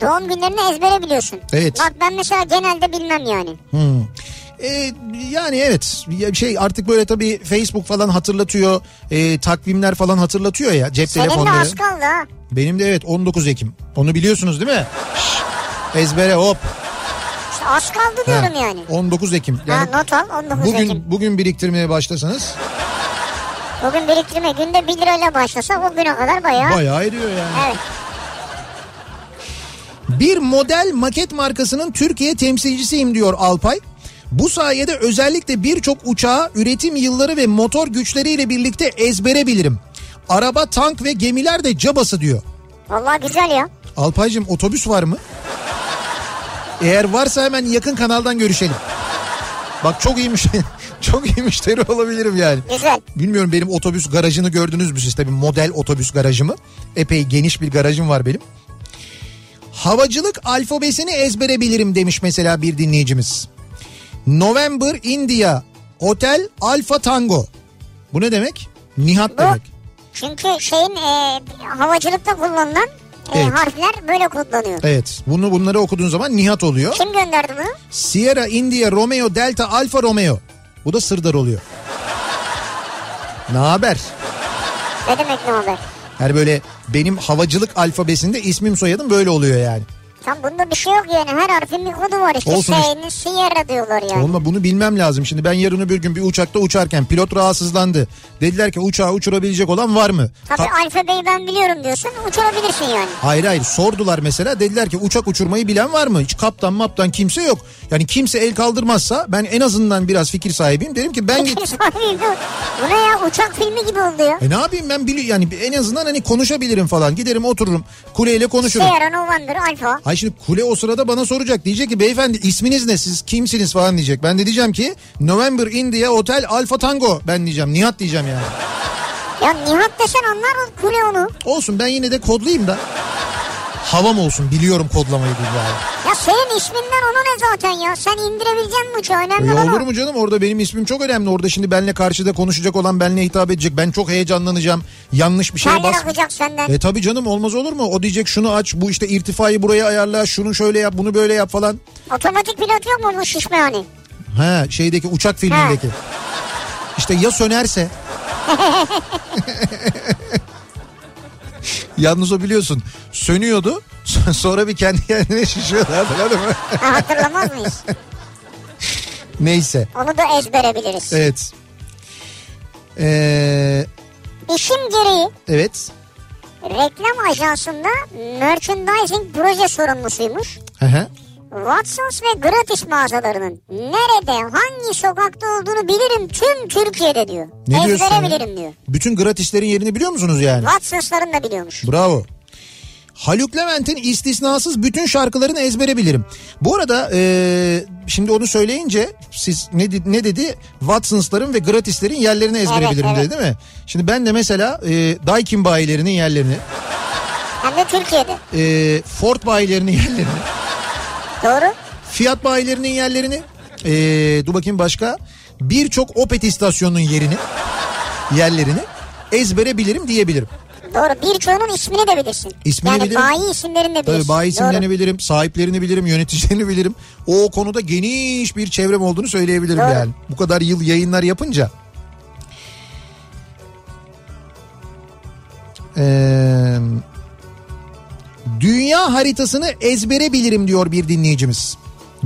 Speaker 2: Doğum günlerini ezbere biliyorsun.
Speaker 1: Evet.
Speaker 2: Bak ben mesela genelde bilmem yani.
Speaker 1: Hmm. Ee, yani evet Ya şey artık böyle tabii Facebook falan hatırlatıyor. Ee, takvimler falan hatırlatıyor ya cep
Speaker 2: Senin de
Speaker 1: telefonları.
Speaker 2: az kaldı ha.
Speaker 1: Benim de evet 19 Ekim. Onu biliyorsunuz değil mi? Ezbere hop.
Speaker 2: İşte az kaldı diyorum
Speaker 1: Ha,
Speaker 2: yani.
Speaker 1: 19 Ekim. Yani
Speaker 2: ha, not al 19
Speaker 1: bugün
Speaker 2: Ekim.
Speaker 1: bugün biriktirmeye başlasanız
Speaker 2: Bugün biriktirme günde 1 lirayla başlasa o güne kadar bayağı.
Speaker 1: bayağı ediyor yani.
Speaker 2: Evet.
Speaker 1: Bir model maket markasının Türkiye temsilcisiyim diyor Alpay. Bu sayede özellikle birçok uçağı üretim yılları ve motor güçleriyle birlikte ezbere bilirim. Araba, tank ve gemiler de cabası diyor.
Speaker 2: Vallahi güzel ya.
Speaker 1: Alpaycığım otobüs var mı? Eğer varsa hemen yakın kanaldan görüşelim. Bak çok iyi müşteri, çok iyi müşteri olabilirim yani.
Speaker 2: Güzel.
Speaker 1: Bilmiyorum benim otobüs garajını gördünüz mü siz tabii model otobüs garajımı. Epey geniş bir garajım var benim. Havacılık alfabesini ezbere bilirim demiş mesela bir dinleyicimiz. November India Hotel Alfa Tango. Bu ne demek? Nihat
Speaker 2: Bu
Speaker 1: demek.
Speaker 2: çünkü şeyin e, havacılıkta kullanılan e,
Speaker 1: Evet.
Speaker 2: harfler böyle kullanıyor.
Speaker 1: Evet. Bunu bunları okuduğun zaman Nihat oluyor.
Speaker 2: Kim gönderdi bunu?
Speaker 1: Sierra India Romeo Delta Alfa Romeo. Bu da Sırdar oluyor. ne haber?
Speaker 2: Ne demek ne haber?
Speaker 1: Yani böyle benim havacılık alfabesinde ismim soyadım böyle oluyor yani.
Speaker 2: Tam bunda bir şey yok yani her harfin bir kodu var işte.
Speaker 1: Olsun işte.
Speaker 2: S'nin Sierra diyorlar yani.
Speaker 1: Olma bunu bilmem lazım. Şimdi ben yarın öbür gün bir uçakta uçarken pilot rahatsızlandı. Dediler ki uçağı uçurabilecek olan var mı?
Speaker 2: Tabii
Speaker 1: Ha-
Speaker 2: alfabeyi ben biliyorum diyorsun uçurabilirsin yani.
Speaker 1: Hayır hayır sordular mesela dediler ki uçak uçurmayı bilen var mı? Hiç kaptan maptan kimse yok. Yani kimse el kaldırmazsa ben en azından biraz fikir sahibiyim. Dedim ki ben
Speaker 2: Fikir sahibi bu. Bu ne ya uçak filmi gibi oldu ya.
Speaker 1: E ne yapayım ben bili yani en azından hani konuşabilirim falan. Giderim otururum kuleyle konuşurum.
Speaker 2: Sierra November Alfa.
Speaker 1: Hayır şimdi kule o sırada bana soracak. Diyecek ki beyefendi isminiz ne siz kimsiniz falan diyecek. Ben de diyeceğim ki November India Hotel Alfa Tango ben diyeceğim. Nihat diyeceğim yani.
Speaker 2: Ya Nihat desen anlar o kule onu.
Speaker 1: Olsun ben yine de kodlayayım da. Havam olsun biliyorum kodlamayı biz yani.
Speaker 2: Ya senin isminden ona ne zaten ya? Sen indirebileceksin mi uçağı? Önemli
Speaker 1: Ya
Speaker 2: olan
Speaker 1: olur
Speaker 2: o.
Speaker 1: mu canım orada benim ismim çok önemli. Orada şimdi benle karşıda konuşacak olan benle hitap edecek. Ben çok heyecanlanacağım. Yanlış bir şeye
Speaker 2: Terler
Speaker 1: Şey, bas.
Speaker 2: akacak senden.
Speaker 1: E tabii canım olmaz olur mu? O diyecek şunu aç bu işte irtifayı buraya ayarla şunu şöyle yap bunu böyle yap falan.
Speaker 2: Otomatik pilot yok mu bu şişme hani?
Speaker 1: Ha şeydeki uçak filmindeki. İşte ya sönerse. Yalnız o biliyorsun sönüyordu sonra bir kendi kendine şişiyordu hatırladın mı?
Speaker 2: Ha, hatırlamaz mıyız?
Speaker 1: Neyse
Speaker 2: Onu da ezbere biliriz.
Speaker 1: evet. Ee,
Speaker 2: İşim gereği
Speaker 1: evet.
Speaker 2: reklam ajansında merchandising proje sorumlusuymuş.
Speaker 1: Hı hı.
Speaker 2: Watsons ve gratis mağazalarının nerede, hangi sokakta olduğunu bilirim tüm Türkiye'de diyor.
Speaker 1: Ne diyorsun ya?
Speaker 2: Ezbere bilirim diyor.
Speaker 1: Bütün gratislerin yerini biliyor musunuz yani?
Speaker 2: Watsons'ların da biliyormuş.
Speaker 1: Bravo. Haluk Levent'in istisnasız bütün şarkılarını ezbere bilirim. Bu arada eee, şimdi onu söyleyince siz ne, di- ne dedi? Watson'sların ve Gratis'lerin yerlerini ezbere
Speaker 2: Evet,
Speaker 1: bilirim
Speaker 2: evet.
Speaker 1: dedi değil mi? Şimdi ben de mesela eee Daikin bayilerinin yerlerini,
Speaker 2: Hem de Türkiye'de.
Speaker 1: eee Ford bayilerinin yerlerini,
Speaker 2: Doğru.
Speaker 1: Fiat bayilerinin yerlerini, eee dur bakayım başka birçok Opet istasyonunun yerini, yerlerini ezbere bilirim diyebilirim.
Speaker 2: Doğru. Birçoğunun ismini de bilirsin.
Speaker 1: İsmini
Speaker 2: yani
Speaker 1: bilirim.
Speaker 2: bayi isimlerini de bilirsin.
Speaker 1: Tabii bayi isimlerini
Speaker 2: Doğru.
Speaker 1: bilirim, sahiplerini bilirim, yöneticilerini bilirim. O konuda geniş bir çevrem olduğunu söyleyebilirim
Speaker 2: Doğru.
Speaker 1: yani. Bu kadar yıl yayınlar yapınca. Ee, dünya haritasını ezbere bilirim diyor bir dinleyicimiz.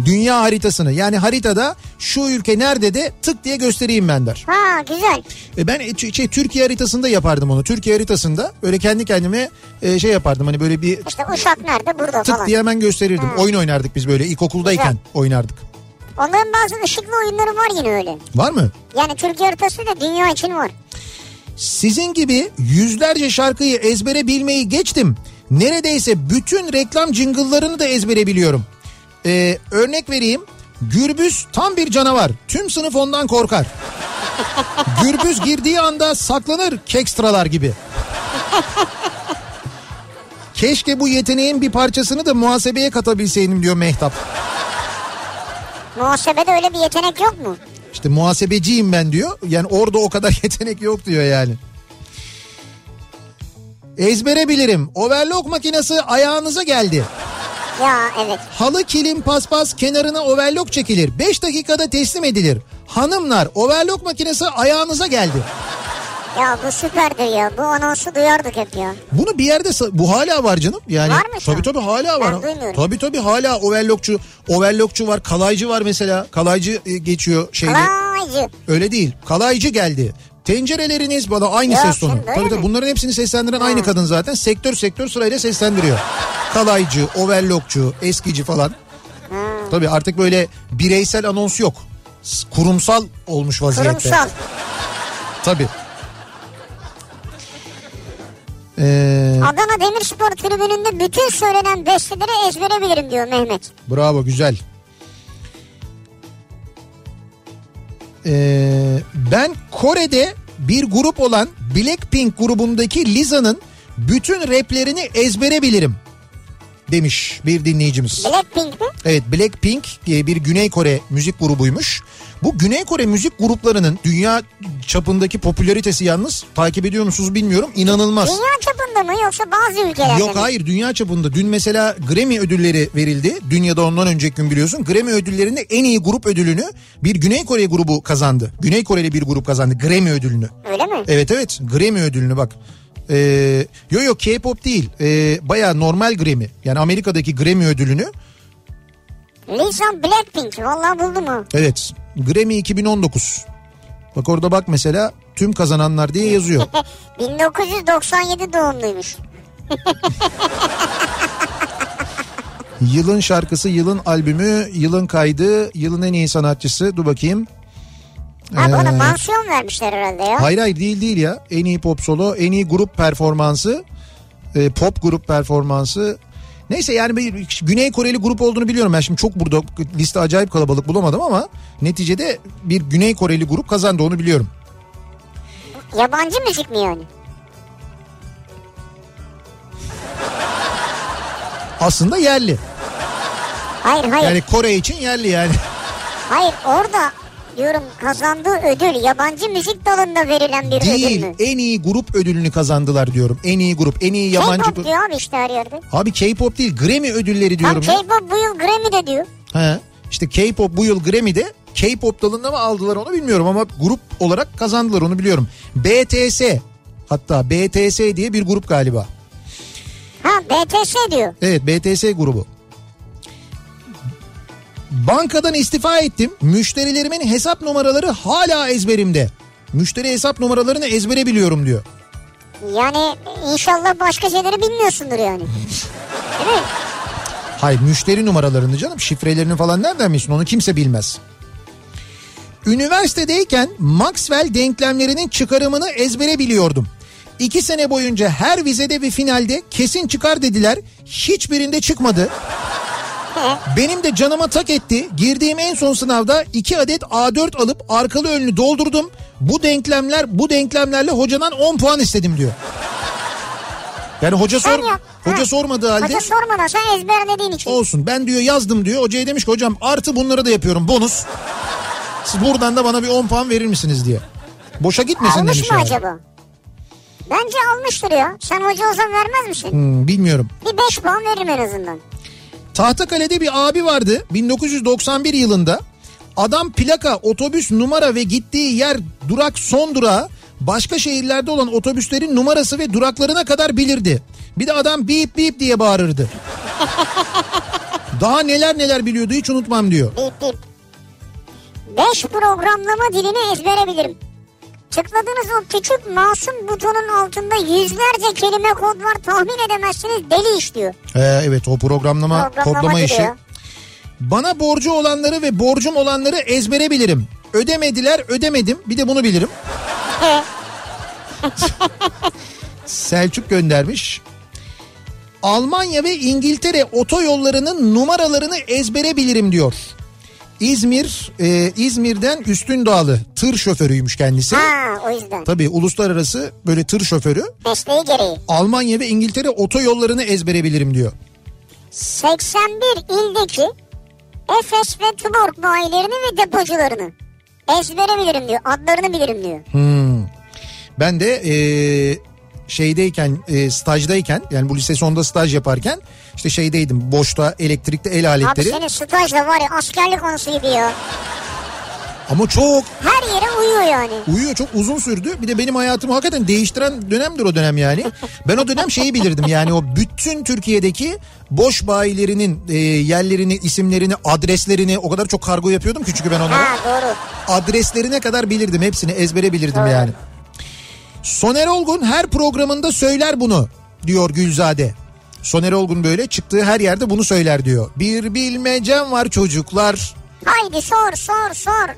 Speaker 1: Dünya haritasını yani haritada şu ülke nerede de tık diye göstereyim ben der.
Speaker 2: Ha güzel.
Speaker 1: E ben e, ç- şey, Türkiye haritasında yapardım onu. Türkiye haritasında böyle kendi kendime e, şey yapardım hani böyle bir
Speaker 2: İşte Uşak nerede? Burada
Speaker 1: tık
Speaker 2: falan. Hmm.
Speaker 1: diye hemen gösterirdim. Oyun oynardık biz böyle ilkokuldayken
Speaker 2: Güzel.
Speaker 1: oynardık.
Speaker 2: Onların bazı ışıklı oyunları var yine öyle.
Speaker 1: Var mı?
Speaker 2: Yani Türkiye haritası da dünya için var.
Speaker 1: Sizin gibi yüzlerce şarkıyı ezbere bilmeyi geçtim. Neredeyse bütün reklam jingle'larını da ezbere biliyorum. Ee, örnek vereyim. Gürbüz tam bir canavar. Tüm sınıf ondan korkar. Gürbüz girdiği anda saklanır kekstralar gibi. Keşke bu yeteneğin bir parçasını da muhasebeye katabilseydim diyor Mehtap.
Speaker 2: Muhasebede öyle bir yetenek yok mu?
Speaker 1: İşte muhasebeciyim ben diyor. Yani orada o kadar yetenek yok diyor yani. Ezbere bilirim. Overlock makinesi ayağınıza geldi.
Speaker 2: Ya evet.
Speaker 1: Halı kilim paspas kenarına overlock çekilir. 5 dakikada teslim edilir. Hanımlar overlock makinesi ayağınıza geldi.
Speaker 2: Ya bu süperdir ya. Bu anonsu duyardık hep ya.
Speaker 1: Bunu bir yerde sa- bu hala var canım. Yani
Speaker 2: Var mı şu
Speaker 1: tabii
Speaker 2: an?
Speaker 1: tabii hala var.
Speaker 2: Ben duymuyorum.
Speaker 1: Tabii tabii hala overlockçu, overlockçu var, kalaycı var mesela. Kalaycı e, geçiyor şeyde.
Speaker 2: Kalaycı.
Speaker 1: Öyle değil. Kalaycı geldi. Tencereleriniz bana aynı
Speaker 2: Ya
Speaker 1: ses tonu.
Speaker 2: şimdi öyle
Speaker 1: Tabii tabii
Speaker 2: mi?
Speaker 1: bunların hepsini seslendiren aynı kadın zaten. Sektör sektör sırayla seslendiriyor. Kalaycı, overlockçu, eskici falan. Tabii artık böyle bireysel anons yok. S- Kurumsal olmuş vaziyette.
Speaker 2: Kurumsal.
Speaker 1: Tabii. Ee,
Speaker 2: Adana Demirspor tribününde bütün söylenen besteleri ezbere bilirim diyor Mehmet.
Speaker 1: bravo güzel. Ee, ben Kore'de bir grup olan Blackpink grubundaki Liza'nın bütün raplerini ezbere bilirim demiş bir dinleyicimiz.
Speaker 2: Blackpink mi?
Speaker 1: Evet Blackpink e, bir Güney Kore müzik grubuymuş. Bu Güney Kore müzik gruplarının dünya çapındaki popülaritesi yalnız takip ediyor musunuz bilmiyorum inanılmaz.
Speaker 2: Dünya çapında mı yoksa bazı ülkelerde
Speaker 1: Yok
Speaker 2: mi?
Speaker 1: hayır dünya çapında dün mesela Grammy ödülleri verildi. Dünyada ondan önceki gün biliyorsun. Grammy ödüllerinde en iyi grup ödülünü bir Güney Kore grubu kazandı. Güney Koreli bir grup kazandı Grammy ödülünü.
Speaker 2: Öyle mi?
Speaker 1: Evet evet Grammy ödülünü bak. Ee, yo yo K-pop değil. Ee, Baya normal Grammy. Yani Amerika'daki Grammy ödülünü E-
Speaker 2: Lisa Blackpink. Vallahi buldum ha.
Speaker 1: Evet. Grammy 2019. Bak orada bak mesela tüm kazananlar diye yazıyor.
Speaker 2: 1997 doğumluymuş.
Speaker 1: yılın şarkısı, yılın albümü, yılın kaydı, yılın en iyi sanatçısı. Dur bakayım.
Speaker 2: Abi ona
Speaker 1: Ee,
Speaker 2: mansiyon vermişler herhalde ya.
Speaker 1: Hayır hayır değil değil ya. En iyi pop solo, en iyi grup performansı, e, pop grup performansı. Neyse yani bir Güney Koreli grup olduğunu biliyorum. Ben şimdi çok burada liste acayip kalabalık bulamadım ama neticede bir Güney Koreli grup kazandı onu biliyorum.
Speaker 2: Yabancı müzik mi yani?
Speaker 1: Aslında yerli.
Speaker 2: Hayır hayır.
Speaker 1: Yani Kore için yerli yani.
Speaker 2: Hayır orada diyorum kazandığı ödül yabancı müzik dalında verilen bir
Speaker 1: Değil.
Speaker 2: ödül mü?
Speaker 1: En iyi grup ödülünü kazandılar diyorum. En iyi grup, en iyi yabancı
Speaker 2: K-pop
Speaker 1: grup.
Speaker 2: diyor abi işte her yerde.
Speaker 1: Abi K-pop değil, Grammy ödülleri
Speaker 2: Tam
Speaker 1: diyorum. ya.
Speaker 2: K-pop bu yıl Grammy'de diyor.
Speaker 1: He. İşte K-pop bu yıl Grammy'de K-pop dalında mı aldılar onu bilmiyorum ama grup olarak kazandılar onu biliyorum. BTS hatta BTS diye bir grup galiba.
Speaker 2: Ha BTS diyor.
Speaker 1: Evet BTS grubu. Bankadan istifa ettim. Müşterilerimin hesap numaraları hala ezberimde. Müşteri hesap numaralarını ezbere biliyorum diyor.
Speaker 2: Yani inşallah başka şeyleri bilmiyorsundur yani. Değil mi?
Speaker 1: Hayır müşteri numaralarını canım şifrelerini falan nereden bilsin onu kimse bilmez. Üniversitedeyken Maxwell denklemlerinin çıkarımını ezbere biliyordum. İki sene boyunca her vizede ve finalde kesin çıkar dediler. Hiçbirinde çıkmadı. Benim de canıma tak etti. Girdiğim en son sınavda 2 adet A4 alıp arkalı önlü doldurdum. Bu denklemler bu denklemlerle hocadan 10 puan istedim diyor. Yani hoca
Speaker 2: Sen
Speaker 1: sor
Speaker 2: yap.
Speaker 1: hoca
Speaker 2: Ha.
Speaker 1: sormadığı halde
Speaker 2: Hoca sormadan sen ezberlediğin için.
Speaker 1: olsun. Ben diyor yazdım diyor. Hocaya demiş ki hocam artı bunları da yapıyorum bonus. Siz buradan da bana bir 10 puan verir misiniz diye. Boşa gitmesin
Speaker 2: Almış mı
Speaker 1: demiş yani.
Speaker 2: acaba? Bence almıştır ya. Sen hoca olsan vermez misin?
Speaker 1: Hmm, bilmiyorum.
Speaker 2: Bir 5 puan veririm en azından.
Speaker 1: Tahtakale'de bir abi vardı 1991 yılında. Adam plaka, otobüs numara ve gittiği yer durak son durağı başka şehirlerde olan otobüslerin numarası ve duraklarına kadar bilirdi. Bir de adam bip bip diye bağırırdı. Daha neler neler biliyordu hiç unutmam diyor.
Speaker 2: Bip bip. 5 programlama dilini ezberebilirim. Tıkladığınız o küçük masum butonun altında yüzlerce kelime kod var tahmin edemezsiniz deli iş diyor.
Speaker 1: Ee, evet o programlama,
Speaker 2: Programlama
Speaker 1: kodlama
Speaker 2: diyor
Speaker 1: işi.
Speaker 2: ya.
Speaker 1: Bana borcu olanları ve borcum olanları ezbere bilirim. Ödemediler ödemedim bir de bunu bilirim.
Speaker 2: He.
Speaker 1: Selçuk göndermiş. Almanya ve İngiltere otoyollarının numaralarını ezbere bilirim diyor. İzmir, e, İzmir'den Üstün Dağlı tır şoförüymüş kendisi.
Speaker 2: Ha o yüzden.
Speaker 1: Tabii uluslararası böyle tır şoförü.
Speaker 2: Mesleği gereği.
Speaker 1: Almanya ve İngiltere otoyollarını ezbere bilirim diyor.
Speaker 2: 81 ildeki Efes ve Tuborg bayilerini ve depocularını ezbere bilirim diyor. Adlarını bilirim diyor.
Speaker 1: Ben de e, şeydeyken e, stajdayken yani bu lise sonunda staj yaparken işte şeydeydim boşta elektrikte el
Speaker 2: Abi
Speaker 1: aletleri
Speaker 2: senin stajla var ya askerlik konusu gibi ya.
Speaker 1: ama çok
Speaker 2: Her yere uyuyor yani.
Speaker 1: uyuyor çok uzun sürdü. Bir de benim hayatımı hakikaten değiştiren dönemdir o dönem yani. Ben o dönem şeyi bilirdim yani o bütün Türkiye'deki boş bayilerinin e, yerlerini, isimlerini, adreslerini o kadar çok kargo yapıyordum ki çünkü ben onlara.
Speaker 2: Ha doğru.
Speaker 1: adreslerine kadar bilirdim. Hepsini ezbere bilirdim yani. Soner Olgun her programında söyler bunu diyor Gülzade. Soner Olgun böyle çıktığı her yerde bunu söyler diyor. Bir bilmecem var çocuklar.
Speaker 2: Haydi sor sor sor.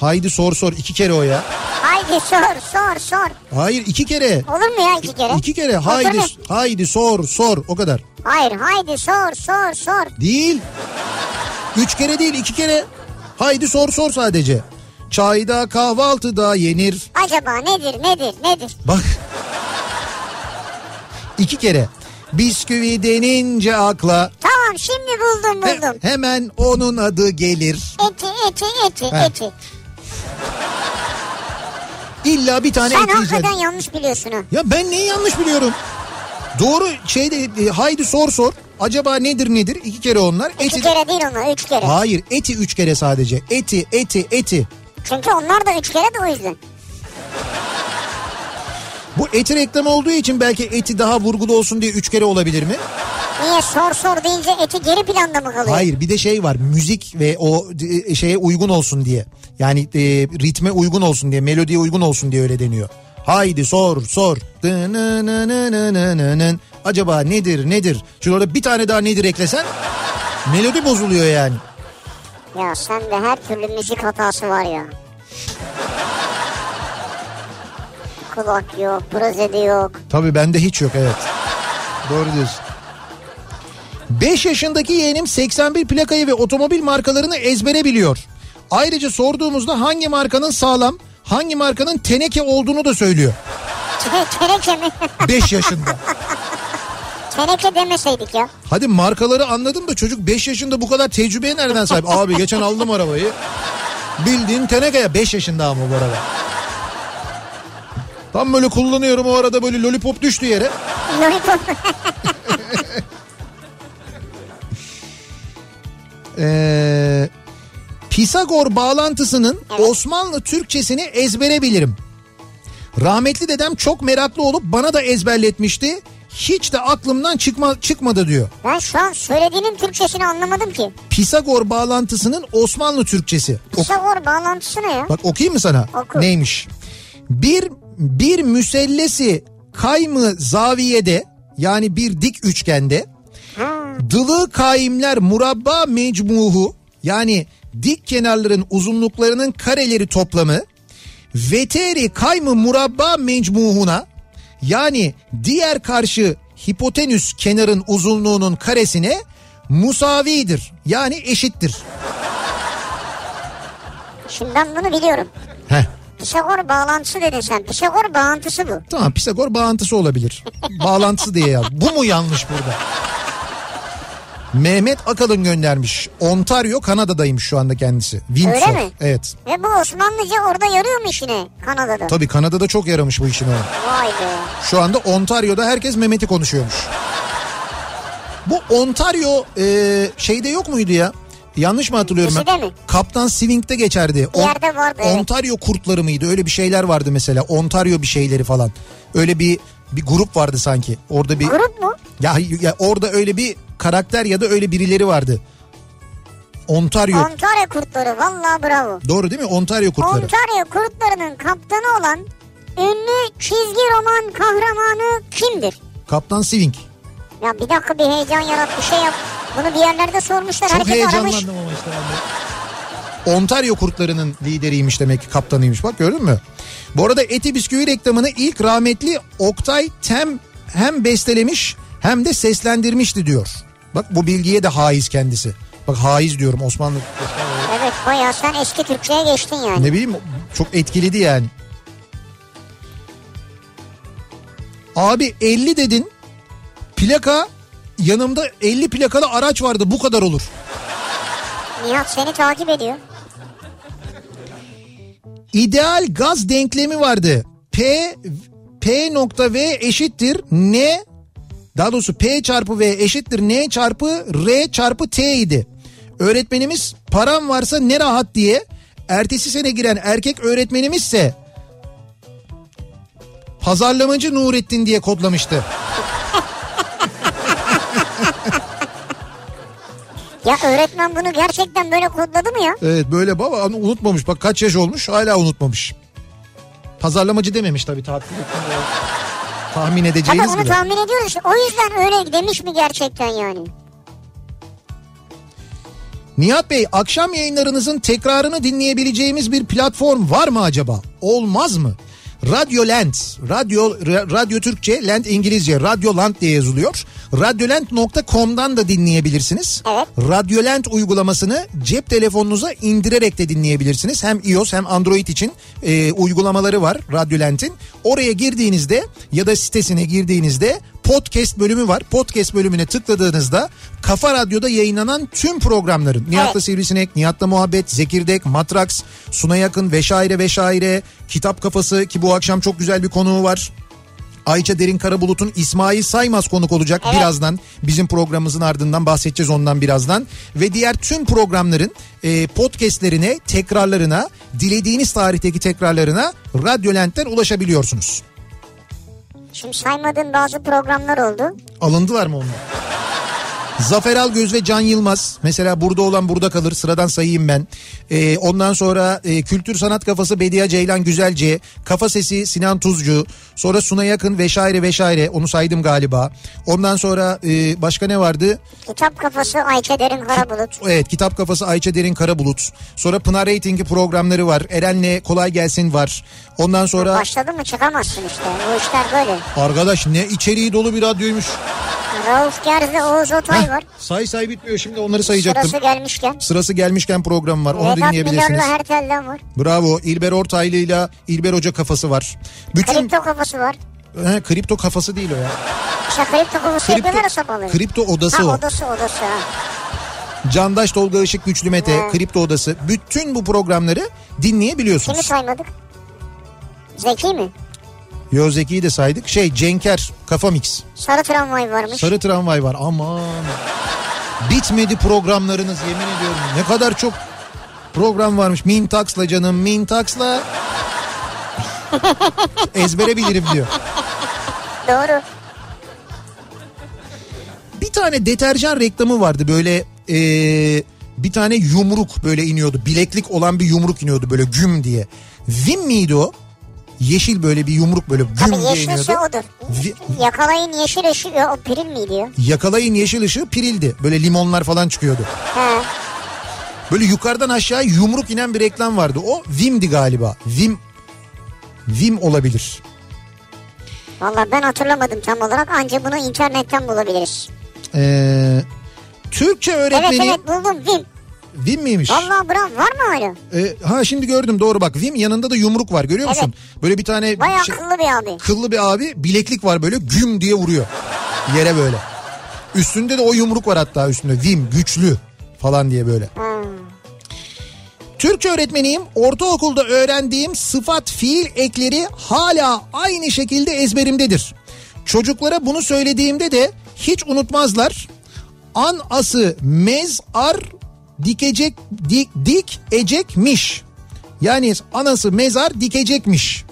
Speaker 1: Haydi sor sor iki kere o ya.
Speaker 2: Haydi sor sor sor.
Speaker 1: Hayır iki kere.
Speaker 2: Olur mu ya iki kere?
Speaker 1: İki kere
Speaker 2: Olur
Speaker 1: haydi
Speaker 2: mu?
Speaker 1: haydi sor sor o kadar.
Speaker 2: Hayır haydi sor sor sor.
Speaker 1: Değil. Üç kere değil iki kere. Haydi sor sor sadece. Çayda kahvaltıda yenir.
Speaker 2: Acaba nedir nedir nedir?
Speaker 1: Bak. İki kere. Bisküvi denince akla
Speaker 2: Tamam şimdi buldum
Speaker 1: he-
Speaker 2: buldum.
Speaker 1: hemen onun adı gelir.
Speaker 2: Eti eti eti
Speaker 1: He.
Speaker 2: eti.
Speaker 1: İlla bir tane
Speaker 2: Sen
Speaker 1: ekleyeceksin.
Speaker 2: hakikaten yanlış biliyorsun ha.
Speaker 1: Ya ben neyi yanlış biliyorum? Doğru şeyde e, haydi sor sor. Acaba nedir nedir? İki kere onlar.
Speaker 2: İki
Speaker 1: Eti,
Speaker 2: kere değil onlar üç kere.
Speaker 1: hayır eti üç kere sadece. Eti eti eti.
Speaker 2: Çünkü onlar da üç kere de o yüzden.
Speaker 1: Bu eti reklamı olduğu için belki eti daha vurgulu olsun diye üç kere olabilir mi?
Speaker 2: Niye sor sor deyince eti geri planda mı kalıyor?
Speaker 1: Hayır bir de şey var müzik ve o e, şeye uygun olsun diye. Yani e, ritme uygun olsun diye melodiye uygun olsun diye öyle deniyor. Haydi sor sor. Dınınınınınının. Acaba nedir nedir? Şimdi orada bir tane daha nedir eklesen melodi bozuluyor yani.
Speaker 2: Ya sende her türlü müzik hatası var ya. Kulak yok, prozedi yok.
Speaker 1: Tabii bende hiç yok evet. Doğru diyorsun. 5 yaşındaki yeğenim 81 plakayı ve otomobil markalarını ezbere biliyor. Ayrıca sorduğumuzda hangi markanın sağlam, hangi markanın teneke olduğunu da söylüyor.
Speaker 2: Teneke mi?
Speaker 1: 5 yaşında.
Speaker 2: Teneke demeseydik ya.
Speaker 1: Hadi markaları anladım da çocuk 5 yaşında bu kadar tecrübeye nereden sahip? Abi geçen aldım arabayı. Bildiğin tenekeye 5 yaşında ama bu araba. Tam böyle kullanıyorum o arada böyle lollipop düştü yere.
Speaker 2: Lollipop.
Speaker 1: Ee, Pisagor bağlantısının Osmanlı Türkçesini ezbere bilirim. Rahmetli dedem çok meraklı olup bana da ezberletmişti. Hiç de aklımdan çıkma, çıkmadı diyor.
Speaker 2: ben şu an söylediğinin Türkçesini anlamadım ki.
Speaker 1: Pisagor bağlantısının Osmanlı Türkçesi. O-
Speaker 2: Pisagor bağlantısı ne ya?
Speaker 1: bak okuyayım mı sana?
Speaker 2: Oku.
Speaker 1: Neymiş? Bir bir müsellesi kaymı zaviyede yani bir dik üçgende dılı kaimler murabba mecmuhu yani dik kenarların uzunluklarının kareleri toplamı veteri kaymı murabba mecmuhuna yani diğer karşı hipotenüs kenarın uzunluğunun karesine musavidir yani eşittir.
Speaker 2: Şimdi ben bunu biliyorum.
Speaker 1: Heh.
Speaker 2: Pisagor bağlantısı dedin sen. Pisagor bağlantısı bu.
Speaker 1: Tamam Pisagor bağıntısı olabilir. Bağlantısı diye ya. Bu mu yanlış burada? Mehmet Akalın göndermiş. Ontario Kanada'daymış şu anda kendisi. Windsor.
Speaker 2: Öyle mi?
Speaker 1: Evet.
Speaker 2: Ve bu Osmanlıca orada yarıyor mu işine Kanada'da?
Speaker 1: Tabii Kanada'da çok yaramış bu işine.
Speaker 2: Vay be.
Speaker 1: Şu anda Ontario'da herkes Mehmet'i konuşuyormuş. Bu Ontario e, şeyde yok muydu ya? Yanlış mı hatırlıyorum ben?
Speaker 2: Dizide mi?
Speaker 1: Kaptan Swing'de geçerdi.
Speaker 2: Bir yerde vardı, evet.
Speaker 1: Ontario kurtları mıydı? Öyle bir şeyler vardı mesela. Ontario bir şeyleri falan. Öyle bir bir grup vardı sanki. Orada bir
Speaker 2: Grup mu?
Speaker 1: ya, ya orada öyle bir karakter ya da öyle birileri vardı. Ontario.
Speaker 2: Ontario kurtları. Vallahi bravo.
Speaker 1: Doğru değil mi? Ontario kurtları.
Speaker 2: Ontario kurtlarının kaptanı olan ünlü çizgi roman kahramanı kimdir?
Speaker 1: Kaptan Swing.
Speaker 2: Ya bir dakika bir heyecan yarat bir şey yap. Bunu bir yerlerde sormuşlar.
Speaker 1: Çok
Speaker 2: herkes
Speaker 1: heyecanlandım
Speaker 2: aramış.
Speaker 1: ama işte ben de. Ontario kurtlarının lideriymiş demek ki kaptanıymış bak gördün mü? Bu arada Eti Bisküvi reklamını ilk rahmetli Oktay Tem hem bestelemiş hem de seslendirmişti diyor. Bak bu bilgiye de haiz kendisi. Bak haiz diyorum Osmanlı.
Speaker 2: Evet bayağı sen eski Türkçe'ye geçtin yani.
Speaker 1: Ne bileyim çok etkiledi yani. Abi 50 dedin plaka yanımda 50 plakalı araç vardı bu kadar olur.
Speaker 2: Nihat seni takip ediyor.
Speaker 1: İdeal gaz denklemi vardı. P P nokta V eşittir N daha doğrusu P çarpı V eşittir N çarpı R çarpı T idi. Öğretmenimiz param varsa ne rahat diye ertesi sene giren erkek öğretmenimizse pazarlamacı Nurettin diye kodlamıştı.
Speaker 2: Ya öğretmen bunu gerçekten böyle kodladı mı ya?
Speaker 1: Evet böyle baba onu unutmamış. Bak kaç yaş olmuş hala unutmamış. Pazarlamacı dememiş tabii tatil. Tahmin
Speaker 2: Tabii
Speaker 1: edeceğiniz
Speaker 2: onu
Speaker 1: bile.
Speaker 2: tahmin ediyoruz. işte. O yüzden öyle demiş mi gerçekten yani?
Speaker 1: Nihat Bey akşam yayınlarınızın tekrarını dinleyebileceğimiz bir platform var mı acaba? Olmaz mı? Radyo Land, Radyo, Ra- Radyo Türkçe, Land İngilizce, Radyo Land diye yazılıyor. Radyoland.com'dan da dinleyebilirsiniz.
Speaker 2: Evet.
Speaker 1: Radyo Land uygulamasını cep telefonunuza indirerek de dinleyebilirsiniz. Hem iOS hem Android için e, uygulamaları var Radyo Land'in. Oraya girdiğinizde ya da sitesine girdiğinizde podcast bölümü var. Podcast bölümüne tıkladığınızda Kafa Radyo'da yayınlanan tüm programların Nihat'la Sivrisinek, Nihat'la Muhabbet, Zekirdek, Matraks, Suna Yakın, Veşaire Veşaire, Kitap Kafası ki bu akşam çok güzel bir konuğu var. Ayça Derin Karabulut'un İsmail Saymaz konuk olacak birazdan. Bizim programımızın ardından bahsedeceğiz ondan birazdan. Ve diğer tüm programların e, podcastlerine, tekrarlarına, dilediğiniz tarihteki tekrarlarına Radyolent'ten ulaşabiliyorsunuz.
Speaker 2: Şimdi saymadığın bazı programlar oldu.
Speaker 1: Alındılar mı onlar? Zafer Algöz ve Can Yılmaz. Mesela burada olan burada kalır. Sıradan sayayım ben. Ee, ondan sonra e, Kültür Sanat Kafası Bediye Ceylan Güzelce. Kafa Sesi Sinan Tuzcu. Sonra Suna Yakın veşaire veşaire. Onu saydım galiba. Ondan sonra e, başka ne vardı?
Speaker 2: Kitap kafası Ayça Derin Karabulut.
Speaker 1: Evet Kitap Kafası Ayça Derin Karabulut. Sonra Pınar Ratingi programları var. Eren'le Kolay Gelsin var. Ondan sonra...
Speaker 2: Başladın mı çıkamazsın işte. Bu işler böyle.
Speaker 1: Arkadaş ne içeriği dolu bir radyoymuş.
Speaker 2: Rauf Gerzi, Oğuz Otay var.
Speaker 1: Say say bitmiyor şimdi onları sayacaktım.
Speaker 2: Sırası gelmişken.
Speaker 1: Sırası gelmişken program var. Onu
Speaker 2: Vedat
Speaker 1: dinleyebilirsiniz.
Speaker 2: Milor'la Hertel'den var.
Speaker 1: Bravo. İlber Ortaylı'yla İlber Hoca kafası var. Bütün
Speaker 2: Kripto kafası var.
Speaker 1: kripto, kripto kafası değil o ya.
Speaker 2: İşte kripto kafası yapıyorlar ya sapalığı.
Speaker 1: kripto odası
Speaker 2: ha,
Speaker 1: o.
Speaker 2: odası odası ha.
Speaker 1: Candaş Tolga Işık Güçlü Mete,
Speaker 2: Ha.
Speaker 1: kripto odası. Bütün bu programları
Speaker 2: Kimi
Speaker 1: dinleyebiliyorsunuz.
Speaker 2: saymadık? Zeki mi?
Speaker 1: Yo Zeki'yi de saydık. Şey Cenker, Kafa Mix.
Speaker 2: Sarı tramvay varmış.
Speaker 1: Sarı tramvay var. Aman. Bitmedi programlarınız yemin ediyorum. Ne kadar çok program varmış. Mintax'la canım Mintax'la. Ezbere bilirim diyor.
Speaker 2: Doğru.
Speaker 1: Bir tane deterjan reklamı vardı böyle eee, bir tane yumruk böyle iniyordu. Bileklik olan bir yumruk iniyordu böyle güm diye. Vim miydi o? Yeşil böyle bir yumruk böyle güm
Speaker 2: Tabii
Speaker 1: diye
Speaker 2: yeşil şey
Speaker 1: iniyordu.
Speaker 2: ışığı odur.
Speaker 1: Vi-
Speaker 2: Yakalayın yeşil ışığı o prim miydi ya?
Speaker 1: Yakalayın yeşil ışığı pirildi. Böyle limonlar falan çıkıyordu.
Speaker 2: He.
Speaker 1: Böyle yukarıdan aşağı yumruk inen bir reklam vardı. O Vim'di galiba. Vim Vim olabilir.
Speaker 2: Valla ben hatırlamadım tam olarak anca bunu internetten bulabiliriz.
Speaker 1: Eee, E, Türkçe
Speaker 2: Evet
Speaker 1: öğretmeni
Speaker 2: evet buldum Vim.
Speaker 1: Vim miymiş?
Speaker 2: Valla bravo var mı hala?
Speaker 1: Ee, ha şimdi gördüm doğru bak Vim yanında da yumruk var görüyor musun? Böyle bir tane
Speaker 2: Bayağı
Speaker 1: şey-
Speaker 2: akıllı bir abi.
Speaker 1: kıllı bir abi bileklik var böyle güm diye vuruyor yere böyle. Üstünde de o yumruk var hatta üstünde vim güçlü falan diye böyle. Türkçe öğretmeniyim. Ortaokulda öğrendiğim sıfat fiil ekleri hala aynı şekilde ezberimdedir. Çocuklara bunu söylediğimde de hiç unutmazlar. An ası mez ar dikecek dik, dik ecekmiş. Yani anası mezar dikecekmiş.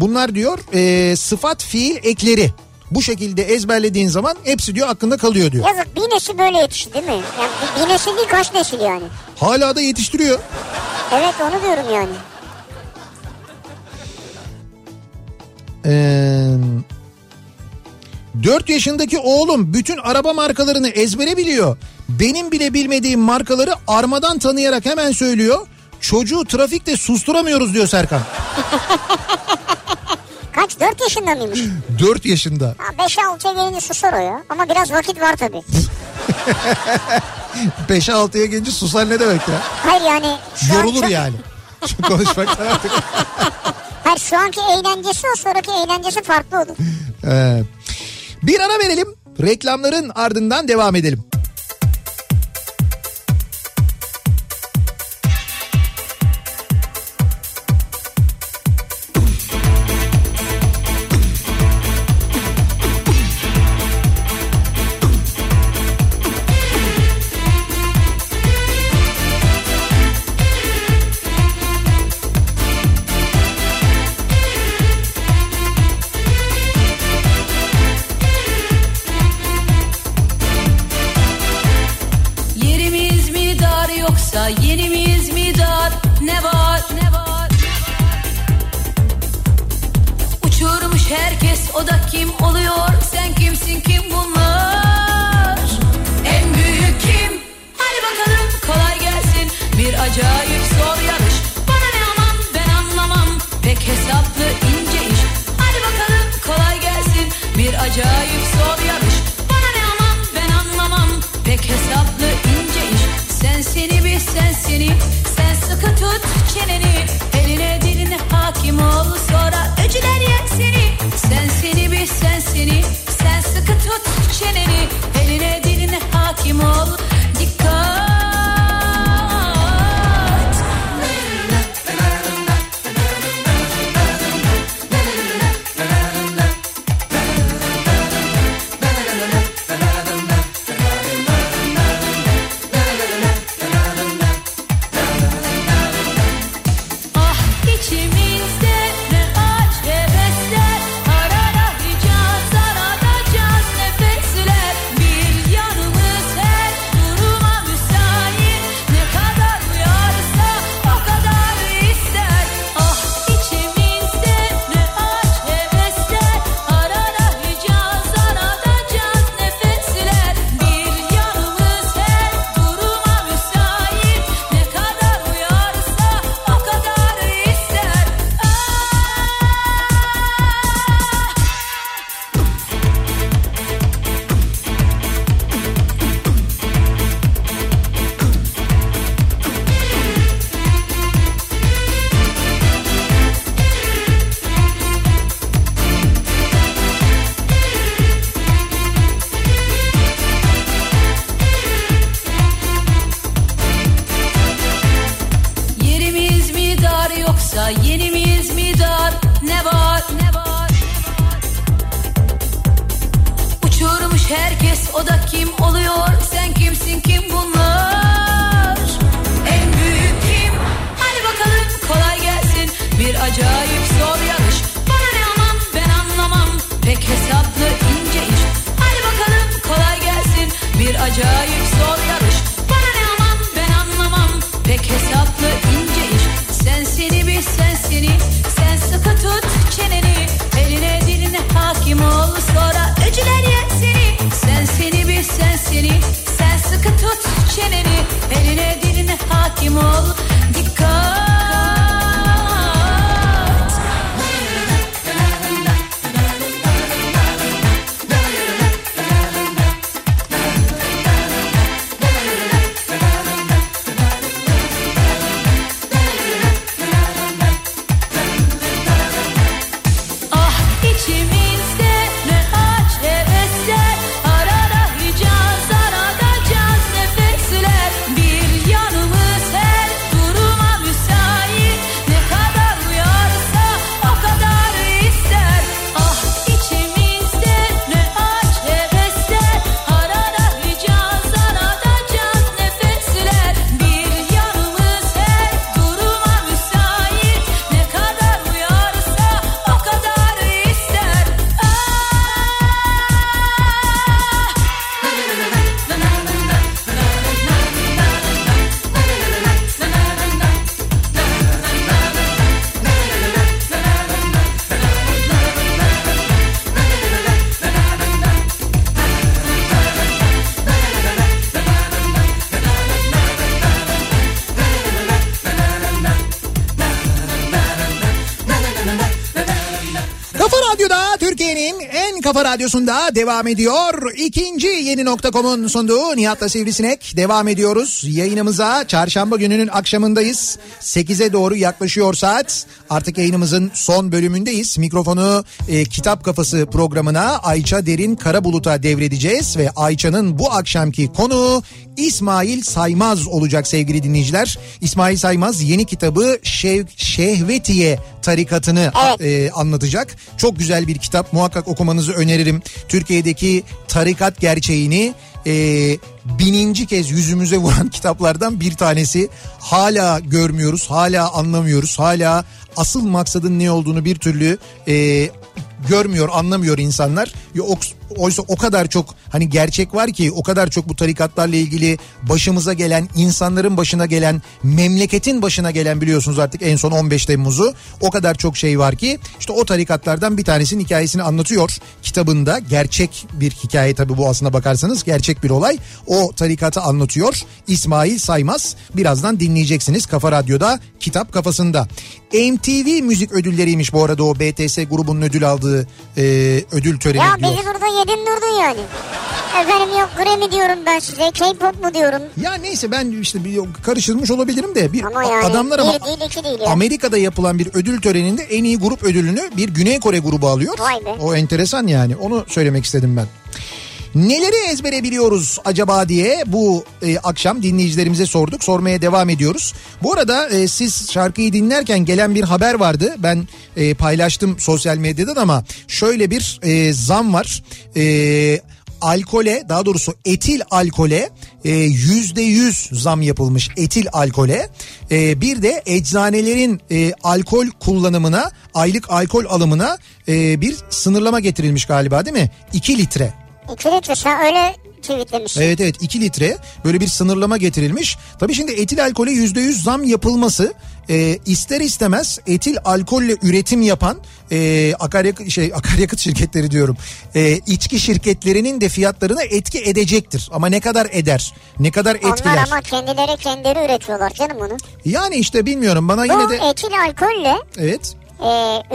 Speaker 1: Bunlar diyor e, sıfat fiil ekleri. Bu şekilde ezberlediğin zaman hepsi diyor aklında kalıyor diyor.
Speaker 2: Yazık bir nesil böyle yetişti değil mi? Yani bir- bir nesil değil kaç nesil yani?
Speaker 1: Hala da yetiştiriyor.
Speaker 2: Evet onu diyorum yani.
Speaker 1: Ee, 4 yaşındaki oğlum bütün araba markalarını ezbere biliyor. Benim bile bilmediğim markaları armadan tanıyarak hemen söylüyor. Çocuğu trafikte susturamıyoruz diyor Serkan.
Speaker 2: Kaç 4 yaşında mıymış?
Speaker 1: 4 yaşında.
Speaker 2: Ha, 5'e 6'ya gelince susar o ya. Ama biraz vakit var tabii.
Speaker 1: 5'e 6'ya gelince susar ne demek ya?
Speaker 2: Hayır yani. şu an
Speaker 1: Yorulur
Speaker 2: çok-
Speaker 1: yani. Şu konuşmaktan artık.
Speaker 2: Hayır şu anki eğlencesi o sonraki eğlencesi farklı olur.
Speaker 1: Ee, bir ara verelim. Reklamların ardından devam edelim.
Speaker 4: Yerimiz mi dar yoksa yenimiz mi dar? Ne var ne var? Uçurmuş herkes o da kim bir acayip zor yarış Bana ne aman ben anlamam Pek hesaplı ince iş Sen seni bir sen seni Sen sıkı tut çeneni Eline diline hakim ol Sonra öcüler yer seni Sen seni bir sen seni Sen sıkı tut çeneni Eline diline hakim ol Dikkat Ah içimizde ne aç hevesler Arada hicaz arada caz nefesler Bir yanımız her duruma müsait Ne kadar uyarsa o kadar ister Ah içimizde ne aç hevesler Arada hicaz arada caz nefesler Bir yanımız her duruma müsait Ne kadar uyarsa o kadar ister Yerimiz mi dar yoksa yenimiz mi dar? Ne var ne var? Uçurmuş herkes o da kim oluyor? Sen kimsin kim bunlar? En büyük kim? Hadi bakalım kolay gelsin bir acayip zor yarış. Bana ne aman ben anlamam pek hesaplı ince iş. Hadi bakalım kolay gelsin bir acayip zor yarış. Bana ne aman ben anlamam pek hesaplı ince iş. Sen seni bir sen seni sen sıkı tut çeneni eline diline hakim ol sonra öcüler yer seni. Sen seni bir sen seni sen sıkı tut çeneni eline diline hakim ol dikkat. Ah içimizde ne aç hevesler Arada hicaz arada caz nefesler Bir yanımız her duruma müsait Ne kadar uyarsa o kadar ister Ah içimizde ne aç hevesler Arada hicaz arada caz nefesler Bir yanımız her duruma müsait Ne kadar uyarsa o kadar ister Ah!
Speaker 1: Kafa Radyo'da Türkiye'nin en kafa radyosunda devam ediyor. İkinci yeni nokta.com'un sunduğu Nihat'la Sivrisinek devam ediyoruz. Yayınımıza çarşamba gününün akşamındayız. 8'e doğru yaklaşıyor saat. Artık yayınımızın son bölümündeyiz. Mikrofonu e, Kitap Kafası programına Ayça Derin Karabulut'a devredeceğiz. Ve Ayça'nın bu akşamki konuğu İsmail Saymaz olacak sevgili dinleyiciler. İsmail Saymaz yeni kitabı Şev- Şehvetiye tarikatını
Speaker 2: Evet.
Speaker 1: e, anlatacak. Çok güzel bir kitap muhakkak okumanızı öneririm. Türkiye'deki tarikat gerçeğini e, bininci kez yüzümüze vuran kitaplardan bir tanesi. Hala görmüyoruz, hala anlamıyoruz, hala asıl maksadın ne olduğunu bir türlü e, görmüyor, anlamıyor insanlar. Ya o- Oysa o kadar çok hani gerçek var ki o kadar çok bu tarikatlarla ilgili başımıza gelen, insanların başına gelen, memleketin başına gelen biliyorsunuz artık en son 15 Temmuz'u o kadar çok şey var ki işte o tarikatlardan bir tanesinin hikayesini anlatıyor kitabında. Gerçek bir hikaye tabii bu aslına bakarsanız gerçek bir olay. O tarikatı anlatıyor İsmail Saymaz. Birazdan dinleyeceksiniz Kafa Radyo'da Kitap Kafasında. MTV Müzik Ödülleri'ymiş bu arada o BTS grubunun ödül aldığı bazı e, ödül töreni
Speaker 2: Ya
Speaker 1: diyor.
Speaker 2: bizi burada yedin durdun yani. Efendim yok Grammy diyorum ben size. K-pop mu diyorum.
Speaker 1: Ya neyse ben işte bir karıştırmış olabilirim de bir
Speaker 2: Ama yani
Speaker 1: adamlar
Speaker 2: bir
Speaker 1: ama
Speaker 2: değil iki değil ya.
Speaker 1: Amerika'da yapılan bir ödül töreninde en iyi grup ödülünü bir Güney Kore grubu alıyor.
Speaker 2: Vay be.
Speaker 1: O enteresan yani onu söylemek istedim ben. Neleri ezbere biliyoruz acaba diye bu e, akşam dinleyicilerimize sorduk. Sormaya devam ediyoruz. Bu arada e, siz şarkıyı dinlerken gelen bir haber vardı. Ben e, paylaştım sosyal medyadan ama şöyle bir e, zam var. E, alkole daha doğrusu etil alkole e, %100 zam yapılmış etil alkole. E, Bir de eczanelerin e, alkol kullanımına aylık alkol alımına e, bir sınırlama getirilmiş galiba değil mi? 2 litre.
Speaker 2: İki litre sen öyle tweetlemişsin.
Speaker 1: Evet evet 2 litre böyle bir sınırlama getirilmiş. Tabii şimdi etil alkole %100 zam yapılması e, ister istemez etil alkolle üretim yapan e, akaryakıt, şey, akaryakıt şirketleri diyorum. E, içki şirketlerinin de fiyatlarına etki edecektir. Ama ne kadar eder? Ne kadar etkiler?
Speaker 2: Onlar ama kendileri kendileri üretiyorlar canım bunu.
Speaker 1: Yani işte bilmiyorum bana
Speaker 2: Bu
Speaker 1: yine de...
Speaker 2: etil alkolle
Speaker 1: Evet,
Speaker 2: e,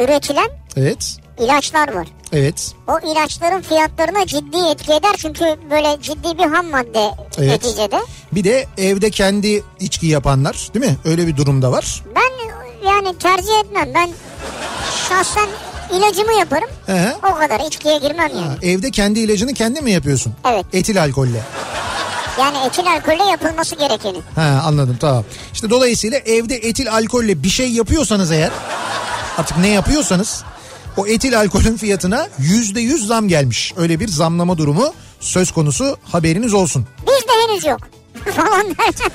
Speaker 2: üretilen
Speaker 1: evet,
Speaker 2: ilaçlar var.
Speaker 1: evet.
Speaker 2: O ilaçların fiyatlarına ciddi etki eder çünkü böyle ciddi bir ham madde
Speaker 1: Evet.
Speaker 2: neticede.
Speaker 1: Bir de evde kendi içki yapanlar değil mi? Öyle bir durumda var.
Speaker 2: Ben yani tercih etmem. Ben şahsen ilacımı yaparım.
Speaker 1: Hı hı.
Speaker 2: O kadar içkiye girmem yani.
Speaker 1: Ha, Evde kendi ilacını kendi mi yapıyorsun?
Speaker 2: Evet.
Speaker 1: Etil alkolle.
Speaker 2: Yani etil alkolle yapılması gerekeni.
Speaker 1: Ha anladım tamam. İşte dolayısıyla evde etil alkolle bir şey yapıyorsanız eğer artık ne yapıyorsanız o etil alkolün fiyatına yüzde yüz zam gelmiş. Öyle bir zamlama durumu söz konusu haberiniz olsun.
Speaker 2: Bizde henüz yok. Falan dersen.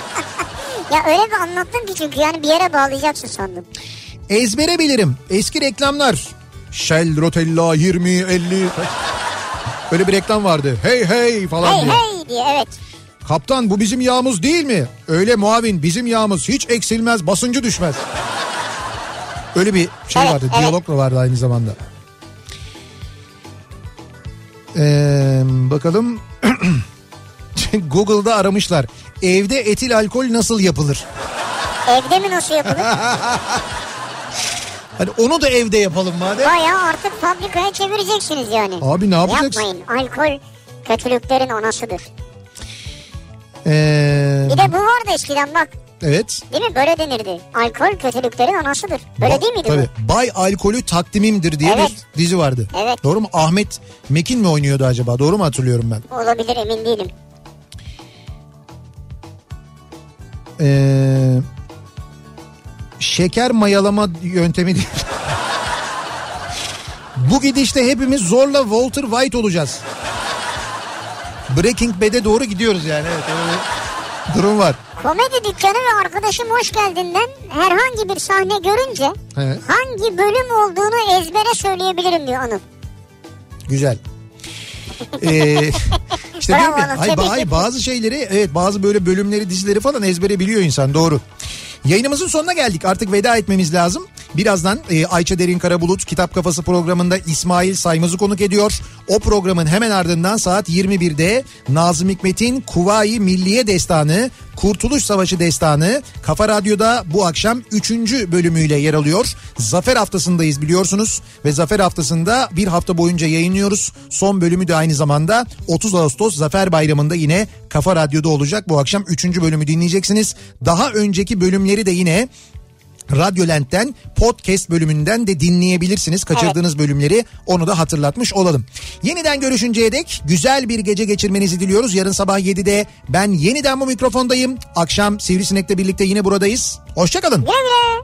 Speaker 2: ya öyle bir anlattın ki çünkü yani bir yere bağlayacaksın sandım.
Speaker 1: Ezbere bilirim eski reklamlar. Shell Rotella 20 50 Böyle bir reklam vardı. Hey hey falan
Speaker 2: Hey
Speaker 1: diye.
Speaker 2: hey diye evet.
Speaker 1: Kaptan bu bizim yağımız değil mi? Öyle muavin bizim yağımız hiç eksilmez basıncı düşmez. Öyle bir şey
Speaker 2: Evet,
Speaker 1: vardı
Speaker 2: evet.
Speaker 1: diyalog da vardı aynı zamanda. Ee, bakalım Google'da aramışlar. Evde etil alkol nasıl yapılır?
Speaker 2: Evde mi nasıl yapılır?
Speaker 1: Hani onu da evde yapalım madem.
Speaker 2: Bayağı artık fabrikaya çevireceksiniz yani.
Speaker 1: Abi ne yapacaksın?
Speaker 2: Yapmayın. Alkol kötülüklerin anasıdır.
Speaker 1: Ee,
Speaker 2: Bir de bu vardı eskiden bak.
Speaker 1: evet.
Speaker 2: Değil mi? Böyle denirdi. Alkol kötülüklerin anasıdır. Böyle
Speaker 1: Ba-
Speaker 2: değil miydi
Speaker 1: Tabii. Bay Alkolü Takdimimdir diye
Speaker 2: Evet.
Speaker 1: bir dizi vardı.
Speaker 2: Evet.
Speaker 1: Doğru mu? Ahmet Mekin mi oynuyordu acaba? Doğru mu hatırlıyorum ben?
Speaker 2: bu? Olabilir emin değilim.
Speaker 1: Ee, şeker mayalama yöntemi değil. Bu gidişte hepimiz zorla Walter White olacağız. Breaking Bad'e doğru gidiyoruz yani. Evet, öyle bir durum var.
Speaker 2: Komedi dükkanı ve arkadaşım hoş geldinden herhangi bir sahne görünce
Speaker 1: Evet.
Speaker 2: hangi bölüm olduğunu ezbere söyleyebilirim diyor Anıl.
Speaker 1: Güzel. Ee, işte
Speaker 2: Bravo
Speaker 1: diyorum ya,
Speaker 2: Anıl,
Speaker 1: ay, ba-
Speaker 2: tebrik
Speaker 1: ay,
Speaker 2: ederim.
Speaker 1: bazı şeyleri evet bazı böyle bölümleri dizileri falan ezbere biliyor insan doğru. Yayınımızın sonuna geldik artık veda etmemiz lazım. Birazdan e, Ayça Derin Karabulut Kitap Kafası programında İsmail Saymaz'ı konuk ediyor. O programın hemen ardından saat 21'de Nazım Hikmet'in Kuvayi Milliye Destanı, Kurtuluş Savaşı Destanı Kafa Radyo'da bu akşam 3. bölümüyle yer alıyor. Zafer haftasındayız biliyorsunuz ve Zafer haftasında bir hafta boyunca yayınlıyoruz. Son bölümü de aynı zamanda 30 Ağustos Zafer Bayramı'nda yine Kafa Radyo'da olacak. Bu akşam 3. bölümü dinleyeceksiniz. Daha önceki bölümleri de yine Radyolent'ten podcast bölümünden de dinleyebilirsiniz. Kaçırdığınız bölümleri onu da hatırlatmış olalım. Yeniden görüşünceye dek güzel bir gece geçirmenizi diliyoruz. Yarın sabah 7'de ben yeniden bu mikrofondayım. Akşam Sivrisinek'le birlikte yine buradayız. Hoşçakalın.
Speaker 2: Güle güle.